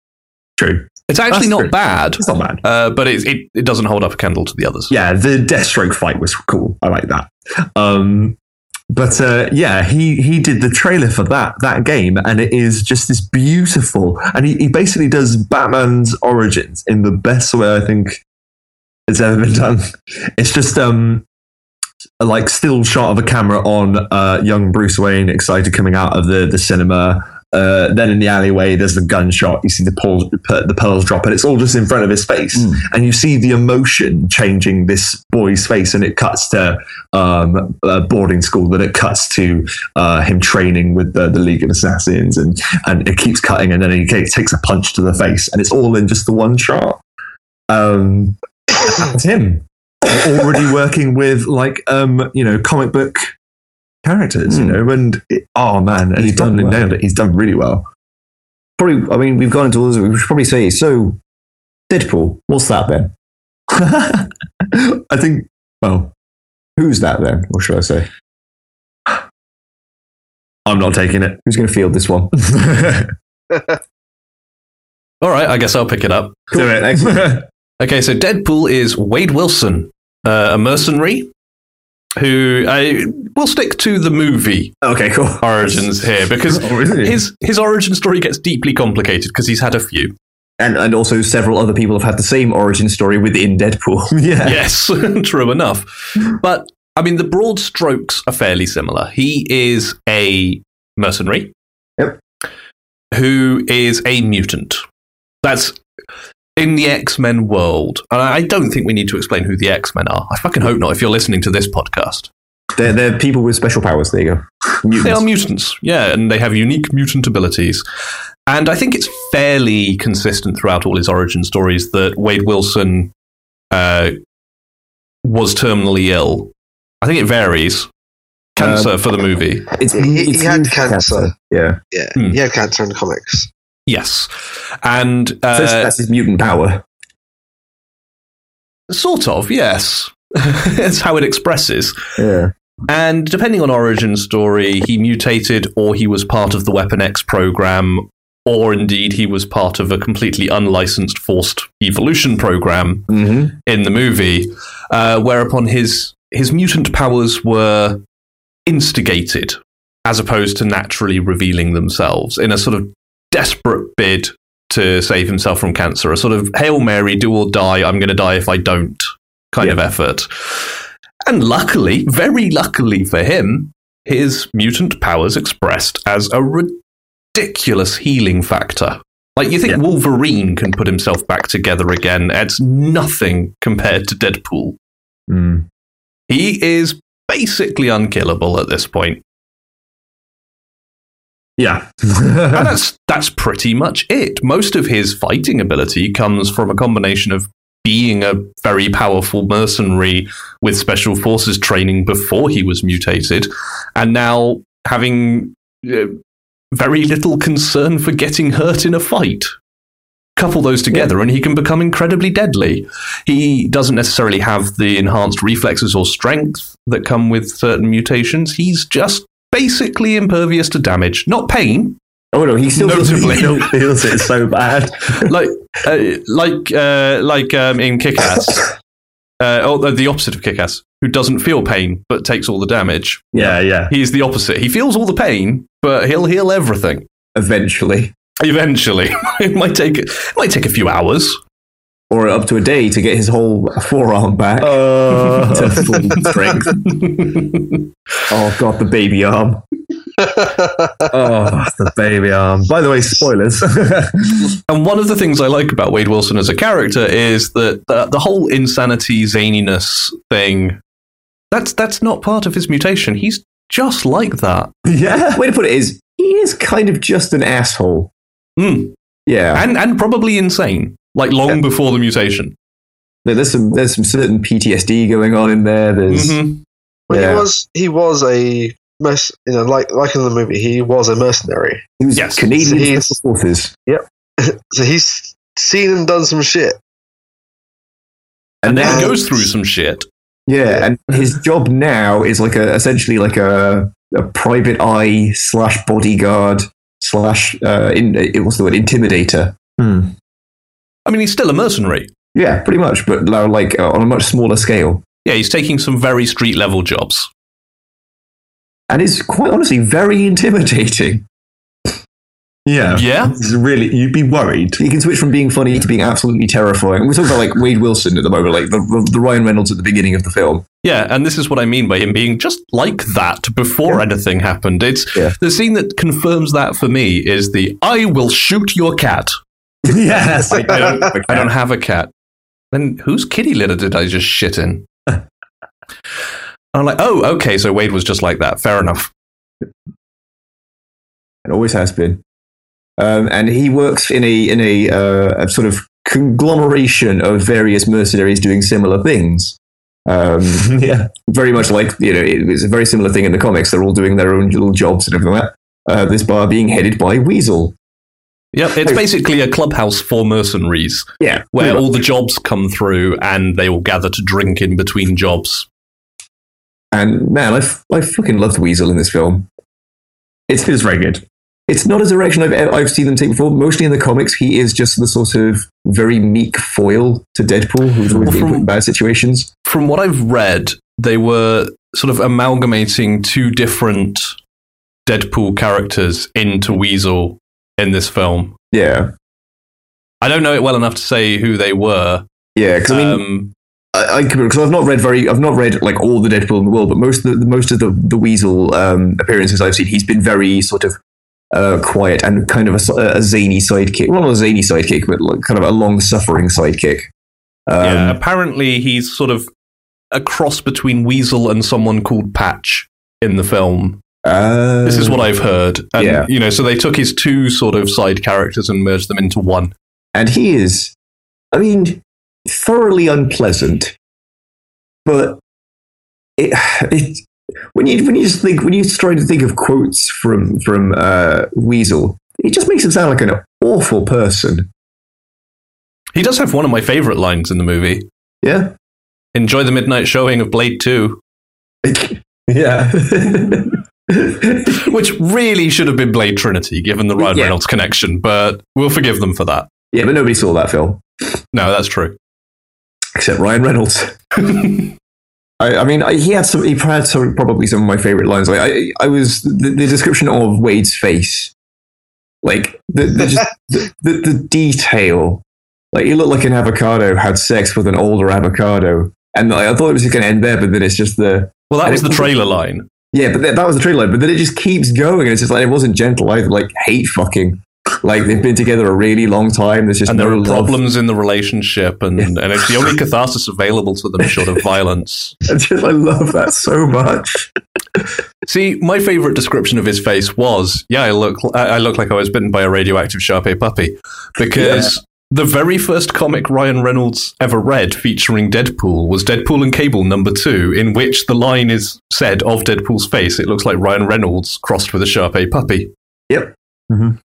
[SPEAKER 5] true.
[SPEAKER 1] It's actually
[SPEAKER 5] That's
[SPEAKER 1] not
[SPEAKER 5] true.
[SPEAKER 1] bad,
[SPEAKER 5] It's not bad.
[SPEAKER 1] uh, but it, it, it doesn't hold up a candle to the others.
[SPEAKER 5] Yeah, the Deathstroke fight was cool. I like that. Um, but uh, yeah, he he did the trailer for that that game, and it is just this beautiful. And he, he basically does Batman's origins in the best way I think it's ever been done. It's just um, a, like still shot of a camera on uh, young Bruce Wayne, excited coming out of the the cinema. Uh, then in the alleyway, there's the gunshot. You see the pearls, the pearls drop, and it's all just in front of his face
[SPEAKER 3] Mm.
[SPEAKER 5] and you see the emotion changing this boy's face and it cuts to um, a boarding school then it cuts to uh, him training with the, the league of assassins and, and it keeps cutting and then he ca- takes a punch to the face and it's all in just the one shot um, that's him already working with like um, you know comic book characters, you
[SPEAKER 3] Hmm.
[SPEAKER 5] know. And it, oh man, and
[SPEAKER 3] He's
[SPEAKER 5] he's done
[SPEAKER 3] done well.
[SPEAKER 5] nailed it. He's done really well.
[SPEAKER 3] Probably, I mean, we've gone into all this. We should probably say so. Deadpool, what's that then?
[SPEAKER 5] I think. Well,
[SPEAKER 3] Who's that then? Or should I say?
[SPEAKER 5] I'm not taking it.
[SPEAKER 3] Who's going to field this one?
[SPEAKER 1] All right, I guess I'll pick it up.
[SPEAKER 5] Do it.
[SPEAKER 1] Okay, so Deadpool is Wade Wilson, uh, a mercenary who I will stick to the movie
[SPEAKER 3] okay, cool.
[SPEAKER 1] origins here because
[SPEAKER 5] Oh, is he?
[SPEAKER 1] his his origin story gets deeply complicated because he's had a few.
[SPEAKER 3] And, and also, several other people have had the same origin story within Deadpool.
[SPEAKER 5] yeah.
[SPEAKER 1] yes, true enough. But I mean, the broad strokes are fairly similar. He is a mercenary.
[SPEAKER 3] Yep.
[SPEAKER 1] Who is a mutant. That's in the X Men world. And I don't think we need to explain who the X Men are. I fucking hope not if you're listening to this podcast.
[SPEAKER 3] They're, they're people with special powers. There you go.
[SPEAKER 1] They are
[SPEAKER 3] Mutants.
[SPEAKER 1] mutants, yeah, and they have unique mutant abilities. And I think it's fairly consistent throughout all his origin stories that Wade Wilson uh, was terminally ill. I think it varies.
[SPEAKER 3] Um,
[SPEAKER 1] Cancer for the movie,
[SPEAKER 3] It's,
[SPEAKER 2] He- he had
[SPEAKER 3] mutants
[SPEAKER 2] cancer.
[SPEAKER 3] Yeah.
[SPEAKER 2] Yeah,
[SPEAKER 1] Hmm.
[SPEAKER 2] he had cancer in the comics.
[SPEAKER 1] yes, and
[SPEAKER 3] So that's-
[SPEAKER 1] uh,
[SPEAKER 3] that's his mutant power.
[SPEAKER 1] sort of yes. That's how it expresses.
[SPEAKER 3] Yeah.
[SPEAKER 1] And depending on origin story, he mutated, or he was part of the Weapon X program, or indeed he was part of a completely unlicensed forced evolution program
[SPEAKER 3] hmm
[SPEAKER 1] in the movie. Uh, whereupon his his mutant powers were instigated, as opposed to naturally revealing themselves in a sort of desperate bid to save himself from cancer, a sort of hail mary, do or die. I'm going to die if I don't kind of effort. And luckily, very luckily for him, his mutant powers expressed as a ridiculous healing factor. Like you think
[SPEAKER 5] Yeah.
[SPEAKER 1] Wolverine can put himself back together again? It's nothing compared to Deadpool.
[SPEAKER 5] Mm.
[SPEAKER 1] He is basically unkillable at this point,
[SPEAKER 5] Yeah.
[SPEAKER 1] and that's that's pretty much it. Most of his fighting ability comes from a combination of being a very powerful mercenary with special forces training before he was mutated, and now having uh, very little concern for getting hurt in a fight. Couple those together, and he can become incredibly deadly. He doesn't necessarily have the enhanced reflexes or strength that come with certain mutations. He's just basically impervious to damage, not pain,
[SPEAKER 3] Oh no, he still
[SPEAKER 1] Notably.
[SPEAKER 5] Still feels it so bad.
[SPEAKER 1] like uh, like uh, like um, in Kickass. Uh, oh, the- the opposite of Kickass, who doesn't feel pain but takes all the damage.
[SPEAKER 5] Yeah, yeah.
[SPEAKER 1] He's the opposite. He feels all the pain, but he'll heal everything
[SPEAKER 3] eventually,
[SPEAKER 1] eventually. it might take it might take a few hours.
[SPEAKER 3] or up to a day to get his whole forearm back to
[SPEAKER 5] Uh,
[SPEAKER 3] full strength. Oh god, the baby arm.
[SPEAKER 5] oh, the baby arm. By the way, spoilers.
[SPEAKER 1] And one of the things I like about Wade Wilson as a character is that the, the whole insanity zaniness thing that's that's not part of his mutation. He's just like that.
[SPEAKER 5] yeah.
[SPEAKER 3] Way to put it is, he is kind of just an asshole.
[SPEAKER 5] Hmm.
[SPEAKER 1] Mm.
[SPEAKER 3] Yeah,
[SPEAKER 1] And and probably insane. Like long before the mutation.
[SPEAKER 3] There- there's some there's some certain PTSD going on in there. There's
[SPEAKER 5] Mm-hmm.
[SPEAKER 1] Mhm.
[SPEAKER 2] Well,
[SPEAKER 3] Yeah.
[SPEAKER 2] he was he was a merc- you know like like in the movie he was a mercenary,
[SPEAKER 3] he was
[SPEAKER 1] Yes.
[SPEAKER 3] Canadian
[SPEAKER 2] He's-
[SPEAKER 3] special forces,
[SPEAKER 2] so he's seen and done some shit.
[SPEAKER 1] And then he
[SPEAKER 3] now-
[SPEAKER 1] goes through some shit.
[SPEAKER 3] Yeah, and his job now is like a essentially like a, a private eye slash bodyguard slash uh, in uh, what's the word intimidator.
[SPEAKER 5] Hmm.
[SPEAKER 1] I mean, he's still a mercenary.
[SPEAKER 3] Yeah, pretty much, but now like uh, on a much smaller scale,
[SPEAKER 1] Yeah, he's taking some very street level jobs.
[SPEAKER 3] and is quite honestly very intimidating.
[SPEAKER 5] Yeah.
[SPEAKER 1] Yeah.
[SPEAKER 5] It's really, you'd be worried.
[SPEAKER 3] He can switch from being funny to being absolutely terrifying. We're talking about like Wade Wilson at the moment, like the, the, the Ryan Reynolds at the beginning of the film.
[SPEAKER 1] Yeah, and this is what I mean by him being just like that before anything happened. It's
[SPEAKER 3] Yeah.
[SPEAKER 1] the scene that confirms that for me is the I will shoot your cat.
[SPEAKER 5] yes.
[SPEAKER 2] I don't-
[SPEAKER 1] I don't have a cat. Then whose kitty litter did I just shit in? And I'm like, oh, okay, so Wade was just like that. Fair enough.
[SPEAKER 3] It always has been. Um, and he works in a in a, uh, a sort of conglomeration of various mercenaries doing similar things. Um,
[SPEAKER 5] yeah.
[SPEAKER 3] very much like you know, it, it's a very similar thing in the comics. They're all doing their own little jobs and everything like that. Uh, this bar being headed by Weasel.
[SPEAKER 1] Yep, it's basically a clubhouse for mercenaries
[SPEAKER 3] Yeah,
[SPEAKER 1] where all the jobs come through and they all gather to drink in between jobs.
[SPEAKER 3] and man, I, f- I fucking loved Weasel in this film. It's
[SPEAKER 5] It's very good.
[SPEAKER 3] it's not a direction I've e, I've seen them take before. Mostly in the comics, he is just the sort of very meek foil to Deadpool, who's always
[SPEAKER 1] Well,
[SPEAKER 3] been put in
[SPEAKER 1] from-
[SPEAKER 3] bad situations.
[SPEAKER 1] From what I've read, they were sort of amalgamating two different Deadpool characters into Weasel in this film.
[SPEAKER 3] Yeah,
[SPEAKER 1] I don't know it well enough to say who they were.
[SPEAKER 3] yeah. Because I mean,
[SPEAKER 1] um,
[SPEAKER 3] I because I've not read very, I've not read like all the Deadpool in the world, but most of the most of the the Weasel um, appearances I've seen, he's been very sort of uh, quiet and kind of a, s- a zany sidekick. Well, not a zany sidekick, but like kind of a long suffering sidekick. Um,
[SPEAKER 1] yeah, apparently he's sort of a cross between Weasel and someone called Patch in the film.
[SPEAKER 3] uh,
[SPEAKER 1] This is what I've heard. And,
[SPEAKER 3] Yeah.
[SPEAKER 1] you know, so they took his two sort of side characters and merged them into one.
[SPEAKER 3] and he is, I mean, thoroughly unpleasant. But it, it when you when you just think when you try to think of quotes from from uh, Weasel, it just makes him sound like an awful person.
[SPEAKER 1] He does have one of my favorite lines in the movie.
[SPEAKER 3] Yeah,
[SPEAKER 1] Enjoy the midnight showing of Blade 2,
[SPEAKER 3] yeah.
[SPEAKER 1] which really should have been Blade Trinity, given the Ryan
[SPEAKER 3] Yeah.
[SPEAKER 1] Reynolds connection, but we'll forgive them for that.
[SPEAKER 3] Yeah, but nobody saw that film
[SPEAKER 1] No, that's true.
[SPEAKER 3] except Ryan Reynolds. I, I mean, I, he had some. He had some, probably some of my favorite lines. Like, I, I was the, the description of Wade's face, like the the, just, the, the the detail. Like, he looked like an avocado had sex with an older avocado, and like, I thought it was just going to end there, but then it's just the
[SPEAKER 1] well, that
[SPEAKER 3] And
[SPEAKER 1] was
[SPEAKER 3] it
[SPEAKER 1] the
[SPEAKER 3] wasn't-
[SPEAKER 1] trailer line.
[SPEAKER 3] yeah. But that, that was the trailer, but then it just keeps going, and it's just like it wasn't gentle either. Like, hate fucking. Like they've been together a really long time. There's just
[SPEAKER 1] And
[SPEAKER 3] no
[SPEAKER 1] there are
[SPEAKER 3] love.
[SPEAKER 1] problems in the relationship, and,
[SPEAKER 3] Yeah.
[SPEAKER 1] and it's the only catharsis available to them short of violence.
[SPEAKER 3] I just I love that so much.
[SPEAKER 1] See, my favorite description of his face was, "Yeah, I look, I I look like I was bitten by a radioactive Sharpei puppy," because the very first comic Ryan Reynolds ever read featuring Deadpool was Deadpool and Cable number two, in which the line is said of Deadpool's face, "It looks like Ryan Reynolds crossed with a Sharpei puppy."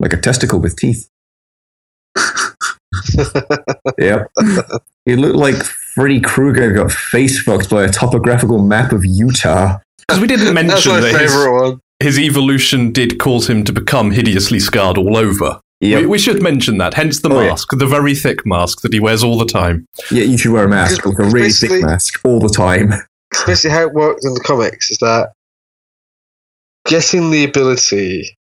[SPEAKER 3] Like a testicle with teeth. Yep. He looked like Freddy Krueger got face fucked by a topographical map of Utah.
[SPEAKER 1] Because we didn't
[SPEAKER 2] That's
[SPEAKER 1] mention
[SPEAKER 2] my
[SPEAKER 1] that his,
[SPEAKER 2] favourite one.
[SPEAKER 1] his evolution did cause him to become hideously scarred all over. We, we should mention that. Hence the
[SPEAKER 3] Oh, yeah.
[SPEAKER 1] mask, the very thick mask that he wears all the time.
[SPEAKER 3] yeah, you should wear a mask, like a really thick
[SPEAKER 2] Basically-
[SPEAKER 3] mask, all the time.
[SPEAKER 2] It's basically how it worked in the comics is that getting the ability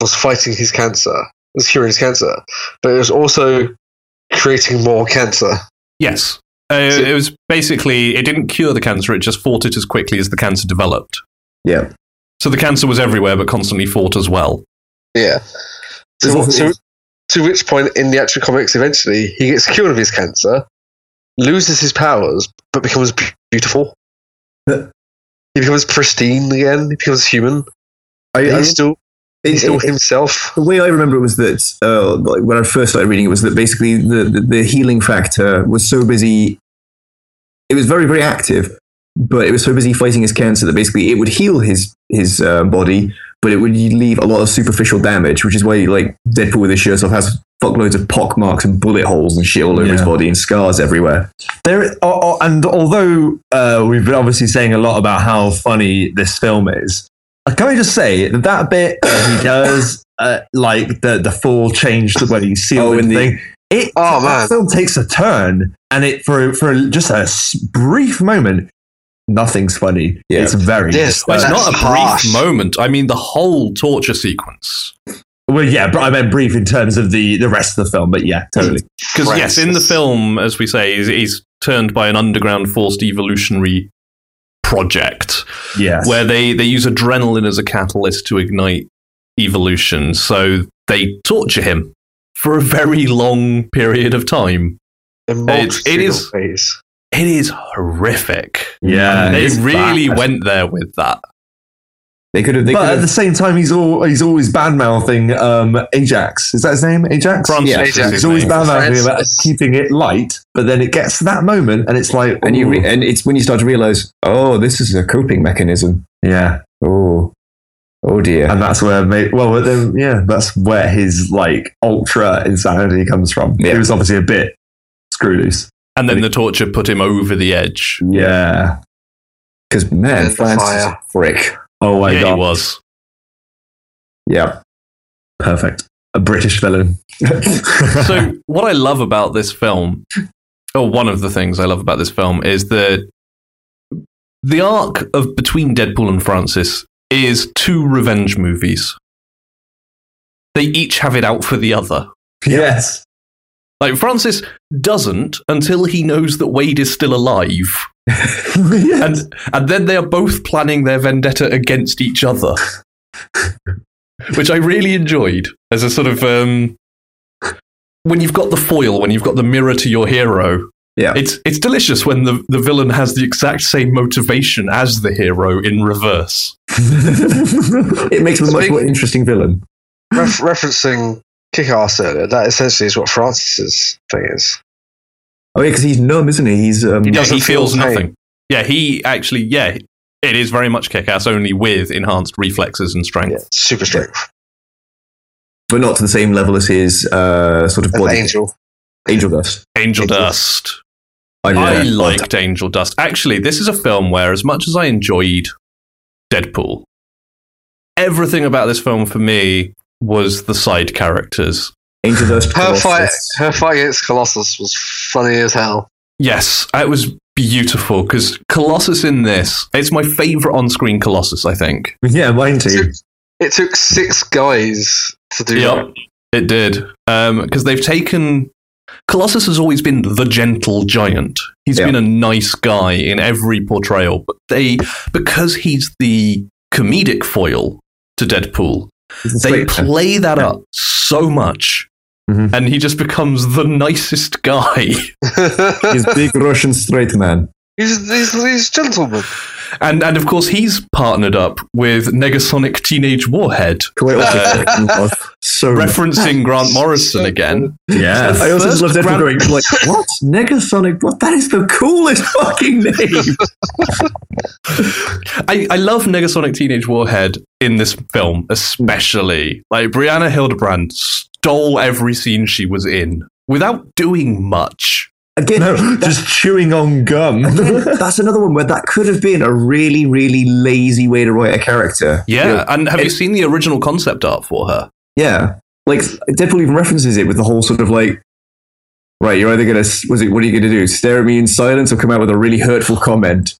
[SPEAKER 2] was fighting his cancer, was curing his cancer, but it was also creating more cancer.
[SPEAKER 1] Yes. Uh,
[SPEAKER 2] So-
[SPEAKER 1] it was basically, it didn't cure the cancer, it just fought it as quickly as the cancer developed.
[SPEAKER 3] Yeah.
[SPEAKER 1] So the cancer was everywhere, but constantly fought as well.
[SPEAKER 2] Yeah.
[SPEAKER 3] There's
[SPEAKER 2] To, what-
[SPEAKER 3] also-
[SPEAKER 2] to, to which point in the actual comics, eventually he gets cured of his cancer, loses his powers, but becomes be- beautiful. he becomes pristine again. He becomes human.
[SPEAKER 3] I, I-
[SPEAKER 2] he's still he's
[SPEAKER 3] it-
[SPEAKER 2] still
[SPEAKER 3] it-
[SPEAKER 2] himself.
[SPEAKER 3] the way I remember it was that uh, like when I first started reading it was that basically the, the, the healing factor was so busy. It was very very active, but it was so busy fighting his cancer that basically it would heal his his uh, body, but it would leave a lot of superficial damage, which is why like Deadpool with his shirt off has fuckloads of pock marks and bullet holes and shit all over his
[SPEAKER 5] Yeah.
[SPEAKER 3] body and scars everywhere.
[SPEAKER 5] There, oh, oh, and although uh, we've been obviously saying a lot about how funny this film is, uh, can I just say that that bit where he does uh, like the the full change the way he
[SPEAKER 3] Oh,
[SPEAKER 5] sealed
[SPEAKER 3] in
[SPEAKER 5] the
[SPEAKER 3] the-
[SPEAKER 5] thing? It
[SPEAKER 2] Oh,
[SPEAKER 5] that
[SPEAKER 2] man.
[SPEAKER 5] film takes a turn, and it for for just a s- brief moment, nothing's funny.
[SPEAKER 3] Yeah.
[SPEAKER 5] It's very
[SPEAKER 2] Yes,
[SPEAKER 1] Well, it's
[SPEAKER 2] That's
[SPEAKER 1] not a brief
[SPEAKER 2] harsh.
[SPEAKER 1] moment. I mean, the whole torture sequence.
[SPEAKER 5] well, yeah, but I meant brief in terms of the the rest of the film. But yeah, totally.
[SPEAKER 1] Because, yes, in the
[SPEAKER 2] Francis.
[SPEAKER 1] film, as we say, he's, he's turned by an underground forced evolutionary project
[SPEAKER 5] Yeah,
[SPEAKER 1] where they, they use adrenaline as a catalyst to ignite evolution. So they torture him for a very long period of time. It's- it is-
[SPEAKER 2] Phase.
[SPEAKER 1] It is horrific.
[SPEAKER 5] yeah,
[SPEAKER 1] they
[SPEAKER 5] it's
[SPEAKER 1] really
[SPEAKER 5] bad.
[SPEAKER 1] went there with that.
[SPEAKER 3] They could have. They
[SPEAKER 5] But at
[SPEAKER 3] could
[SPEAKER 5] the
[SPEAKER 3] have.
[SPEAKER 5] same time, he's all he's always bad mouthing um, Ajax. Is that his name? Ajax.
[SPEAKER 1] Francis
[SPEAKER 3] Yeah,
[SPEAKER 1] is
[SPEAKER 2] Ajax.
[SPEAKER 1] his
[SPEAKER 5] He's always
[SPEAKER 1] name.
[SPEAKER 5] bad mouthing
[SPEAKER 2] Francis.
[SPEAKER 5] about keeping it light, but then it gets to that moment and it's like,
[SPEAKER 3] And you
[SPEAKER 5] ooh.
[SPEAKER 3] re- and it's when you start to realize, oh, this is a coping mechanism.
[SPEAKER 5] yeah,
[SPEAKER 3] Oh, oh dear.
[SPEAKER 5] and that's where ma- well, then, yeah, that's where his like ultra insanity comes from.
[SPEAKER 3] Yeah.
[SPEAKER 5] He was obviously a bit screw loose.
[SPEAKER 1] And then the torture put him over the edge.
[SPEAKER 5] Yeah.
[SPEAKER 3] Because
[SPEAKER 2] And
[SPEAKER 3] man,
[SPEAKER 2] the
[SPEAKER 3] Francis is
[SPEAKER 2] fire.
[SPEAKER 3] a frick.
[SPEAKER 5] Oh my
[SPEAKER 1] yeah, he
[SPEAKER 5] god,
[SPEAKER 1] was.
[SPEAKER 3] Yeah.
[SPEAKER 5] perfect. A British villain.
[SPEAKER 1] so what I love about this film, or one of the things I love about this film, is that the arc of between Deadpool and Francis is two revenge movies. They each have it out for the other.
[SPEAKER 5] yes.
[SPEAKER 1] Like Francis doesn't until he knows that Wade is still alive,
[SPEAKER 5] yes.
[SPEAKER 1] and and then they are both planning their vendetta against each other, which I really enjoyed as a sort of um, when you've got the foil, when you've got the mirror to your hero.
[SPEAKER 3] Yeah.
[SPEAKER 1] it's it's delicious when the the villain has the exact same motivation as the hero in reverse.
[SPEAKER 3] It makes him a much
[SPEAKER 2] Speak-
[SPEAKER 3] more interesting villain.
[SPEAKER 2] Ref- referencing kick ass earlier, that essentially is what Francis's thing is.
[SPEAKER 3] Oh yeah, because he's numb, isn't he? He's um,
[SPEAKER 2] He
[SPEAKER 1] Yeah,
[SPEAKER 2] doesn't
[SPEAKER 1] he feels
[SPEAKER 2] feel pain.
[SPEAKER 1] nothing. Yeah, he actually yeah. It is very much kick-ass, only with enhanced reflexes and strength.
[SPEAKER 2] Super strength.
[SPEAKER 3] but not to the same level as his uh, sort of
[SPEAKER 2] An
[SPEAKER 3] body.
[SPEAKER 2] angel.
[SPEAKER 3] Angel dust.
[SPEAKER 1] Angel
[SPEAKER 2] Angel.
[SPEAKER 1] Dust. I liked Angel Dust. Actually, this is a film where, as much as I enjoyed Deadpool, everything about this film for me was the side characters.
[SPEAKER 3] Angel dust.
[SPEAKER 2] Her
[SPEAKER 3] Colossus.
[SPEAKER 2] fight, her fight against Colossus was funny as hell.
[SPEAKER 1] Yes, uh, it was beautiful because Colossus in this, it's my favorite on screen Colossus, I think.
[SPEAKER 5] yeah, mine too.
[SPEAKER 2] It took six guys to do that.
[SPEAKER 1] Yep, it did. Because they've taken. Colossus has always been the gentle giant. He's
[SPEAKER 3] Yeah.
[SPEAKER 1] been a nice guy in every portrayal, but they because he's the comedic foil to Deadpool,
[SPEAKER 3] He's a
[SPEAKER 1] they
[SPEAKER 3] straight man.
[SPEAKER 1] play that up so much,
[SPEAKER 5] Mhm.
[SPEAKER 1] and he just becomes the nicest guy.
[SPEAKER 3] He's a big Russian straight man.
[SPEAKER 2] he's, he's, he's gentleman.
[SPEAKER 1] And and of course he's partnered up with Negasonic Teenage Warhead,
[SPEAKER 3] Quite often. so
[SPEAKER 1] referencing Grant Morrison
[SPEAKER 2] So
[SPEAKER 1] again.
[SPEAKER 5] Yes.
[SPEAKER 3] I also
[SPEAKER 1] First
[SPEAKER 3] just love that
[SPEAKER 1] grand-
[SPEAKER 3] going like, what? Negasonic? What? That is the coolest fucking name.
[SPEAKER 1] I, I love Negasonic Teenage Warhead in this film, especially. Like, Brianna Hildebrand stole every scene she was in without doing much.
[SPEAKER 3] Again,
[SPEAKER 5] No, just chewing on gum.
[SPEAKER 3] that's another one where that could have been a really, really lazy way to write a character.
[SPEAKER 1] Yeah. and have you
[SPEAKER 3] it-
[SPEAKER 1] seen the original concept art for her?
[SPEAKER 3] Yeah. Like, Deadpool even references it with the whole sort of like, right, you're either going to, was it, what are you going to do? Stare at me in silence or come out with a really hurtful comment?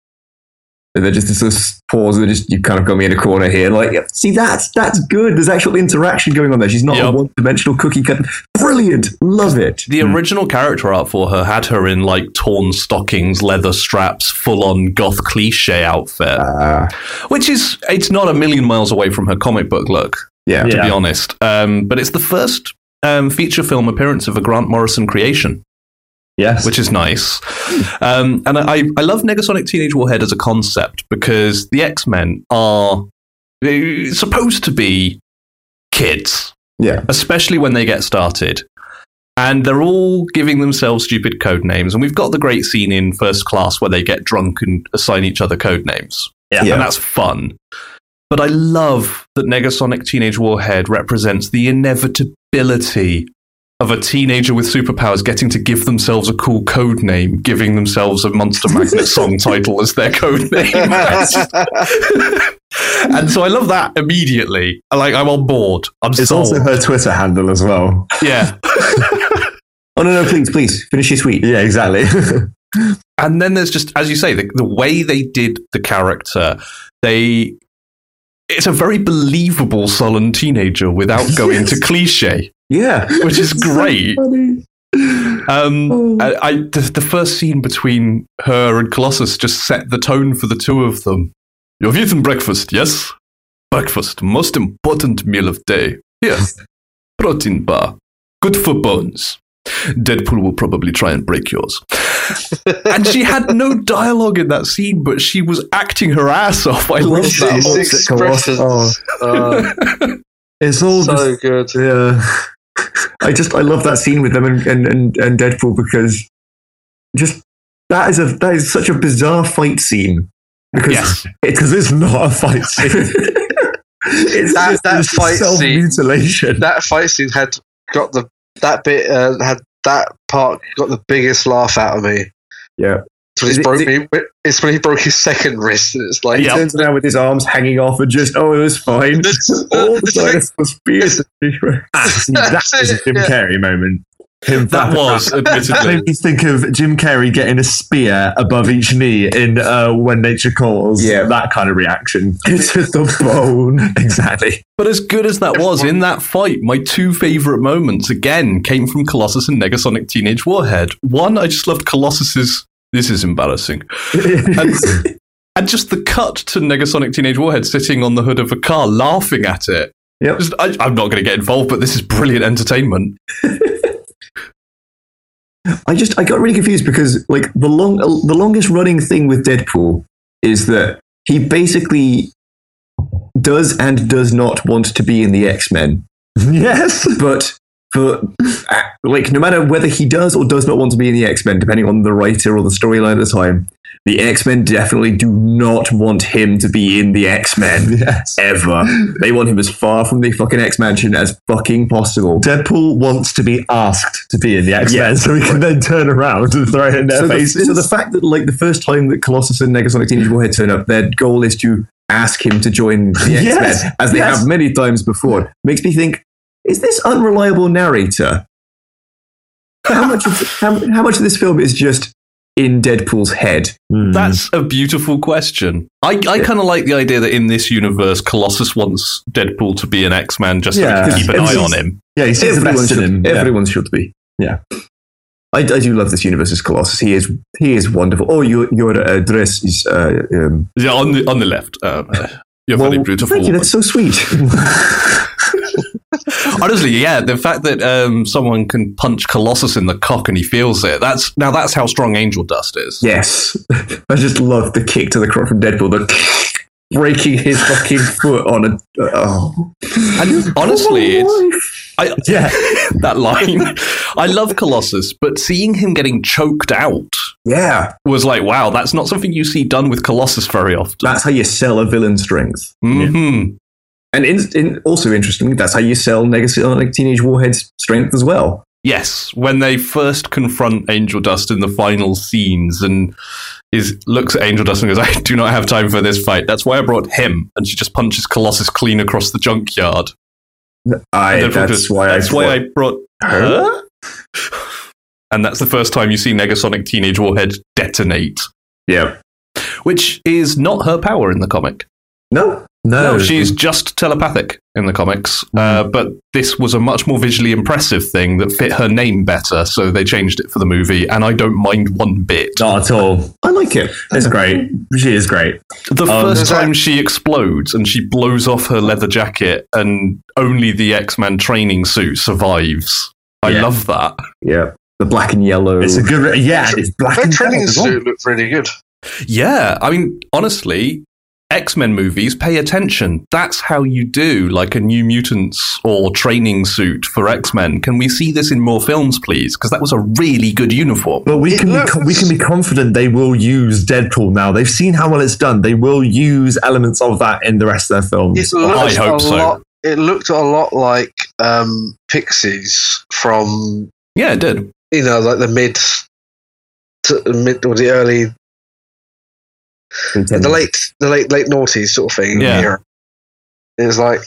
[SPEAKER 3] And then just this sort of pause and just, you kind of got me in a corner here. Like, yeah, see, that's, that's good. There's actual interaction going on there. She's not
[SPEAKER 1] Yep.
[SPEAKER 3] a one dimensional cookie cutter. Brilliant. Love it.
[SPEAKER 1] The original character art for her had her in like torn stockings, leather straps, full on goth cliche outfit,
[SPEAKER 3] Uh,
[SPEAKER 1] which is, it's not a million miles away from her comic book look.
[SPEAKER 3] yeah.
[SPEAKER 1] to be honest. Um, but it's the first um, feature film appearance of a Grant Morrison creation,
[SPEAKER 5] Yes.
[SPEAKER 1] which is nice. Um, and I, I love Negasonic Teenage Warhead as a concept because the X Men are uh, supposed to be kids,
[SPEAKER 3] Yeah.
[SPEAKER 1] especially when they get started. And they're all giving themselves stupid code names. And we've got the great scene in First Class where they get drunk and assign each other code names
[SPEAKER 5] Yeah.
[SPEAKER 1] and that's fun. But I love that Negasonic Teenage Warhead represents the inevitability of a teenager with superpowers getting to give themselves a cool code name, giving themselves a Monster Magnet song title as their code name. and so I love that immediately. Like I'm on board. I'm
[SPEAKER 5] It's
[SPEAKER 1] sold.
[SPEAKER 5] also her Twitter handle as well.
[SPEAKER 1] yeah.
[SPEAKER 3] Oh, no, no, please, please, finish your sweet.
[SPEAKER 5] Yeah, exactly.
[SPEAKER 1] and then there's just as you say the, the way they did the character they it's a very believable sullen teenager without going to cliche
[SPEAKER 3] Yeah.
[SPEAKER 1] which is great
[SPEAKER 5] funny.
[SPEAKER 1] um
[SPEAKER 5] Oh.
[SPEAKER 1] I, I the, the first scene between her and colossus just set the tone for the two of them you've eaten breakfast yes breakfast most important meal of day here protein bar good for bones deadpool will probably try and break yours and she had no dialogue in that scene, but she was acting her ass off. I love
[SPEAKER 2] It's
[SPEAKER 1] that.
[SPEAKER 2] it's
[SPEAKER 5] that monster
[SPEAKER 2] expressions.
[SPEAKER 5] come off.
[SPEAKER 2] Oh,
[SPEAKER 5] It's all
[SPEAKER 2] so
[SPEAKER 5] just,
[SPEAKER 2] good.
[SPEAKER 5] yeah.
[SPEAKER 3] I just I love that scene with them and and, and, and Deadpool because just that is a that is such a bizarre fight scene because
[SPEAKER 1] Yes.
[SPEAKER 5] Because it's not a fight scene. it's
[SPEAKER 2] That- that
[SPEAKER 5] this
[SPEAKER 2] fight scene-
[SPEAKER 5] self-mutilation.
[SPEAKER 2] That fight scene had got the that bit uh, had that part got the biggest laugh out of me.
[SPEAKER 3] Yeah.
[SPEAKER 2] It's when,
[SPEAKER 3] Is
[SPEAKER 2] he
[SPEAKER 3] it-
[SPEAKER 2] broke
[SPEAKER 3] is
[SPEAKER 2] me, it's when he broke his second wrist, and it's like
[SPEAKER 1] Yeah.
[SPEAKER 3] turns around with his arms hanging off and just oh it was fine.
[SPEAKER 2] That's-
[SPEAKER 3] All the
[SPEAKER 2] that's the
[SPEAKER 3] dinosaurs beat.
[SPEAKER 5] Ah, see, that
[SPEAKER 2] That's
[SPEAKER 5] was a
[SPEAKER 2] it,
[SPEAKER 5] Jim
[SPEAKER 2] yeah.
[SPEAKER 5] Carrey moment. Him
[SPEAKER 1] That
[SPEAKER 5] flapping
[SPEAKER 1] was,
[SPEAKER 5] That
[SPEAKER 1] admittedly.
[SPEAKER 5] made me think of Jim Carrey getting a spear above each knee in uh, When Nature Calls.
[SPEAKER 3] Yeah.
[SPEAKER 5] that kind of reaction to the bone. Exactly.
[SPEAKER 1] But as good as that was in that fight, my two favorite moments again came from Colossus and Negasonic Teenage Warhead. One, I just loved Colossus's. This is embarrassing. And, and just the cut to Negasonic Teenage Warhead sitting on the hood of a car laughing at it.
[SPEAKER 3] Yep. Mm.
[SPEAKER 1] Just- I, I'm not going to get involved, but this is brilliant entertainment.
[SPEAKER 3] I just I got really confused because like the long the longest running thing with Deadpool is that he basically does and does not want to be in the X Men,
[SPEAKER 5] yes.
[SPEAKER 3] but for uh, like no matter whether he does or does not want to be in the X Men, depending on the writer or the storyline at the time, the X Men definitely do not want him to be in the X Men
[SPEAKER 5] Yes.
[SPEAKER 3] ever. They want him as far from the fucking X Mansion as fucking possible.
[SPEAKER 5] Deadpool wants to be asked to be in the X Men,
[SPEAKER 3] Yeah.
[SPEAKER 5] so he can then turn around and throw it in their
[SPEAKER 3] so, the,
[SPEAKER 5] faces.
[SPEAKER 3] so the fact that like the first time that Colossus and Negasonic Teenage Warhead turn up, their goal is to ask him to join the X-Men,
[SPEAKER 5] Yes,
[SPEAKER 3] as they
[SPEAKER 5] yes.
[SPEAKER 3] have many times before, makes me think: Is this unreliable narrator? How much of how, how much of this film is just in Deadpool's head?
[SPEAKER 5] Hmm.
[SPEAKER 1] That's a beautiful question. I, I kind of like the idea that in this universe, Colossus wants Deadpool to be an X Man just so he
[SPEAKER 5] Yeah.
[SPEAKER 1] can keep an
[SPEAKER 5] It's-
[SPEAKER 1] eye on him.
[SPEAKER 5] yeah, he sees the best in
[SPEAKER 3] should,
[SPEAKER 5] him. Yeah.
[SPEAKER 3] everyone should be.
[SPEAKER 5] Yeah.
[SPEAKER 3] I, I do love this universe as Colossus. He is he is wonderful. Oh, your your uh, dress is uh, um,
[SPEAKER 1] Yeah, on the on the left. Um, you're very
[SPEAKER 3] well,
[SPEAKER 1] beautiful.
[SPEAKER 3] Thank you. That's so sweet.
[SPEAKER 1] Honestly, yeah, the fact that um, someone can punch Colossus in the cock and he feels it—that's now that's how strong Angel Dust is.
[SPEAKER 3] Yes. I just love the kick to the crop from Deadpool, the breaking his fucking foot on a. Oh.
[SPEAKER 1] And honestly, it's, I,
[SPEAKER 5] Yeah.
[SPEAKER 1] that line, I love Colossus, but seeing him getting choked out
[SPEAKER 3] Yeah.
[SPEAKER 1] was like, wow, that's not something you see done with Colossus very often.
[SPEAKER 3] That's how you sell a villain's strength.
[SPEAKER 1] hmm
[SPEAKER 3] And in, in, also, interestingly, that's how you sell Negasonic Teenage Warhead's strength as well.
[SPEAKER 1] Yes, when they first confront Angel Dust in the final scenes, and is looks at Angel Dust and goes, "I do not have time for this fight. That's why I brought him." And she just punches Colossus clean across the junkyard.
[SPEAKER 3] I,
[SPEAKER 1] And then Rogers,
[SPEAKER 3] that's why
[SPEAKER 1] that's
[SPEAKER 3] I.
[SPEAKER 1] why I brought her. And that's the first time you see Negasonic Teenage Warhead detonate,
[SPEAKER 3] Yeah.
[SPEAKER 1] which is not her power in the comic.
[SPEAKER 3] No.
[SPEAKER 1] No, she's just telepathic in the comics. Uh, but this was a much more visually impressive thing that fit her name better, so they changed it for the movie, and I don't mind one bit.
[SPEAKER 5] not at all.
[SPEAKER 3] I like it.
[SPEAKER 5] It's great. She is great.
[SPEAKER 1] The
[SPEAKER 5] Um,
[SPEAKER 1] first
[SPEAKER 2] does that-
[SPEAKER 1] time she explodes and she blows off her leather jacket, and only the X Man training suit survives. I
[SPEAKER 5] Yeah.
[SPEAKER 1] love that.
[SPEAKER 3] Yeah. The black and yellow.
[SPEAKER 5] It's a good. Re- yeah, it's black
[SPEAKER 2] That
[SPEAKER 5] and
[SPEAKER 2] training
[SPEAKER 5] yellow as well.
[SPEAKER 2] suit looked really good.
[SPEAKER 1] Yeah, I mean, honestly, X Men movies pay attention. That's how you do like a New Mutants or training suit for X Men. Can we see this in more films, please? Because that was a really good uniform.
[SPEAKER 5] But we
[SPEAKER 2] It
[SPEAKER 5] can
[SPEAKER 2] looks-
[SPEAKER 5] be, we can be confident they will use Deadpool now. They've seen how well it's done. They will use elements of that in the rest of their
[SPEAKER 2] It
[SPEAKER 5] films.
[SPEAKER 2] looked
[SPEAKER 1] I hope
[SPEAKER 2] a
[SPEAKER 1] so.
[SPEAKER 2] lot. It looked a lot like um, Pixies from
[SPEAKER 1] Yeah, it did.
[SPEAKER 2] you know like the mid to mid or the early the late the late late noughties sort of thing
[SPEAKER 1] Yeah.
[SPEAKER 2] era. It was like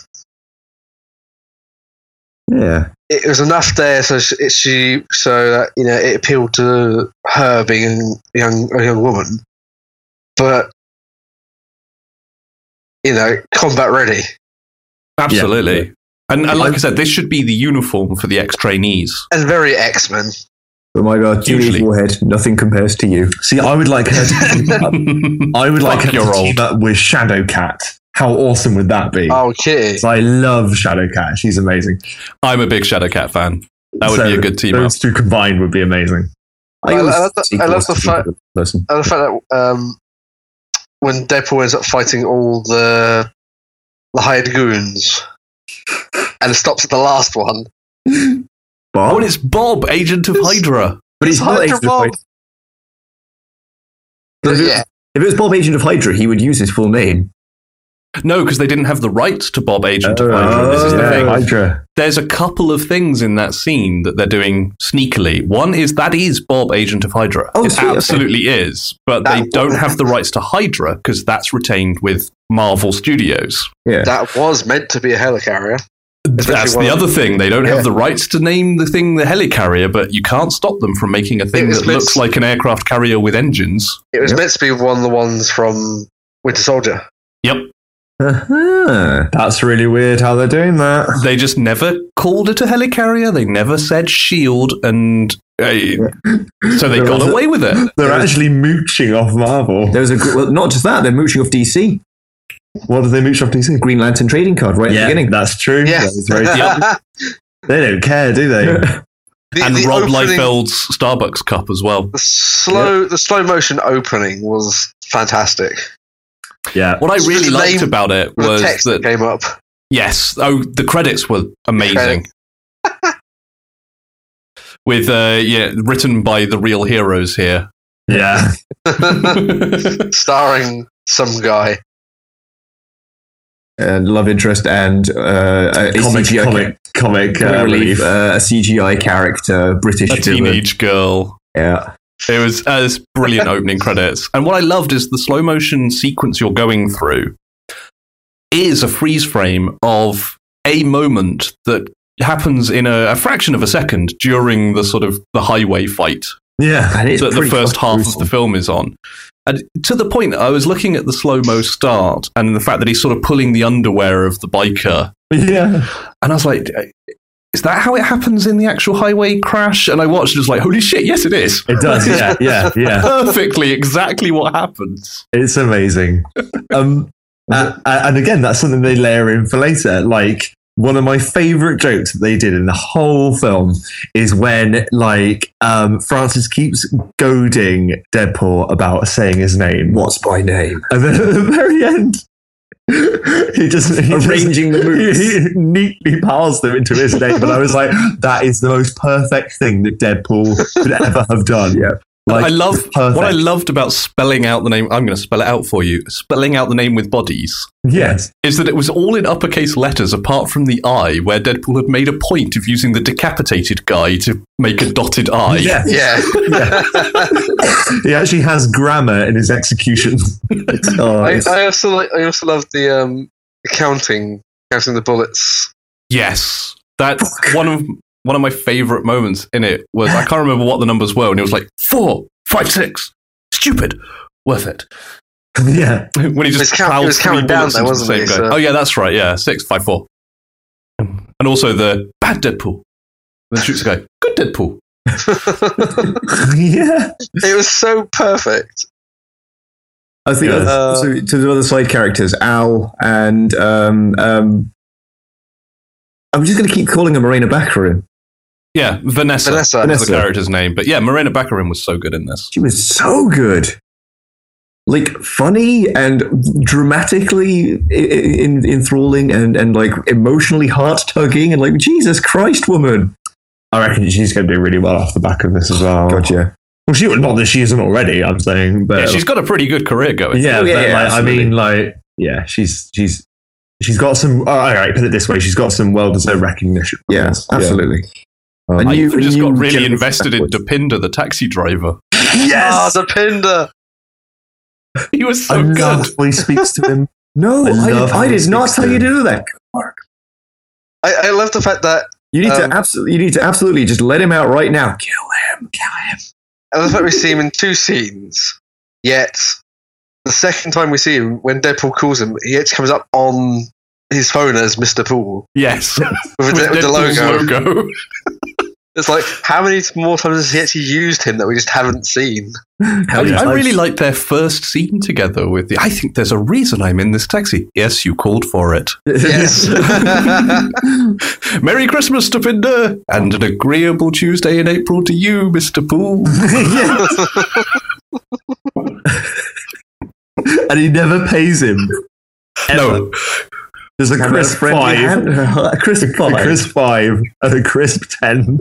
[SPEAKER 3] yeah.
[SPEAKER 2] it was enough there, so she, it, she so that you know it appealed to her being a young a young woman, but you know combat ready.
[SPEAKER 1] Absolutely. And, and like I said, this should be the uniform for the X trainees.
[SPEAKER 2] and very X Men.
[SPEAKER 3] Oh my god, Teenage
[SPEAKER 1] Usually.
[SPEAKER 3] Warhead, nothing compares to you.
[SPEAKER 5] See, I would like her. To,
[SPEAKER 1] I
[SPEAKER 5] I would like
[SPEAKER 1] Fuck
[SPEAKER 5] her
[SPEAKER 1] your
[SPEAKER 5] to
[SPEAKER 1] old.
[SPEAKER 5] team up with Shadow Cat. How awesome would that be?
[SPEAKER 2] Oh, Kitty.
[SPEAKER 5] So I love Shadow Cat. She's amazing.
[SPEAKER 1] am a big Shadow Cat fan. That would
[SPEAKER 5] So
[SPEAKER 1] be a good team up.
[SPEAKER 5] Those two combined would be amazing.
[SPEAKER 3] I,
[SPEAKER 2] I
[SPEAKER 3] always
[SPEAKER 2] love the-
[SPEAKER 3] take
[SPEAKER 2] I love
[SPEAKER 3] those
[SPEAKER 2] the
[SPEAKER 3] to
[SPEAKER 2] fact-
[SPEAKER 3] people, Listen,
[SPEAKER 2] And the fact that um, when Deadpool ends up fighting all the the hired goons and stops at the last one,
[SPEAKER 1] Oh,
[SPEAKER 5] Bob?
[SPEAKER 1] and it's Bob, agent of Hydra.
[SPEAKER 3] but he's not
[SPEAKER 2] Hydra
[SPEAKER 3] Agent of
[SPEAKER 2] Bob.
[SPEAKER 3] Hydra. But if, it-
[SPEAKER 2] yeah,
[SPEAKER 3] if it was Bob Agent of Hydra, he would use his full name.
[SPEAKER 1] No, because they didn't have the rights to Bob, agent of
[SPEAKER 5] Oh,
[SPEAKER 1] Hydra. This is the
[SPEAKER 5] yeah,
[SPEAKER 1] thing.
[SPEAKER 5] Hydra.
[SPEAKER 1] There's a couple of things in that scene that they're doing sneakily. One is that is Bob, agent of Hydra.
[SPEAKER 3] Oh,
[SPEAKER 1] it
[SPEAKER 3] sweet, okay.
[SPEAKER 1] absolutely is, but they
[SPEAKER 2] That-
[SPEAKER 1] don't have the rights to Hydra because that's retained with Marvel Studios.
[SPEAKER 2] that was meant to be a helicarrier. Especially
[SPEAKER 1] That's
[SPEAKER 2] one
[SPEAKER 1] the
[SPEAKER 2] of-
[SPEAKER 1] other thing. They don't
[SPEAKER 2] Yeah.
[SPEAKER 1] have the rights to name the thing the helicarrier, but you can't stop them from making a thing
[SPEAKER 2] was
[SPEAKER 1] that
[SPEAKER 2] meant-
[SPEAKER 1] looks like an aircraft carrier with engines.
[SPEAKER 2] It was meant to be one of the ones from Winter Soldier.
[SPEAKER 3] Uh-huh.
[SPEAKER 5] That's really weird how they're doing that.
[SPEAKER 1] They just never called it a helicarrier. They never said shield, and uh, so they
[SPEAKER 5] There
[SPEAKER 1] got
[SPEAKER 5] was a-
[SPEAKER 1] away with it.
[SPEAKER 5] They're actually mooching off Marvel.
[SPEAKER 3] There was a gr- well, not just that they're mooching off DC
[SPEAKER 5] What did they mooch off DC?
[SPEAKER 3] Green Lantern trading card right at the beginning.
[SPEAKER 5] that's true.
[SPEAKER 2] Yeah.
[SPEAKER 5] That is very-
[SPEAKER 1] yeah.
[SPEAKER 5] they don't care, do they?
[SPEAKER 2] The-
[SPEAKER 1] and
[SPEAKER 2] the
[SPEAKER 1] Rob
[SPEAKER 2] opening-
[SPEAKER 1] Liefeld's Starbucks cup as well.
[SPEAKER 2] The slow, the slow motion opening was fantastic.
[SPEAKER 5] yeah.
[SPEAKER 1] What I
[SPEAKER 2] Just
[SPEAKER 1] really
[SPEAKER 2] the
[SPEAKER 1] liked
[SPEAKER 2] name-
[SPEAKER 1] about it
[SPEAKER 2] The
[SPEAKER 1] was
[SPEAKER 2] text that
[SPEAKER 1] that
[SPEAKER 2] came up.
[SPEAKER 1] yes, oh, the credits were amazing. With uh, yeah, written by the real heroes here.
[SPEAKER 5] Yeah.
[SPEAKER 2] starring some guy.
[SPEAKER 3] Uh, love interest and uh, a, a
[SPEAKER 5] Comic,
[SPEAKER 3] CGI
[SPEAKER 5] comic, comic,
[SPEAKER 3] Comic
[SPEAKER 5] uh,
[SPEAKER 3] relief,
[SPEAKER 5] relief.
[SPEAKER 3] uh, a CGI character, British
[SPEAKER 1] a
[SPEAKER 3] villain.
[SPEAKER 1] teenage girl.
[SPEAKER 3] Yeah,
[SPEAKER 1] It was uh, this brilliant opening credits. And what I loved is the slow motion sequence you're going through is a freeze frame of a moment that happens in a, a fraction of a second during the sort of the highway fight
[SPEAKER 5] yeah.
[SPEAKER 3] and it's
[SPEAKER 1] that the
[SPEAKER 3] pretty
[SPEAKER 1] first half
[SPEAKER 3] fucking
[SPEAKER 1] of the film is on. And to the point, I was looking at the slow mo start and the fact that he's sort of pulling the underwear of the biker
[SPEAKER 5] Yeah.
[SPEAKER 1] and I was like, is that how it happens in the actual highway crash? And I watched and was like, holy shit, yes, it is.
[SPEAKER 5] It does. Yeah. Yeah. Yeah.
[SPEAKER 1] Perfectly, exactly what happens.
[SPEAKER 5] It's amazing. Um, a- a- and again, that's something they layer in for later. Like one of my favorite jokes that they did in the whole film is when like um, Francis keeps goading Deadpool about saying his name,
[SPEAKER 3] What's my name?
[SPEAKER 5] and then at the very end. He just he just-
[SPEAKER 3] Arranging the moves.
[SPEAKER 5] He, he neatly piles them into his name, and I was like, "That is the most perfect thing that Deadpool could ever have done."
[SPEAKER 3] Yeah.
[SPEAKER 5] like,
[SPEAKER 1] I love
[SPEAKER 5] perfect.
[SPEAKER 1] what I loved about spelling out the name. I'm going to spell it out for you. Spelling out the name with bodies
[SPEAKER 5] Yes,
[SPEAKER 1] is that it was all in uppercase letters apart from the I, where Deadpool had made a point of using the decapitated guy to make a dotted I.
[SPEAKER 5] yeah,
[SPEAKER 2] Yeah.
[SPEAKER 5] he actually has grammar in his execution. oh,
[SPEAKER 2] I,
[SPEAKER 5] it's-
[SPEAKER 2] I also like, I also love the um the counting counting the bullets.
[SPEAKER 1] Yes, that's one of one of my favorite moments in it was I can't remember what the numbers were, and it was like four, five, six. Stupid, worth it.
[SPEAKER 5] yeah,
[SPEAKER 1] When he just
[SPEAKER 2] was count- it
[SPEAKER 1] plows
[SPEAKER 2] was
[SPEAKER 1] three
[SPEAKER 2] counting down
[SPEAKER 1] bullets
[SPEAKER 2] though,
[SPEAKER 1] into the
[SPEAKER 2] wasn't
[SPEAKER 1] same
[SPEAKER 2] it? uh,
[SPEAKER 1] guy.
[SPEAKER 2] So-
[SPEAKER 1] Oh yeah, that's right. Yeah, six, five, four. And also the bad Deadpool. Then shoots the guy. Good Deadpool.
[SPEAKER 2] it
[SPEAKER 5] yeah.
[SPEAKER 2] was so perfect.
[SPEAKER 3] I think
[SPEAKER 5] Yeah.
[SPEAKER 3] that's-
[SPEAKER 2] Uh,
[SPEAKER 3] so to the other side characters, Al and um, um, I'm just going to keep calling her Marina Baccarin.
[SPEAKER 1] Yeah, Vanessa.
[SPEAKER 2] Vanessa.
[SPEAKER 1] That's the
[SPEAKER 3] Vanessa.
[SPEAKER 1] character's name. But yeah, Marina Baccarin was so good in this.
[SPEAKER 3] She was so good, like funny and dramatically i- i- in- enthralling and and like emotionally heart tugging and like Jesus Christ, woman.
[SPEAKER 5] I reckon she's going to do really well off the back of this as well.
[SPEAKER 3] Gotcha.
[SPEAKER 5] Well, she not that she isn't already. I'm saying, but
[SPEAKER 1] Yeah, she's got a pretty good career going.
[SPEAKER 5] yeah,
[SPEAKER 3] Oh, yeah,
[SPEAKER 5] but,
[SPEAKER 3] yeah,
[SPEAKER 5] like, I
[SPEAKER 3] absolutely.
[SPEAKER 5] mean, like, yeah, she's she's she's got some. uh, All right, put it this way, she's got some well deserved recognition. from
[SPEAKER 3] Yeah,
[SPEAKER 5] this.
[SPEAKER 3] absolutely.
[SPEAKER 5] Um,
[SPEAKER 3] And
[SPEAKER 1] I
[SPEAKER 3] you-
[SPEAKER 1] just
[SPEAKER 3] you
[SPEAKER 1] got really
[SPEAKER 3] generally-
[SPEAKER 1] invested in Depinda, the taxi driver.
[SPEAKER 2] Ah,
[SPEAKER 5] Yes,
[SPEAKER 2] the Pinder.
[SPEAKER 1] He was
[SPEAKER 5] I
[SPEAKER 1] so good.
[SPEAKER 5] love when he speaks to him.
[SPEAKER 3] No,
[SPEAKER 5] I love
[SPEAKER 3] I,
[SPEAKER 5] how
[SPEAKER 3] I
[SPEAKER 5] he
[SPEAKER 3] did not
[SPEAKER 5] speaks
[SPEAKER 3] tell
[SPEAKER 5] to
[SPEAKER 3] you to
[SPEAKER 5] him.
[SPEAKER 3] do that. Mark.
[SPEAKER 2] I, I love the fact that
[SPEAKER 3] You need
[SPEAKER 2] Um,
[SPEAKER 3] to absolutely, you need to absolutely just let him out right now. Kill him, kill him.
[SPEAKER 2] I love the fact we see him in two scenes. Yet the second time we see him, when Deadpool calls him, he actually comes up on his phone as Mr. Pool
[SPEAKER 1] Yes.
[SPEAKER 2] with, a, with the
[SPEAKER 1] Deadpool's
[SPEAKER 2] logo.
[SPEAKER 1] logo.
[SPEAKER 2] It's like, how many more times has he actually used him that we just haven't seen?
[SPEAKER 1] I,
[SPEAKER 5] many
[SPEAKER 1] I
[SPEAKER 5] times-
[SPEAKER 1] really like their first scene together with the. I think there's a reason I'm in this taxi. Yes, you called for it.
[SPEAKER 2] Yes.
[SPEAKER 1] Merry Christmas, Stupinder, and an agreeable Tuesday in April to you, Mister Poole.
[SPEAKER 5] and he never pays him.
[SPEAKER 1] no,
[SPEAKER 5] There's a crisp five, a crisp five, a crisp five, and a crisp ten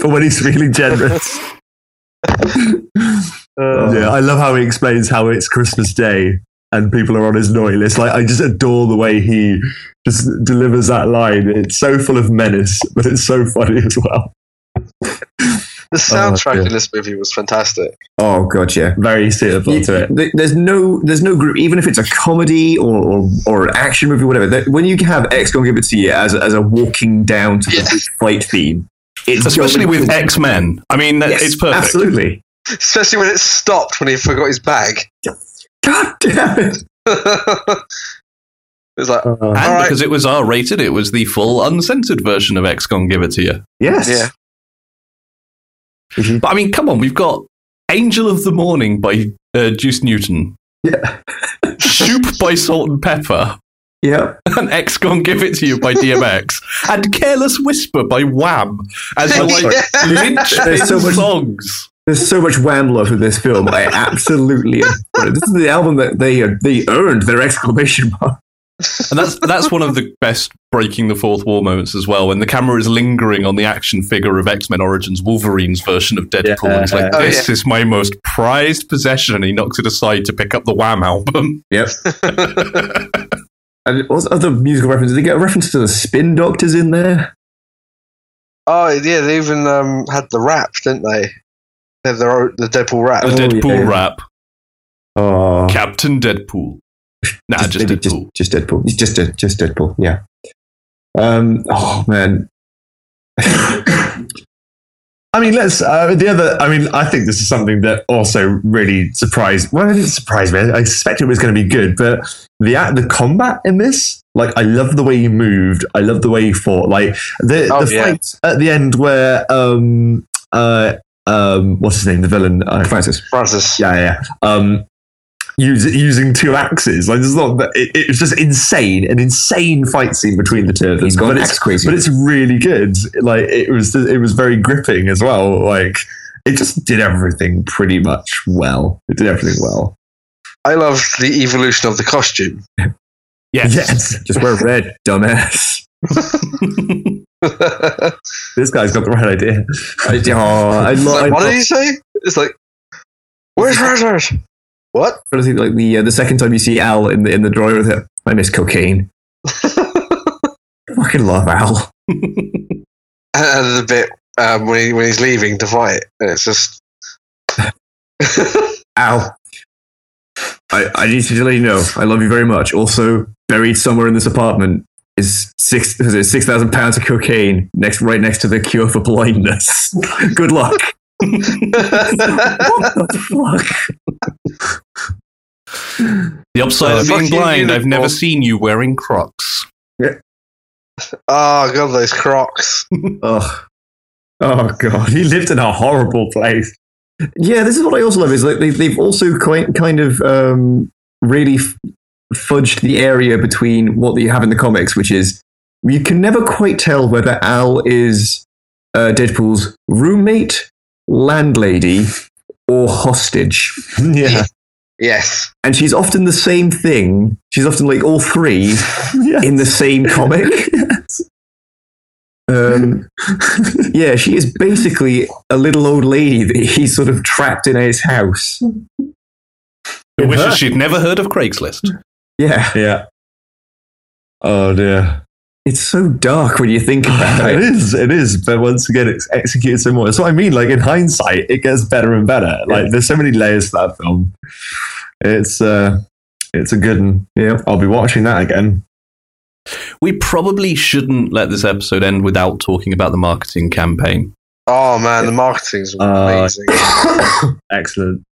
[SPEAKER 5] for when he's really generous.
[SPEAKER 2] Uh,
[SPEAKER 5] Yeah, I love how he explains how it's Christmas Day and people are on his naughty list. Like, I just adore the way he just delivers that line. It's so full of menace, but it's so funny as well.
[SPEAKER 2] The soundtrack
[SPEAKER 5] yeah.
[SPEAKER 2] in this movie was fantastic.
[SPEAKER 3] oh god, yeah.
[SPEAKER 5] Very suitable to it.
[SPEAKER 3] Th- There's no, there's no group. Even if it's a comedy or, or, or an action movie, whatever. That when you have X gonna give it to you as a, as a walking down to the
[SPEAKER 2] Yeah.
[SPEAKER 3] big fight theme, it's
[SPEAKER 1] especially
[SPEAKER 3] going
[SPEAKER 1] with
[SPEAKER 3] to-
[SPEAKER 1] X Men. I mean, that,
[SPEAKER 3] Yes,
[SPEAKER 1] it's perfect.
[SPEAKER 3] Absolutely.
[SPEAKER 2] Especially when it stopped when he forgot his bag.
[SPEAKER 3] God damn it!
[SPEAKER 2] it was like,
[SPEAKER 1] And
[SPEAKER 2] All right.
[SPEAKER 1] because it was R rated, it was the full uncensored version of X Gon Give It To You.
[SPEAKER 5] Yes.
[SPEAKER 2] Yeah.
[SPEAKER 1] But I mean, come on, we've got Angel of the Morning by uh, Juice Newton.
[SPEAKER 5] Yeah.
[SPEAKER 1] Shoop by Salt and Pepper.
[SPEAKER 3] Yeah.
[SPEAKER 1] And X Gon Give It To You by DMX. and Careless Whisper by Wham. As the like linchpin
[SPEAKER 3] There's so much-
[SPEAKER 1] songs.
[SPEAKER 3] There's so much wham love in this film. I absolutely. adore it. This is the album that they uh, they earned their exclamation mark.
[SPEAKER 1] And that's that's one of the best breaking the fourth wall moments as well, when the camera is lingering on the action figure of X Men Origins Wolverine's version of Deadpool. And it's like,
[SPEAKER 2] Oh,
[SPEAKER 1] this is my most prized possession. And he knocks it aside to pick up the Wham album.
[SPEAKER 3] And what's other musical references? They get a reference to the Spin Doctors in there.
[SPEAKER 2] oh, yeah, they even um, had the rap, didn't they? They had their own, the Deadpool rap.
[SPEAKER 1] The
[SPEAKER 3] Oh,
[SPEAKER 1] Deadpool
[SPEAKER 3] yeah.
[SPEAKER 1] rap,
[SPEAKER 3] Oh,
[SPEAKER 1] Captain Deadpool. Nah, just
[SPEAKER 3] maybe
[SPEAKER 1] Deadpool.
[SPEAKER 3] Just, just Deadpool. It's Just Dead- just Deadpool. Yeah. Um. Oh man.
[SPEAKER 5] I mean, let's. Uh, the other. I mean, I think this is something that also really surprised. Well, it didn't surprise me. I expected it was going to be good, but the act, the combat in this, like, I love the way you moved. I love the way you fought. Like the
[SPEAKER 2] Oh,
[SPEAKER 5] the
[SPEAKER 2] yeah.
[SPEAKER 5] fight at the end where um uh um what's his name the villain uh,
[SPEAKER 3] Francis.
[SPEAKER 2] Francis.
[SPEAKER 5] yeah, yeah. yeah. Um, use, using two axes, like it's not. It, it was just insane, an insane fight scene between the two of them.
[SPEAKER 3] He's gone
[SPEAKER 5] but
[SPEAKER 3] axe
[SPEAKER 5] it's
[SPEAKER 3] crazy.
[SPEAKER 5] but it's really good. Like it was, it was very gripping as well. Like it just did everything pretty much well. It did everything well.
[SPEAKER 2] I loved the evolution of the costume.
[SPEAKER 1] Yes.
[SPEAKER 3] just wear red, dumbass.
[SPEAKER 2] It's
[SPEAKER 5] this guy's got the right idea.
[SPEAKER 3] I, oh, I, lo- I
[SPEAKER 2] like, what
[SPEAKER 3] love.
[SPEAKER 2] did he say? It's like, where's Razor? What?
[SPEAKER 3] I think like the uh, the second time you see Al in the in the drawer with it, I miss cocaine. Fucking love Al.
[SPEAKER 2] and the bit um, when, he, when he's leaving to fight. And it's just.
[SPEAKER 3] Al. I, I need to let you know. I love you very much. Also, buried somewhere in this apartment is six is it six thousand pounds of cocaine next right next to the cure for blindness. Good luck. what the fuck?
[SPEAKER 1] The upside
[SPEAKER 2] Uh,
[SPEAKER 1] of being
[SPEAKER 2] fucking
[SPEAKER 1] blind, I've
[SPEAKER 2] unicorn.
[SPEAKER 1] never seen you wearing Crocs.
[SPEAKER 2] oh, God, those crocs.
[SPEAKER 3] Ugh.
[SPEAKER 5] Oh god, he lived in a horrible place.
[SPEAKER 3] Yeah, this is what I also love is like they, they've also quite kind of um, really f- fudged the area between what you have in the comics, which is you can never quite tell whether Al is uh, Deadpool's roommate, landlady, or hostage,
[SPEAKER 5] yeah,
[SPEAKER 2] Yes.
[SPEAKER 3] and she's often the same thing. She's often like all three
[SPEAKER 5] yeah.
[SPEAKER 3] in the same comic. Um, yeah, she is basically a little old lady that he's sort of trapped in his house.
[SPEAKER 1] Who
[SPEAKER 5] In
[SPEAKER 1] wishes
[SPEAKER 5] her-
[SPEAKER 1] she'd never heard of Craigslist.
[SPEAKER 3] Yeah,
[SPEAKER 5] yeah. Oh dear.
[SPEAKER 3] it's so dark when you think about
[SPEAKER 5] it
[SPEAKER 3] it.
[SPEAKER 5] is, it is. But once again, it's executed so more. That's what I mean. Like in hindsight, it gets better and better. Like there's so many layers to that film. It's uh, it's a good one.
[SPEAKER 3] Yeah.
[SPEAKER 5] I'll be watching that again.
[SPEAKER 1] We probably shouldn't let this episode end without talking about the marketing campaign.
[SPEAKER 2] Oh, man, the marketing's
[SPEAKER 5] Uh,
[SPEAKER 2] amazing.
[SPEAKER 5] Excellent.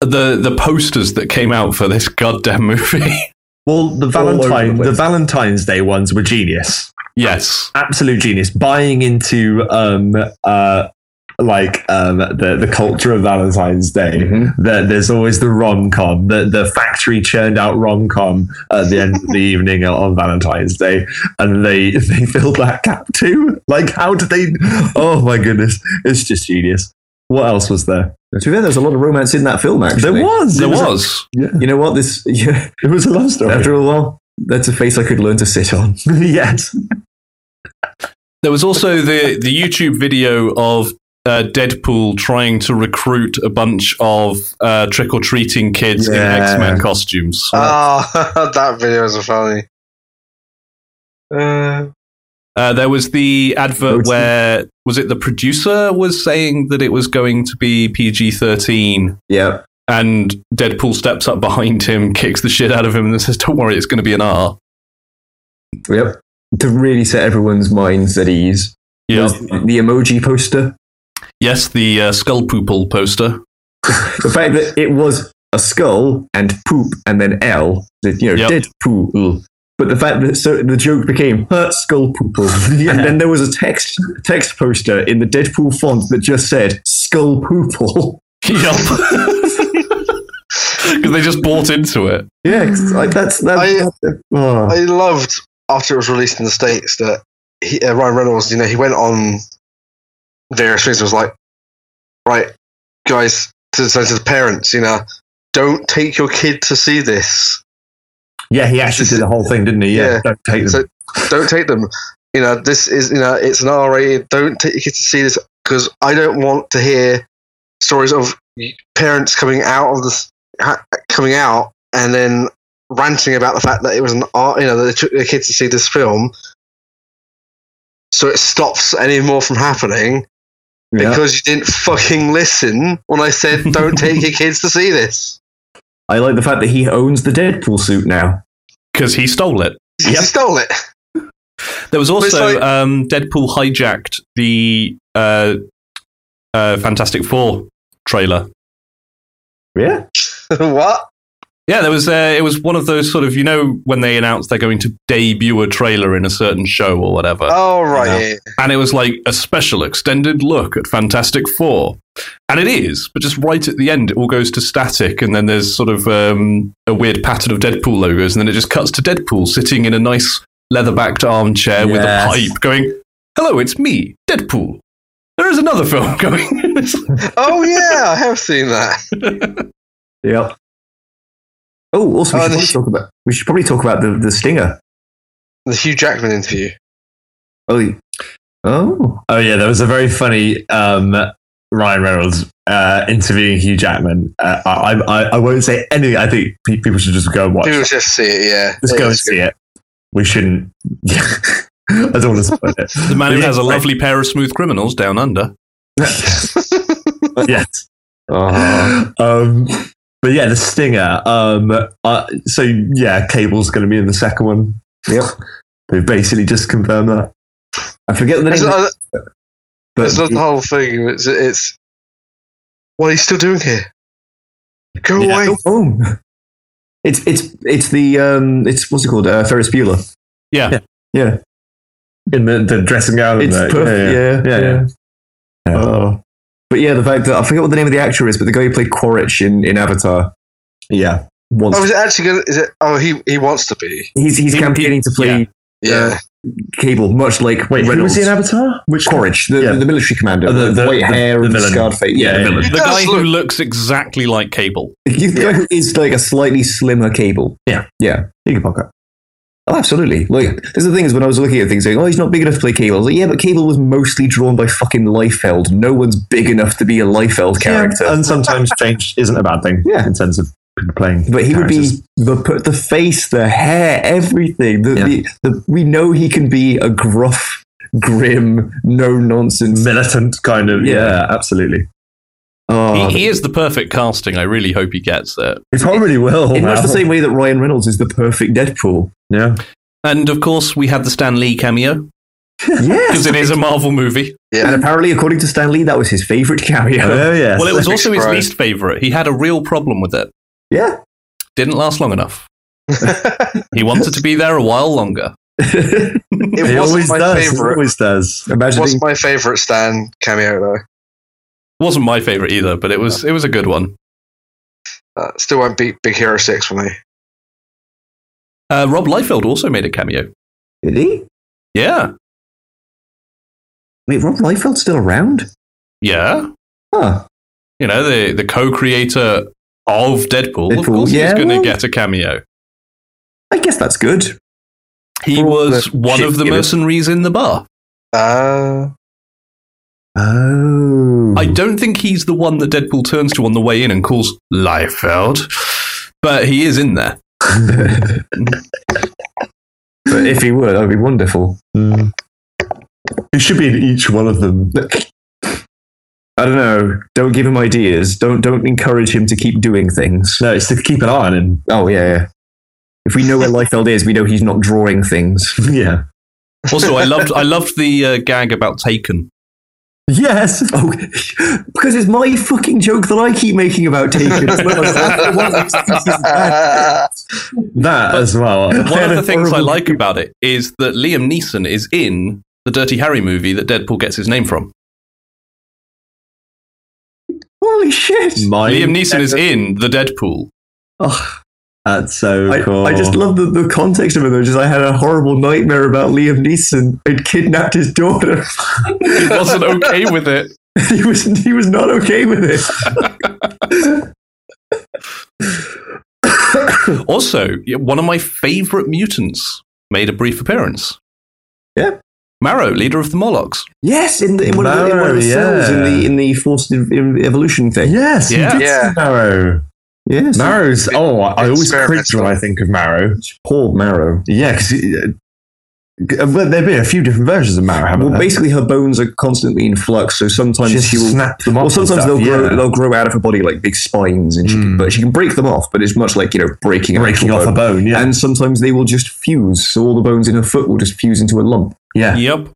[SPEAKER 1] the the posters that came out for this goddamn movie.
[SPEAKER 5] Well, the
[SPEAKER 3] All over the
[SPEAKER 5] Valentine, the,
[SPEAKER 3] place.
[SPEAKER 5] Valentine's Day ones were genius.
[SPEAKER 1] Yes.
[SPEAKER 5] absolute genius buying into um uh like um the the culture of valentine's day
[SPEAKER 3] Mm-hmm.
[SPEAKER 5] that there's always the rom-com the, the factory churned out rom-com at the end of the evening on valentine's day and they they fill that gap too like how did they oh my goodness it's just genius what else was there
[SPEAKER 3] To be fair, there's a lot of romance in that film, actually.
[SPEAKER 5] there was
[SPEAKER 1] There
[SPEAKER 5] it was,
[SPEAKER 1] was.
[SPEAKER 3] You know what? This yeah,
[SPEAKER 5] it was a love story
[SPEAKER 3] after a while, that's a face I could learn to sit on.
[SPEAKER 5] yes
[SPEAKER 1] There was also the, the YouTube video of uh, Deadpool trying to recruit a bunch of uh, trick or treating kids
[SPEAKER 5] Yeah.
[SPEAKER 1] in X Men costumes.
[SPEAKER 2] Oh, that video is funny. Uh,
[SPEAKER 1] Uh, there was the advert
[SPEAKER 5] Voting.
[SPEAKER 1] where was it the producer was saying that it was going to be PG thirteen,
[SPEAKER 3] Yeah,
[SPEAKER 1] and Deadpool steps up behind him, kicks the shit out of him, and then says, "Don't worry, it's going to be an R."
[SPEAKER 3] yep. To really set everyone's minds at ease,
[SPEAKER 1] Yeah.
[SPEAKER 3] was the emoji poster.
[SPEAKER 1] Yes, the uh, skull poople poster.
[SPEAKER 3] The fact that it was a skull and poop and then L, that, you know,
[SPEAKER 1] Yep.
[SPEAKER 3] dead pool. But the fact that so the joke became hurt skull poople, and then there was a text text poster in the Deadpool font that just said skull poople.
[SPEAKER 1] Yup. Because they just bought into it.
[SPEAKER 3] Yeah, 'cause, like that's that's. oh.
[SPEAKER 2] I loved after it was released in the states that he, uh, Ryan Reynolds, you know, he went on various things. and Was like, right, guys, to, so to the parents, you know, don't take your kid to see this.
[SPEAKER 5] yeah he actually did the whole thing didn't he yeah,
[SPEAKER 2] Yeah.
[SPEAKER 5] don't take them
[SPEAKER 2] So- Don't take them. You know, this is you know, it's an R rated. Don't take your kid to see this because I don't want to hear stories of parents coming out of this ha- coming out and then ranting about the fact that it was an art you know that they took their kids to see this film so it stops any more from happening
[SPEAKER 3] Yeah.
[SPEAKER 2] because you didn't fucking listen when i said don't take your kids to see this
[SPEAKER 3] I like the fact that he owns the Deadpool suit now.
[SPEAKER 1] Because he stole it.
[SPEAKER 2] you
[SPEAKER 5] Yep.
[SPEAKER 2] stole it
[SPEAKER 1] There was
[SPEAKER 2] it's
[SPEAKER 1] also
[SPEAKER 2] like-
[SPEAKER 1] um, Deadpool hijacked the uh, uh, Fantastic Four trailer.
[SPEAKER 5] yeah
[SPEAKER 2] what
[SPEAKER 1] Yeah, there was. Uh, it was one of those sort of you know when they announce they're going to debut a trailer in a certain show or whatever,
[SPEAKER 2] oh right
[SPEAKER 1] and it was like a special extended look at Fantastic Four, and it is, but just right at the end it all goes to static, and then there's sort of um, a weird pattern of Deadpool logos, and then it just cuts to Deadpool sitting in a nice leather-backed armchair with a
[SPEAKER 5] Yes.
[SPEAKER 1] pipe, going, "Hello, it's me, Deadpool." There is another film going. It's like-
[SPEAKER 2] oh yeah i have seen that
[SPEAKER 3] Yep. Oh, also we
[SPEAKER 2] Oh, the-
[SPEAKER 3] should probably talk about we should probably talk about the, the stinger.
[SPEAKER 2] the hugh jackman interview
[SPEAKER 3] Oh, the- oh,
[SPEAKER 5] Oh yeah, there was a very funny um, Ryan Reynolds uh, interviewing Hugh Jackman. Uh, I, I I won't say anything. I think pe- people should just go and watch.
[SPEAKER 2] people
[SPEAKER 5] it.
[SPEAKER 2] should see it yeah
[SPEAKER 5] Just go and
[SPEAKER 2] It's good.
[SPEAKER 5] see it. We shouldn't. I don't want to spoil it.
[SPEAKER 1] the man who
[SPEAKER 5] Yeah,
[SPEAKER 1] has a
[SPEAKER 5] right.
[SPEAKER 1] lovely pair of smooth criminals down under.
[SPEAKER 5] Yes.
[SPEAKER 3] oh.
[SPEAKER 5] Um, but yeah, the stinger. Um, uh, so yeah, Cable's going to be in the second one.
[SPEAKER 3] Yep.
[SPEAKER 5] They basically just confirmed that.
[SPEAKER 3] I forget the name.
[SPEAKER 2] There's
[SPEAKER 3] of
[SPEAKER 2] another-
[SPEAKER 3] it,
[SPEAKER 2] It's not the
[SPEAKER 3] but
[SPEAKER 2] whole thing. It's, it's what are you still doing here? Go
[SPEAKER 5] Yeah.
[SPEAKER 2] away.
[SPEAKER 3] Go home. It's it's it's the um it's what's it called uh, Ferris Bueller.
[SPEAKER 1] Yeah.
[SPEAKER 3] Yeah,
[SPEAKER 5] In the, the dressing gown.
[SPEAKER 3] it's
[SPEAKER 5] and the-
[SPEAKER 3] perfect. Yeah, yeah.
[SPEAKER 5] Yeah, yeah. Yeah.
[SPEAKER 3] Oh. But yeah, the fact that I forget what the name of the actor is, but the guy who played Quaritch in, in Avatar
[SPEAKER 5] yeah.
[SPEAKER 3] once
[SPEAKER 2] Oh, is it actually gonna? Is it? Oh, he he wants to be.
[SPEAKER 3] he's he's
[SPEAKER 1] He-
[SPEAKER 3] campaigning to play
[SPEAKER 2] Yeah.
[SPEAKER 3] Cable, much like
[SPEAKER 5] Wait, who was
[SPEAKER 3] Reynolds.
[SPEAKER 5] he in Avatar? Which
[SPEAKER 3] Quaritch, the,
[SPEAKER 5] Yeah.
[SPEAKER 3] the military commander,
[SPEAKER 5] Oh, the-
[SPEAKER 3] with
[SPEAKER 5] the-
[SPEAKER 3] white
[SPEAKER 5] the-
[SPEAKER 3] hair
[SPEAKER 5] the
[SPEAKER 3] and
[SPEAKER 5] villain.
[SPEAKER 3] scarred face.
[SPEAKER 5] Yeah, yeah,
[SPEAKER 1] The
[SPEAKER 2] does
[SPEAKER 1] guy who
[SPEAKER 2] look-
[SPEAKER 1] looks exactly like Cable.
[SPEAKER 3] He's the guy who is like a slightly slimmer cable.
[SPEAKER 5] Yeah.
[SPEAKER 3] Yeah.
[SPEAKER 5] Higginpocker.
[SPEAKER 3] Oh, absolutely. Like, there's the thing is when I was looking at things saying, oh, he's not big enough to play Cable. I was like, yeah, but Cable was mostly drawn by fucking Liefeld. No one's big enough to be a Liefeld character.
[SPEAKER 5] And sometimes change isn't a bad thing
[SPEAKER 3] Yeah.
[SPEAKER 5] in terms of people playing.
[SPEAKER 3] but he would
[SPEAKER 5] characters.
[SPEAKER 3] be the put the face, the hair, everything. The,
[SPEAKER 5] Yeah.
[SPEAKER 3] the, the, we know he can be a gruff, grim, no nonsense.
[SPEAKER 5] militant, kind of. Yeah, absolutely.
[SPEAKER 3] Oh,
[SPEAKER 1] he, he is the perfect casting. I really hope he gets it.
[SPEAKER 5] He probably will.
[SPEAKER 3] in much
[SPEAKER 5] now.
[SPEAKER 3] the same way that Ryan Reynolds is the perfect Deadpool.
[SPEAKER 5] Yeah.
[SPEAKER 1] And of course, we had the Stan Lee cameo because
[SPEAKER 3] yes.
[SPEAKER 1] it is a Marvel movie.
[SPEAKER 3] And
[SPEAKER 2] Yeah.
[SPEAKER 3] apparently, according to Stan Lee, that was his favorite cameo.
[SPEAKER 5] Oh yeah.
[SPEAKER 1] Well, it was also his
[SPEAKER 2] Right.
[SPEAKER 1] least favorite. He had a real problem with it.
[SPEAKER 3] Yeah.
[SPEAKER 1] Didn't last long enough. He wanted to be there a while longer.
[SPEAKER 2] It
[SPEAKER 5] He
[SPEAKER 2] wasn't
[SPEAKER 5] always
[SPEAKER 2] my
[SPEAKER 5] does. He
[SPEAKER 2] favorite.
[SPEAKER 5] always does.
[SPEAKER 3] Imagine
[SPEAKER 2] What's
[SPEAKER 3] being-
[SPEAKER 2] my favorite Stan cameo though?
[SPEAKER 1] Wasn't my favorite either, but it was it was a good one.
[SPEAKER 2] Uh, still won't beat Big Hero Six for me.
[SPEAKER 1] Uh, Rob Liefeld also made a cameo.
[SPEAKER 3] Did he?
[SPEAKER 1] Yeah,
[SPEAKER 3] Wait, Rob Liefeld's still around?
[SPEAKER 1] yeah.
[SPEAKER 3] Huh.
[SPEAKER 1] You know the the co-creator of Deadpool.
[SPEAKER 3] Deadpool,
[SPEAKER 1] of course,
[SPEAKER 3] yeah.
[SPEAKER 1] he's going to get a cameo.
[SPEAKER 3] I guess that's good.
[SPEAKER 1] He
[SPEAKER 3] For all
[SPEAKER 1] was
[SPEAKER 3] the
[SPEAKER 1] one
[SPEAKER 3] shit
[SPEAKER 1] of the
[SPEAKER 3] given.
[SPEAKER 1] mercenaries in the bar.
[SPEAKER 2] Uh,
[SPEAKER 3] Oh.
[SPEAKER 1] I don't think he's the one that Deadpool turns to on the way in and calls Liefeld, but he is in there.
[SPEAKER 3] but if he were, that would be wonderful. Hmm.
[SPEAKER 5] He should be in each one of them.
[SPEAKER 3] I don't know. Don't give him ideas. Don't don't encourage him to keep doing things.
[SPEAKER 5] No, it's to keep an eye on him.
[SPEAKER 3] Oh yeah, yeah. If we know where Liefeld is, we know he's not drawing things.
[SPEAKER 5] Yeah.
[SPEAKER 1] Also, I loved I loved the uh, gag about Taken.
[SPEAKER 5] Yes.
[SPEAKER 3] Oh, because it's my fucking joke that I keep making about Taken. as well. That's the one that's- that's
[SPEAKER 2] uh,
[SPEAKER 3] bad.
[SPEAKER 5] That as well.
[SPEAKER 1] One of the things I like about it is that Liam Neeson is in the Dirty Harry movie that Deadpool gets his name from.
[SPEAKER 3] Holy shit!
[SPEAKER 5] My-
[SPEAKER 1] Liam Neeson is in the Deadpool.
[SPEAKER 3] Oh,
[SPEAKER 5] That's so
[SPEAKER 3] I,
[SPEAKER 5] cool.
[SPEAKER 3] I just love the, the context of it though. Just I had a horrible nightmare about Liam Neeson. I'd kidnapped his daughter.
[SPEAKER 1] He wasn't okay with it.
[SPEAKER 3] he was he was not okay with it.
[SPEAKER 1] Also, one of my favorite mutants made a brief appearance.
[SPEAKER 3] Yeah.
[SPEAKER 1] Marrow, leader of the Morlocks.
[SPEAKER 3] Yes, in, the, in, one, of the, in one of
[SPEAKER 5] Marrow,
[SPEAKER 3] the cells in the
[SPEAKER 5] yeah.
[SPEAKER 3] in the forced ev- ev- evolution thing.
[SPEAKER 5] Yes.
[SPEAKER 1] Yeah.
[SPEAKER 5] Yeah.
[SPEAKER 2] Yeah.
[SPEAKER 5] Marrow.
[SPEAKER 3] Yes,
[SPEAKER 5] Marrow's. Oh, I always cringe
[SPEAKER 2] Experimental.
[SPEAKER 5] when I think of Marrow.
[SPEAKER 3] Paul Marrow.
[SPEAKER 5] Yeah, because uh, but there've been a few different versions of Marrow, haven't
[SPEAKER 3] Well,
[SPEAKER 5] there?
[SPEAKER 3] basically, her bones are constantly in flux, so sometimes
[SPEAKER 5] Just
[SPEAKER 3] she will.
[SPEAKER 5] snap them off.
[SPEAKER 3] Well,
[SPEAKER 5] and
[SPEAKER 3] sometimes
[SPEAKER 5] stuff,
[SPEAKER 3] they'll grow.
[SPEAKER 5] yeah.
[SPEAKER 3] They'll grow out of her body like big spines, and she can,
[SPEAKER 5] Mm.
[SPEAKER 3] but she can break them off. But it's much like you know breaking an
[SPEAKER 5] breaking
[SPEAKER 3] actual
[SPEAKER 5] off a
[SPEAKER 3] bone.
[SPEAKER 5] bone. Yeah.
[SPEAKER 3] And sometimes they will just fuse, so all the bones in her foot will just fuse into a lump.
[SPEAKER 5] yeah.
[SPEAKER 1] Yep.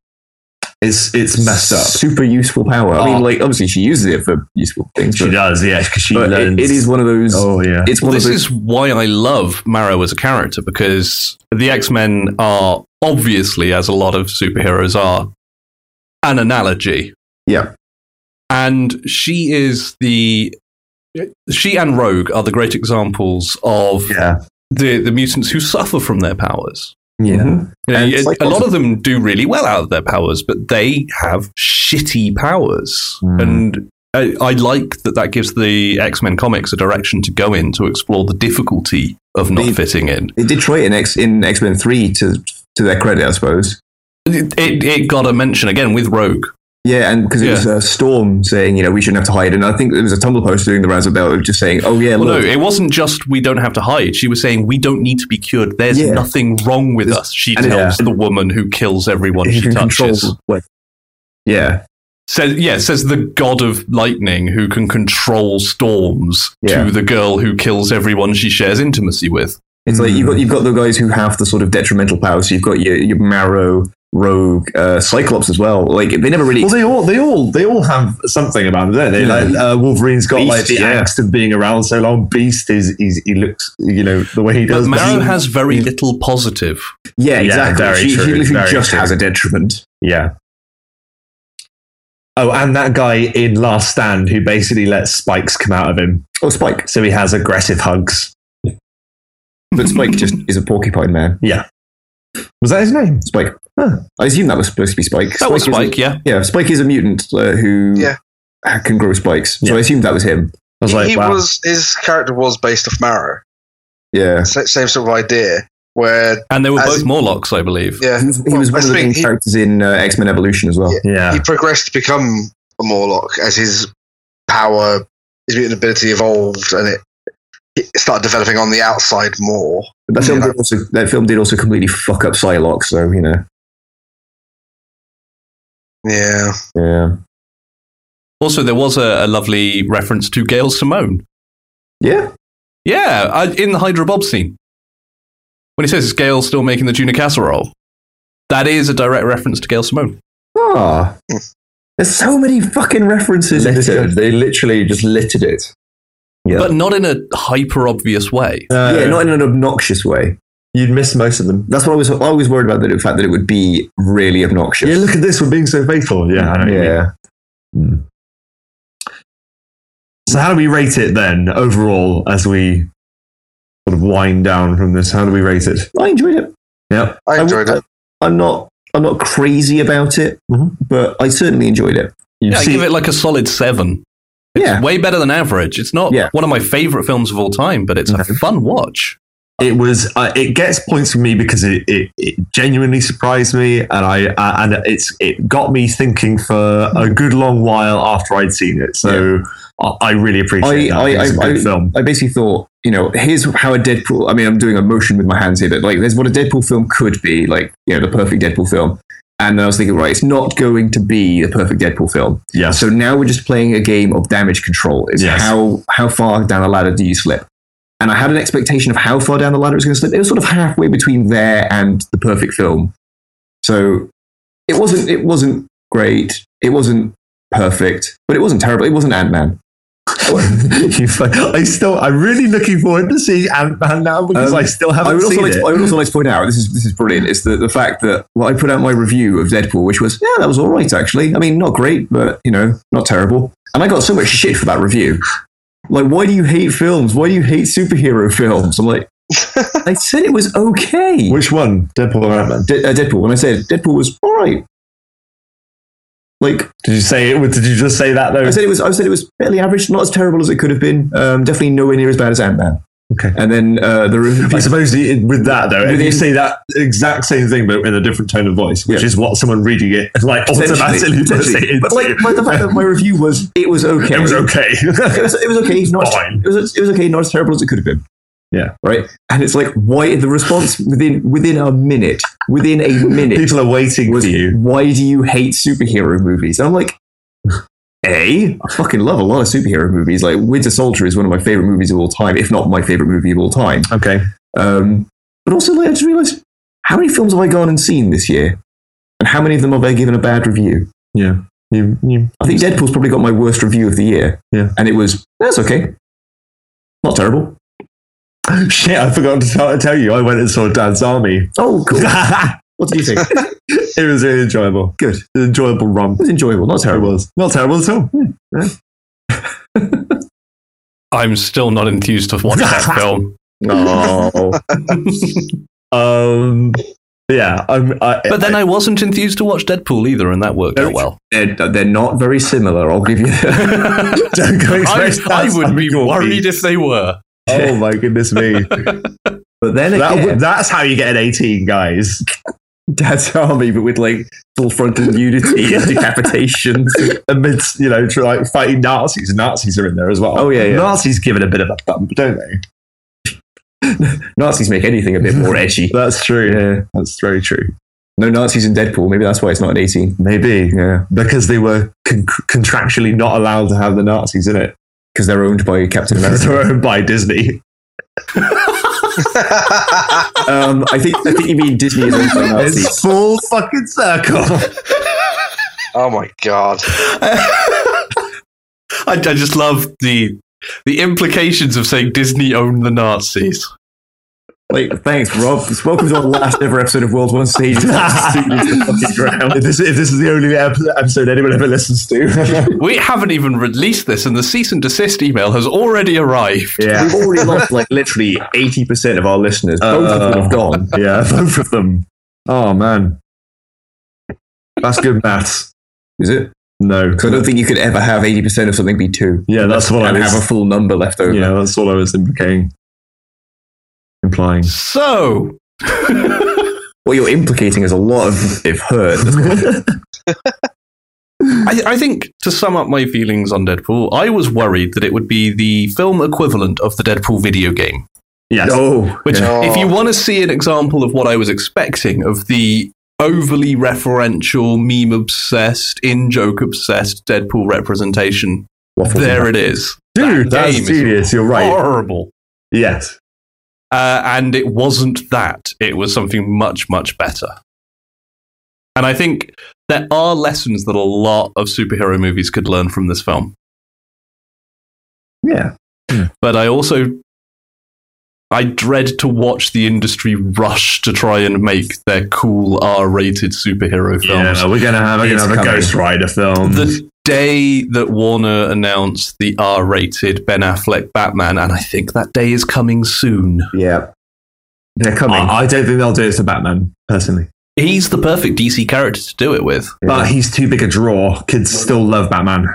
[SPEAKER 5] It's it's messed up.
[SPEAKER 3] Super useful power. I
[SPEAKER 5] Oh.
[SPEAKER 3] mean, like obviously she uses it for useful things,
[SPEAKER 5] She
[SPEAKER 3] but,
[SPEAKER 5] does, yeah, because she
[SPEAKER 3] but
[SPEAKER 5] learns.
[SPEAKER 3] it, it is one of those.
[SPEAKER 5] Oh yeah.
[SPEAKER 3] It's
[SPEAKER 1] Well,
[SPEAKER 3] one
[SPEAKER 1] this
[SPEAKER 3] of those.
[SPEAKER 1] is why I love Marrow as a character because the X Men are obviously, as a lot of superheroes are, an analogy.
[SPEAKER 3] Yeah.
[SPEAKER 1] And she is the. She and Rogue are the great examples of
[SPEAKER 5] Yeah.
[SPEAKER 1] the, the mutants who suffer from their powers.
[SPEAKER 5] Yeah.
[SPEAKER 3] Mhm.
[SPEAKER 1] You know,
[SPEAKER 3] And
[SPEAKER 1] it-
[SPEAKER 3] it's like-
[SPEAKER 1] a lot of them do really well out of their powers, but they have shitty powers.
[SPEAKER 3] Hmm.
[SPEAKER 5] Mm.
[SPEAKER 1] And I, I like that that gives the X Men comics a direction to go in to explore the difficulty of not
[SPEAKER 3] They-
[SPEAKER 1] fitting in.
[SPEAKER 3] They did try it in X in X Men Three to to their credit, I suppose.
[SPEAKER 1] It, it, it got a mention again with Rogue.
[SPEAKER 3] Yeah, and because it
[SPEAKER 1] Yeah.
[SPEAKER 3] was uh, Storm saying, you know, we shouldn't have to hide, and I think there was a Tumblr post doing the rounds about it, just saying, oh yeah,
[SPEAKER 1] Well, no,
[SPEAKER 3] look,
[SPEAKER 1] it wasn't just we don't have to hide. She was saying we don't need to be cured. There's
[SPEAKER 3] Yeah.
[SPEAKER 1] nothing wrong with
[SPEAKER 3] There's-
[SPEAKER 1] us. She
[SPEAKER 3] and it-
[SPEAKER 1] tells the woman who kills everyone
[SPEAKER 3] if
[SPEAKER 1] she
[SPEAKER 3] you can control
[SPEAKER 1] touches.
[SPEAKER 3] what- Yeah,
[SPEAKER 1] Says yeah, says the god of lightning who can control storms
[SPEAKER 3] Yeah.
[SPEAKER 1] to the girl who kills everyone she shares intimacy with.
[SPEAKER 3] it's like you've got
[SPEAKER 5] Mm.
[SPEAKER 3] you've got the guys who have the sort of detrimental powers. So you've got your your Marrow, Rogue, uh, Cyclops as well. Like they never really.
[SPEAKER 5] Well, they all they all they all have something about them, don't they?
[SPEAKER 3] Yeah.
[SPEAKER 5] Like uh, Wolverine's got
[SPEAKER 3] Beast,
[SPEAKER 5] like the
[SPEAKER 3] yeah.
[SPEAKER 5] angst of being around so long. Beast is he's, he looks you know the way he
[SPEAKER 1] But
[SPEAKER 5] does.
[SPEAKER 1] Marrow
[SPEAKER 5] that.
[SPEAKER 1] has very little positive.
[SPEAKER 3] yeah,
[SPEAKER 5] yeah,
[SPEAKER 3] exactly.
[SPEAKER 5] very
[SPEAKER 3] she, she
[SPEAKER 5] true,
[SPEAKER 3] literally
[SPEAKER 5] very
[SPEAKER 3] just
[SPEAKER 5] true.
[SPEAKER 3] has a detriment.
[SPEAKER 5] yeah. Oh, and that guy in Last Stand who basically lets spikes come out of him,
[SPEAKER 3] Oh, Spike,
[SPEAKER 5] so he has aggressive hugs.
[SPEAKER 3] but Spike just is a porcupine man.
[SPEAKER 5] Was that his name?
[SPEAKER 3] Spike. I assume that was supposed to be Spike.
[SPEAKER 1] That was
[SPEAKER 3] is a-
[SPEAKER 1] Spike, yeah.
[SPEAKER 3] yeah, Spike is a mutant uh, who
[SPEAKER 2] Yeah.
[SPEAKER 3] can grow spikes. So
[SPEAKER 5] Yeah.
[SPEAKER 3] I assumed that was him.
[SPEAKER 5] I was
[SPEAKER 2] he,
[SPEAKER 5] like,
[SPEAKER 2] he
[SPEAKER 5] wow.
[SPEAKER 2] was his character was based off Marrow.
[SPEAKER 3] Yeah.
[SPEAKER 2] Sa- Same sort of idea where
[SPEAKER 1] And they were
[SPEAKER 2] As-
[SPEAKER 1] both Morlocks, I believe.
[SPEAKER 2] yeah
[SPEAKER 3] He was, he was
[SPEAKER 2] Well,
[SPEAKER 3] one of
[SPEAKER 2] I
[SPEAKER 3] the
[SPEAKER 2] think
[SPEAKER 3] main
[SPEAKER 2] he-
[SPEAKER 3] characters in uh, X Men Evolution as well.
[SPEAKER 5] yeah,
[SPEAKER 2] he progressed to become a Morlock as his power, his mutant ability evolved, and it, it started developing on the outside more.
[SPEAKER 3] But that film,
[SPEAKER 2] Yeah.
[SPEAKER 3] did also, that film did also completely fuck up Psylocke, so, you know.
[SPEAKER 2] Yeah,
[SPEAKER 3] Yeah.
[SPEAKER 1] Also, there was a, a lovely reference to Gail Simone.
[SPEAKER 3] Yeah.
[SPEAKER 1] Yeah, I, in the Hydra Bob scene. When he says, Is Gail still making the tuna casserole? That is a direct reference to Gail Simone.
[SPEAKER 3] Ah. There's so many fucking references in this
[SPEAKER 5] Littered.
[SPEAKER 3] film.
[SPEAKER 5] They literally just littered it.
[SPEAKER 3] Yeah.
[SPEAKER 1] But not in a hyper obvious way.
[SPEAKER 5] Uh,
[SPEAKER 3] yeah, not in an obnoxious way.
[SPEAKER 5] You'd miss most of them.
[SPEAKER 3] That's what I was always worried about the fact that it would be really obnoxious.
[SPEAKER 5] Yeah, look at this. We're being so faithful. Yeah, I know. what you mean.
[SPEAKER 3] yeah.
[SPEAKER 5] So, how do we rate it then overall as we sort of wind down from this? How do we rate it?
[SPEAKER 3] I enjoyed it.
[SPEAKER 5] Yep.
[SPEAKER 2] I enjoyed it.
[SPEAKER 3] I'm not. I'm not crazy about it,
[SPEAKER 5] Mhm.
[SPEAKER 3] but I certainly enjoyed it.
[SPEAKER 5] You've
[SPEAKER 1] Yeah, I
[SPEAKER 5] seen-
[SPEAKER 1] give it like a solid seven. It's
[SPEAKER 3] Yeah.
[SPEAKER 1] way better than average. It's not
[SPEAKER 3] Yeah.
[SPEAKER 1] one of my favorite films of all time, but it's a fun watch.
[SPEAKER 5] it was uh, it gets points from me because it, it, it genuinely surprised me and I uh, and it's it got me thinking for a good long while after I'd seen it so I, I really appreciate
[SPEAKER 3] I-
[SPEAKER 5] that
[SPEAKER 3] I-
[SPEAKER 5] it's a
[SPEAKER 3] I-
[SPEAKER 5] good film
[SPEAKER 3] I basically thought, you know, here's how a Deadpool. I mean, I'm doing a motion with my hands here, but like, there's what a Deadpool film could be, like, you know, the perfect Deadpool film. And then I was thinking, right, it's not going to be the perfect Deadpool film.
[SPEAKER 5] yeah
[SPEAKER 3] So now we're just playing a game of damage control. It's
[SPEAKER 5] Yes.
[SPEAKER 3] how how far down the ladder do you slip? And I had an expectation of how far down the ladder it was going to slip. It was sort of halfway between there and the perfect film. So it wasn't it wasn't great. It wasn't perfect, but it wasn't terrible. It wasn't Ant Man.
[SPEAKER 5] You fu- I still I'm really looking forward to seeing Ant Man now because
[SPEAKER 3] Um,
[SPEAKER 5] I still haven't
[SPEAKER 3] I would, also
[SPEAKER 5] seen
[SPEAKER 3] like
[SPEAKER 5] it
[SPEAKER 3] to, I would also like to point out this is this is brilliant. It's the, the fact that well, I put out my review of Deadpool, which was yeah, that was all right actually. I mean, not great, but you know, not terrible. And I got so much shit for that review. Like, why do you hate films? Why do you hate superhero films? I'm like, I said it was okay.
[SPEAKER 5] which one Deadpool or Ant Man
[SPEAKER 3] De- uh, Deadpool. When I said Deadpool was all right, like
[SPEAKER 5] did you say it did you just say that though
[SPEAKER 3] I said it was. I said it was fairly average, not as terrible as it could have been. Um, definitely nowhere near as bad as Ant Man.
[SPEAKER 5] Okay.
[SPEAKER 3] And then uh, the review.
[SPEAKER 5] I suppose the, with that though, if
[SPEAKER 3] Within-
[SPEAKER 5] you say that exact same thing but in a different tone of voice, which
[SPEAKER 3] Yeah.
[SPEAKER 5] is what someone reading it like automatically
[SPEAKER 3] Potentially,
[SPEAKER 5] puts it
[SPEAKER 3] potentially. But like,
[SPEAKER 5] into.
[SPEAKER 3] but the fact that my review was it was okay.
[SPEAKER 5] it was okay.
[SPEAKER 3] It was, it was okay. Not as,
[SPEAKER 5] Fine.
[SPEAKER 3] it was it was okay. Not as terrible as it could have been.
[SPEAKER 5] Yeah.
[SPEAKER 3] Right. And it's like, why the response within within a minute, within a minute,
[SPEAKER 5] People are waiting
[SPEAKER 3] was
[SPEAKER 5] for you.
[SPEAKER 3] why do you hate superhero movies? And I'm like, a I fucking love a lot of superhero movies. Like Winter Soldier is one of my favorite movies of all time, if not my favorite movie of all time.
[SPEAKER 5] Okay.
[SPEAKER 3] Um, but also, like, I just realized how many films have I gone and seen this year, and how many of them have I given a bad review?
[SPEAKER 5] Yeah. You, you,
[SPEAKER 3] I think Deadpool's probably got my worst review of the year.
[SPEAKER 5] Yeah.
[SPEAKER 3] And it was, that's okay. Not terrible.
[SPEAKER 5] shit, I forgot to tell, tell you. I went and saw Dad's Army.
[SPEAKER 3] Oh, cool.
[SPEAKER 5] it
[SPEAKER 3] what do you think? It
[SPEAKER 5] was really enjoyable.
[SPEAKER 3] Good.
[SPEAKER 5] An enjoyable romp.
[SPEAKER 3] was enjoyable, not
[SPEAKER 5] It
[SPEAKER 3] terrible.
[SPEAKER 5] was. Not terrible at all.
[SPEAKER 1] I'm still not enthused to watch that film.
[SPEAKER 3] No.
[SPEAKER 5] Um, yeah. I'm, I,
[SPEAKER 1] But then I wasn't enthused to watch Deadpool either, and that worked out well.
[SPEAKER 3] they're, they're not very similar, I'll give you that.
[SPEAKER 1] I,
[SPEAKER 5] don't go expect
[SPEAKER 1] I
[SPEAKER 5] Dad's
[SPEAKER 1] would be
[SPEAKER 5] Army.
[SPEAKER 1] worried if they were.
[SPEAKER 5] Oh my goodness me.
[SPEAKER 3] But
[SPEAKER 5] That
[SPEAKER 3] then again,
[SPEAKER 5] w- that's how you get an 18, guys.
[SPEAKER 3] Dad's Army, but with like full frontal nudity and decapitations.
[SPEAKER 5] Amidst, you know, tr- like fighting Nazis. Nazis are in there as well.
[SPEAKER 3] Oh, yeah, yeah.
[SPEAKER 5] Nazis give it a bit of a bump, don't they?
[SPEAKER 3] Nazis make anything a bit more edgy.
[SPEAKER 5] That's true.
[SPEAKER 3] Yeah.
[SPEAKER 5] That's very true.
[SPEAKER 3] No Nazis in Deadpool. Maybe that's why it's not an 18.
[SPEAKER 5] Maybe.
[SPEAKER 3] Yeah.
[SPEAKER 5] Because they were con- contractually not allowed to have the Nazis in it.
[SPEAKER 3] Because they're owned by Captain America.
[SPEAKER 5] They were owned by Disney.
[SPEAKER 3] um, I, think, I think you mean Disney is owned by Nazis.
[SPEAKER 5] It's full fucking circle.
[SPEAKER 2] oh my god.
[SPEAKER 1] I, I just love the the implications of saying Disney owned the Nazis.
[SPEAKER 3] Like, thanks, Rob. Welcome to our last ever episode of World One Stage. Suit into the fucking ground.
[SPEAKER 5] if, this, if this is the only ep- episode anyone ever listens to.
[SPEAKER 1] We haven't even released this, and the cease and desist email has already arrived.
[SPEAKER 5] yeah.
[SPEAKER 3] We've already lost like literally eighty percent of our listeners. Both of them have gone.
[SPEAKER 5] Yeah, both of them. Oh, man. That's good maths.
[SPEAKER 3] Is it?
[SPEAKER 5] No.
[SPEAKER 3] Because I don't think you could ever have eighty percent of something be two
[SPEAKER 5] Yeah, that's what I
[SPEAKER 3] and
[SPEAKER 5] was.
[SPEAKER 3] have a full number left over.
[SPEAKER 5] Yeah, that's all I was implicating. Implying.
[SPEAKER 1] So,
[SPEAKER 3] What you're implicating is a lot of if hurt.
[SPEAKER 1] I, I think to sum up my feelings on Deadpool, I was worried that it would be the film equivalent of the Deadpool video game.
[SPEAKER 5] yes.
[SPEAKER 3] No.
[SPEAKER 1] Which,
[SPEAKER 2] Yeah.
[SPEAKER 1] if
[SPEAKER 5] Oh.
[SPEAKER 1] you want to see an example of what I was expecting, of the overly referential, meme obsessed, in joke obsessed Deadpool representation,
[SPEAKER 3] Waffles
[SPEAKER 1] there it is.
[SPEAKER 5] Dude,
[SPEAKER 1] That
[SPEAKER 5] that's
[SPEAKER 1] game is
[SPEAKER 5] genius. You're right.
[SPEAKER 1] Horrible.
[SPEAKER 5] Yes.
[SPEAKER 1] Uh, and it wasn't that. It was something much, much better. And I think there are lessons that a lot of superhero movies could learn from this film.
[SPEAKER 3] Oh.
[SPEAKER 5] Yeah.
[SPEAKER 1] But I also, I dread to watch the industry rush to try and make their cool R-rated superhero films.
[SPEAKER 5] Yeah, we're gonna have, we're gonna
[SPEAKER 3] It's
[SPEAKER 5] have a
[SPEAKER 3] coming.
[SPEAKER 5] Ghost Rider film.
[SPEAKER 1] The day that Warner announced the R-rated Ben Affleck Batman, and I think that day is coming soon.
[SPEAKER 3] Yeah.
[SPEAKER 5] They're coming. I, I don't think they'll do it to Batman personally,
[SPEAKER 1] He's the perfect DC character to do it with,
[SPEAKER 5] but he's too big a draw. Kids still love Batman.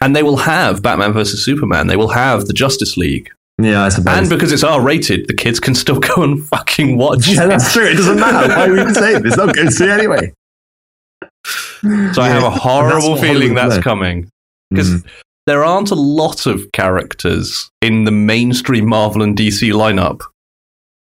[SPEAKER 1] and they will have Batman versus Superman. They will have the Justice League,
[SPEAKER 5] Yeah, I suppose.
[SPEAKER 1] and because it's R-rated, the kids can still go and fucking watch.
[SPEAKER 5] yeah, that's true. It doesn't matter. Why are we even saying this? They'll go see it anyway.
[SPEAKER 1] So I have a horrible
[SPEAKER 5] what
[SPEAKER 1] feeling
[SPEAKER 5] Hollywood
[SPEAKER 1] that's
[SPEAKER 5] does.
[SPEAKER 1] coming because
[SPEAKER 5] Mm.
[SPEAKER 1] there aren't a lot of characters in the mainstream Marvel and DC lineup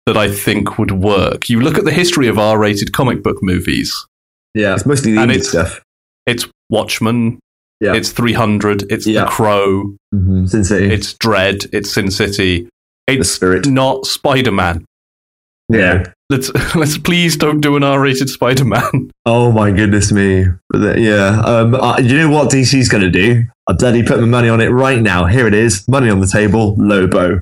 [SPEAKER 1] that I think would work. You look at the history of R-rated comic book movies.
[SPEAKER 5] Yeah.
[SPEAKER 3] It's mostly the
[SPEAKER 1] And
[SPEAKER 3] indie
[SPEAKER 1] it's-
[SPEAKER 3] stuff.
[SPEAKER 1] It's Watchmen.
[SPEAKER 5] Yeah.
[SPEAKER 1] It's 300. It's
[SPEAKER 5] Yeah.
[SPEAKER 1] The Crow.
[SPEAKER 5] Mm-hmm. Sin City.
[SPEAKER 1] It's Dread. It's Sin City.
[SPEAKER 3] The
[SPEAKER 1] It's
[SPEAKER 3] spirit.
[SPEAKER 1] not Spider-Man.
[SPEAKER 5] yeah.
[SPEAKER 1] Let's let's please don't do an R-rated Spider-Man.
[SPEAKER 5] Oh my goodness me. But the- yeah. Um, uh, you know what DC's going to do? I bloody put my money on it right now. Here it is. Money on the table. Lobo.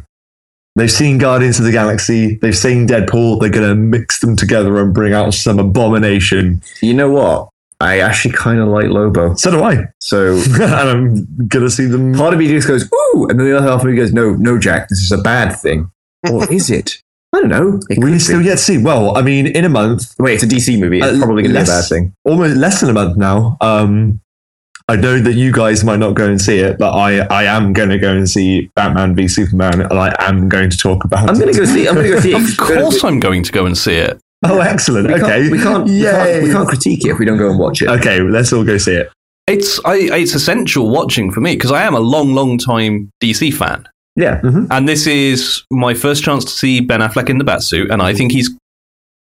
[SPEAKER 5] They've seen Guardians of the Galaxy. They've seen Deadpool. They're going to mix them together and bring out some abomination.
[SPEAKER 3] You know what? I actually kind of like Lobo.
[SPEAKER 5] So do I.
[SPEAKER 3] So
[SPEAKER 5] and I'm going to see them.
[SPEAKER 3] part of me just goes, ooh, and then the other half of me goes, no, no, Jack, this is a bad thing. Or is it? I don't know. It could
[SPEAKER 5] We
[SPEAKER 3] be.
[SPEAKER 5] still yet to see. Well, I mean, in a month,
[SPEAKER 3] Wait, it's a DC movie. It's
[SPEAKER 5] Uh,
[SPEAKER 3] probably going to be a
[SPEAKER 5] less-
[SPEAKER 3] bad thing.
[SPEAKER 5] almost less than a month now. Um, I know that you guys might not go and see it, but I, I am going to go and see Batman v Superman, and I am going to talk about
[SPEAKER 3] I'm
[SPEAKER 5] it.
[SPEAKER 3] going to go see. I'm going to go see.
[SPEAKER 1] Of course, I'm going to go and see it.
[SPEAKER 5] Oh, excellent.
[SPEAKER 3] We can't,
[SPEAKER 5] okay.
[SPEAKER 3] we can't. We can't, we can't critique it if we don't go and watch it.
[SPEAKER 5] Okay, let's all go see it.
[SPEAKER 1] It's I, it's essential watching for me because I am a long, long time DC fan.
[SPEAKER 3] Yeah. mm-hmm.
[SPEAKER 5] Mhm.
[SPEAKER 1] And this is my first chance to see Ben Affleck in the Batsuit, and I think he's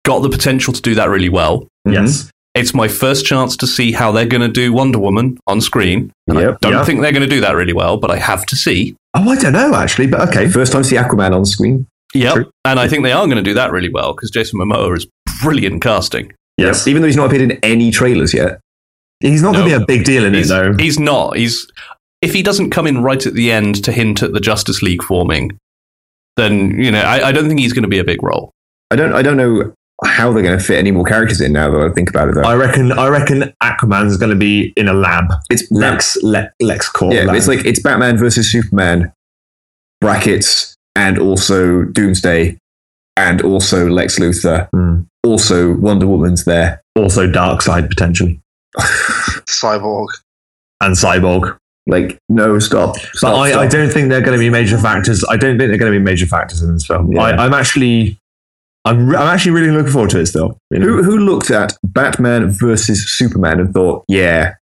[SPEAKER 1] got the potential to do that really well.
[SPEAKER 3] Mm-hmm.
[SPEAKER 5] Yes.
[SPEAKER 1] It's my first chance to see how they're going to do Wonder Woman on screen. And I
[SPEAKER 3] Yep.
[SPEAKER 1] don't
[SPEAKER 5] Yeah.
[SPEAKER 1] think they're going to do that really well, but I have to see.
[SPEAKER 5] Oh, I don't know actually, but okay.
[SPEAKER 3] First time to see Aquaman on screen.
[SPEAKER 1] Yep. And I think they are going to do that really well because Jason Momoa is brilliant casting.
[SPEAKER 5] Yes.
[SPEAKER 3] Even though he's not appeared in any trailers yet.
[SPEAKER 5] He's not going to
[SPEAKER 1] No.
[SPEAKER 5] be a big deal in it
[SPEAKER 1] He's,
[SPEAKER 5] though.
[SPEAKER 1] he's not. He's if he doesn't come in right at the end to hint at the Justice League forming, then you know I, I don't think he's going to be a big role.
[SPEAKER 3] I don't. I don't know how they're going to fit any more characters in now. Though I think about it, though,
[SPEAKER 5] I reckon. I reckon Aquaman's going to be in a lab.
[SPEAKER 3] it's
[SPEAKER 5] Lex. Le- LexCorp.
[SPEAKER 3] Yeah,
[SPEAKER 5] lab.
[SPEAKER 3] it's like it's Batman versus Superman brackets, and also Doomsday, and also Lex Luthor,
[SPEAKER 5] Hmm.
[SPEAKER 3] also Wonder Woman's there.
[SPEAKER 5] also Dark Side potentially
[SPEAKER 2] Cyborg.
[SPEAKER 5] and Cyborg.
[SPEAKER 3] Like, no, stop.
[SPEAKER 5] But
[SPEAKER 3] stop,
[SPEAKER 5] I,
[SPEAKER 3] stop.
[SPEAKER 5] I don't think they're going to be major factors. I don't think they're going to be major factors in this film.
[SPEAKER 3] Yeah.
[SPEAKER 5] I, I'm actually, I'm, re- I'm actually really looking forward to it still. you know.
[SPEAKER 3] Who, who looked at Batman versus Superman and thought, yeah,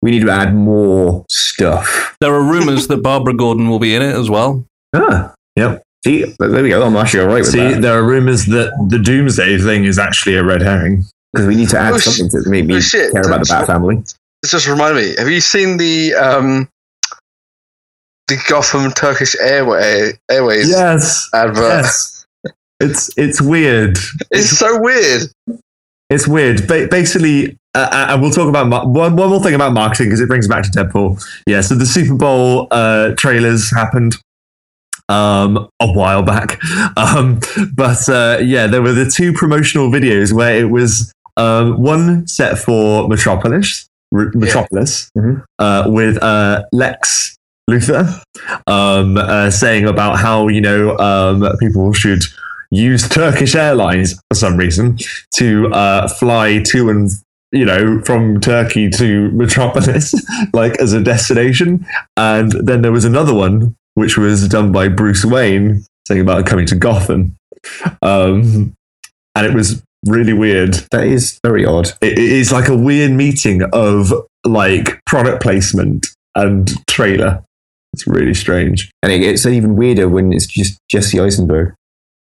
[SPEAKER 3] we need to add more stuff?
[SPEAKER 1] There are rumors that Barbara Gordon will be in it as well.
[SPEAKER 3] Ah,
[SPEAKER 5] Yep.
[SPEAKER 3] See, there we go. I'm actually all right with
[SPEAKER 5] See,
[SPEAKER 3] that.
[SPEAKER 5] there are rumors that the Doomsday thing is actually a red herring.
[SPEAKER 3] Because we need to add
[SPEAKER 2] Oh, sh-
[SPEAKER 3] something to make me
[SPEAKER 2] oh, shit.
[SPEAKER 3] care about the Bat family.
[SPEAKER 2] This just remind me. Have you seen the um the Gotham Turkish Airway Airways
[SPEAKER 5] Yes.
[SPEAKER 2] advert?
[SPEAKER 5] Yes. It's it's weird.
[SPEAKER 2] It's so weird.
[SPEAKER 5] It's weird. Ba- basically, uh, uh, and we'll talk about mar- one, one more thing about marketing because it brings back to Deadpool. Yeah, so the Super Bowl uh, trailers happened um, a while back. Um, but uh, yeah, there were the two promotional videos where it was um, one set for Metropolis, R- Metropolis
[SPEAKER 3] Mhm.
[SPEAKER 5] uh, with uh, Lex Luthor um, uh, saying about how, you know, um, people should use Turkish Airlines for some reason to uh, fly to and you know from Turkey to Metropolis, like as a destination. And then there was another one which was done by Bruce Wayne saying about coming to Gotham, um, and it was really weird.
[SPEAKER 3] That is very odd.
[SPEAKER 5] It, it is like a weird meeting of like product placement and trailer. It's really strange.
[SPEAKER 3] And it, it's even weirder when it's just Jesse Eisenberg.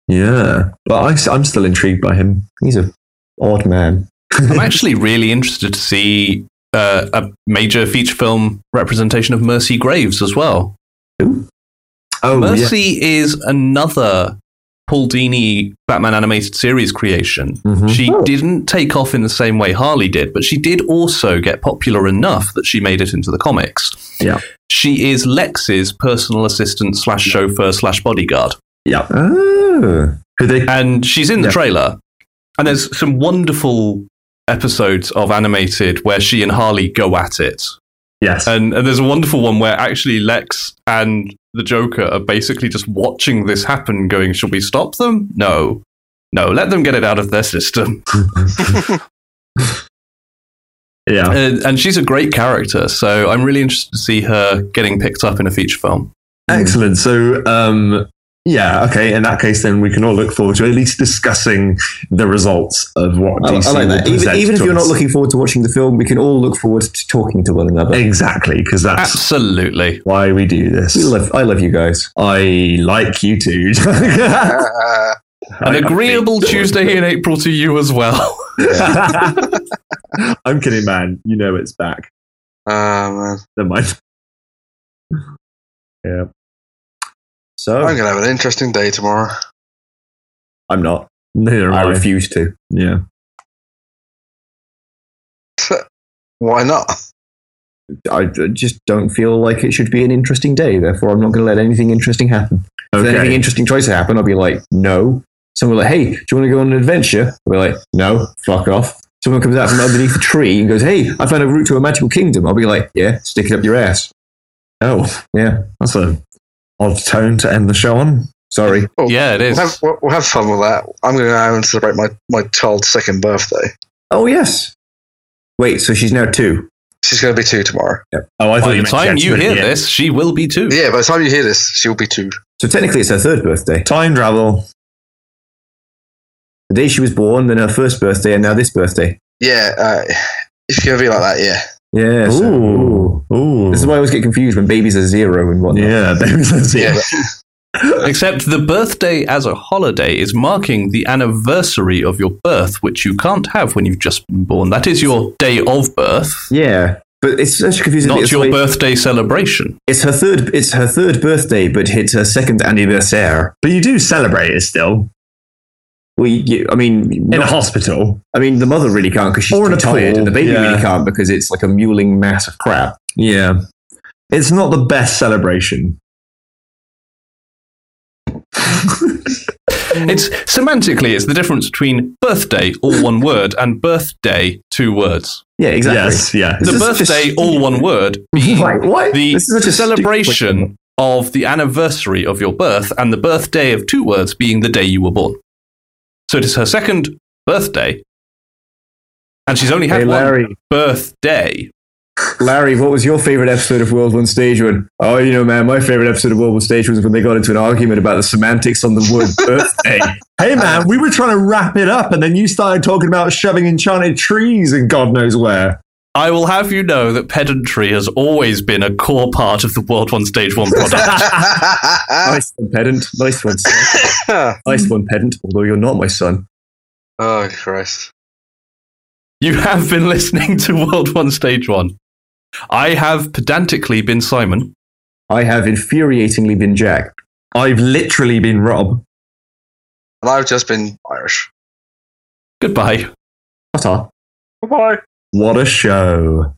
[SPEAKER 5] Yeah, but I, I'm still intrigued by him.
[SPEAKER 3] He's a odd man.
[SPEAKER 1] I'm actually really interested to see uh, a major feature film representation of Mercy Graves as well.
[SPEAKER 5] Oh, yeah.
[SPEAKER 1] Mercy is another Paul Dini Batman animated series creation.
[SPEAKER 5] Mhm.
[SPEAKER 1] She
[SPEAKER 3] Oh.
[SPEAKER 1] didn't take off in the same way Harley did, but she did also get popular enough that she made it into the comics.
[SPEAKER 5] Yeah.
[SPEAKER 1] She is Lex's personal assistant slash chauffeur slash bodyguard.
[SPEAKER 5] Yeah.
[SPEAKER 3] Ah.
[SPEAKER 5] Who they
[SPEAKER 1] and she's in the
[SPEAKER 5] Yeah.
[SPEAKER 1] trailer. And there's some wonderful episodes of animated where she and Harley go at it.
[SPEAKER 5] Yes.
[SPEAKER 1] And, and there's a wonderful one where actually Lex and the Joker are basically just watching this happen, going, "Should we stop them? No, no, let them get it out of their system."
[SPEAKER 5] yeah.
[SPEAKER 1] And, and she's a great character, so I'm really interested to see her getting picked up in a feature film.
[SPEAKER 5] Excellent. So um yeah, okay, in that case then we can all look forward to at least discussing the results of what
[SPEAKER 3] I, I
[SPEAKER 5] DC
[SPEAKER 3] like
[SPEAKER 5] will
[SPEAKER 3] that. Even,
[SPEAKER 5] present
[SPEAKER 3] even if
[SPEAKER 5] to
[SPEAKER 3] you're not
[SPEAKER 5] us.
[SPEAKER 3] looking forward to watching the film, we can all look forward to talking to one another.
[SPEAKER 5] Exactly, because that's
[SPEAKER 1] Absolutely.
[SPEAKER 5] why we do this.
[SPEAKER 3] We love, I love you guys.
[SPEAKER 5] I like you too.
[SPEAKER 2] Ah,
[SPEAKER 1] An agreeable Tuesday in April to you as well.
[SPEAKER 5] I'm kidding, man. You know it's back.
[SPEAKER 2] ah, man.
[SPEAKER 5] Never mind. Yeah.
[SPEAKER 3] So
[SPEAKER 2] I'm gonna have an interesting day tomorrow.
[SPEAKER 5] I'm not. Neither am
[SPEAKER 3] I
[SPEAKER 5] I.
[SPEAKER 3] refuse to.
[SPEAKER 5] Yeah.
[SPEAKER 2] Why not?
[SPEAKER 3] I I just don't feel like it should be an interesting day. Therefore, I'm not going to let anything interesting happen. If anything
[SPEAKER 5] Okay.
[SPEAKER 3] interesting tries to happen, I'll be like, no. Someone will be like, hey, do you want to go on an adventure? I'll be like, no, fuck off. Someone comes out from underneath a tree and goes, hey, I found a route to a magical kingdom. I'll be like, yeah, stick it up your ass.
[SPEAKER 5] Oh,
[SPEAKER 3] Yeah,
[SPEAKER 5] that's a odd tone to end the show on.
[SPEAKER 3] sorry.
[SPEAKER 2] Oh,
[SPEAKER 1] Yeah, it
[SPEAKER 2] We'll
[SPEAKER 1] is.
[SPEAKER 2] have, we'll, we'll have fun with that. I'm gonna go out and celebrate my, my child's second birthday.
[SPEAKER 3] Oh, yes. Wait, so she's now two.
[SPEAKER 2] She's gonna be two tomorrow.
[SPEAKER 5] Oh, I thought
[SPEAKER 1] By
[SPEAKER 5] you
[SPEAKER 1] the
[SPEAKER 5] meant she
[SPEAKER 1] time
[SPEAKER 5] had
[SPEAKER 1] you
[SPEAKER 5] to-
[SPEAKER 1] hear
[SPEAKER 5] yeah.
[SPEAKER 1] this, she will be too.
[SPEAKER 2] Yeah, by the time you hear this, she'll be two.
[SPEAKER 3] So technically, it's her third birthday.
[SPEAKER 5] Time travel.
[SPEAKER 3] The day she was born, then her first birthday, and now this birthday.
[SPEAKER 2] Yeah, uh, it's gonna be like that. Yeah.
[SPEAKER 3] Yeah. so-
[SPEAKER 5] Ooh. Ooh.
[SPEAKER 3] This is why I always get confused when babies are zero and whatnot.
[SPEAKER 5] yeah, baby says
[SPEAKER 2] Yeah.
[SPEAKER 5] yeah.
[SPEAKER 1] Except the birthday as a holiday is marking the anniversary of your birth, which you can't have when you've just been born. That is your day of birth,
[SPEAKER 3] Yeah, but it's such confusing.
[SPEAKER 1] not
[SPEAKER 3] it's
[SPEAKER 1] your
[SPEAKER 3] like-
[SPEAKER 1] birthday celebration.
[SPEAKER 3] It's her third. It's her third birthday, but it's her second anniversary.
[SPEAKER 5] But you do celebrate it still
[SPEAKER 3] We, you, I mean,
[SPEAKER 5] in a
[SPEAKER 3] not,
[SPEAKER 5] hospital.
[SPEAKER 3] I mean, the mother really can't because she's
[SPEAKER 5] Or in
[SPEAKER 3] too
[SPEAKER 5] a
[SPEAKER 3] tired,
[SPEAKER 5] pool,
[SPEAKER 3] and the baby
[SPEAKER 5] yeah.
[SPEAKER 3] really can't because it's like a mewling mass of crap.
[SPEAKER 5] Yeah. It's not the best celebration.
[SPEAKER 1] It's semantically, it's the difference between birthday, all one word, and birthday, two words.
[SPEAKER 3] Yeah, exactly.
[SPEAKER 5] Yes, yeah.
[SPEAKER 3] This
[SPEAKER 1] The
[SPEAKER 3] is
[SPEAKER 1] birthday,
[SPEAKER 3] just-
[SPEAKER 1] all one word, being
[SPEAKER 3] Like, what?
[SPEAKER 1] the
[SPEAKER 3] This is such a stupid-
[SPEAKER 1] celebration of the anniversary of your birth, and the birthday of two words being the day you were born. So it is her second birthday, and she's only had
[SPEAKER 3] Hey,
[SPEAKER 1] one
[SPEAKER 3] Larry.
[SPEAKER 1] birthday.
[SPEAKER 3] Larry, what was your favorite episode of World One Stage One? Oh, you know, man, my favorite episode of World One Stage was when they got into an argument about the semantics on the word birthday.
[SPEAKER 5] Hey man, we were trying to wrap it up, and then you started talking about shoving enchanted trees and God knows where.
[SPEAKER 1] I will have you know that pedantry has always been a core part of the World One Stage One product.
[SPEAKER 3] nice one, pedant. Nice one, son. Nice one, pedant. Although you're not my son.
[SPEAKER 2] oh Christ!
[SPEAKER 1] you have been listening to World One Stage One. I have pedantically been Simon.
[SPEAKER 3] I have infuriatingly been Jack.
[SPEAKER 5] I've literally been Rob.
[SPEAKER 2] And I've just been Irish.
[SPEAKER 1] Goodbye.
[SPEAKER 3] Ta-ta.
[SPEAKER 2] Bye bye.
[SPEAKER 5] What a show.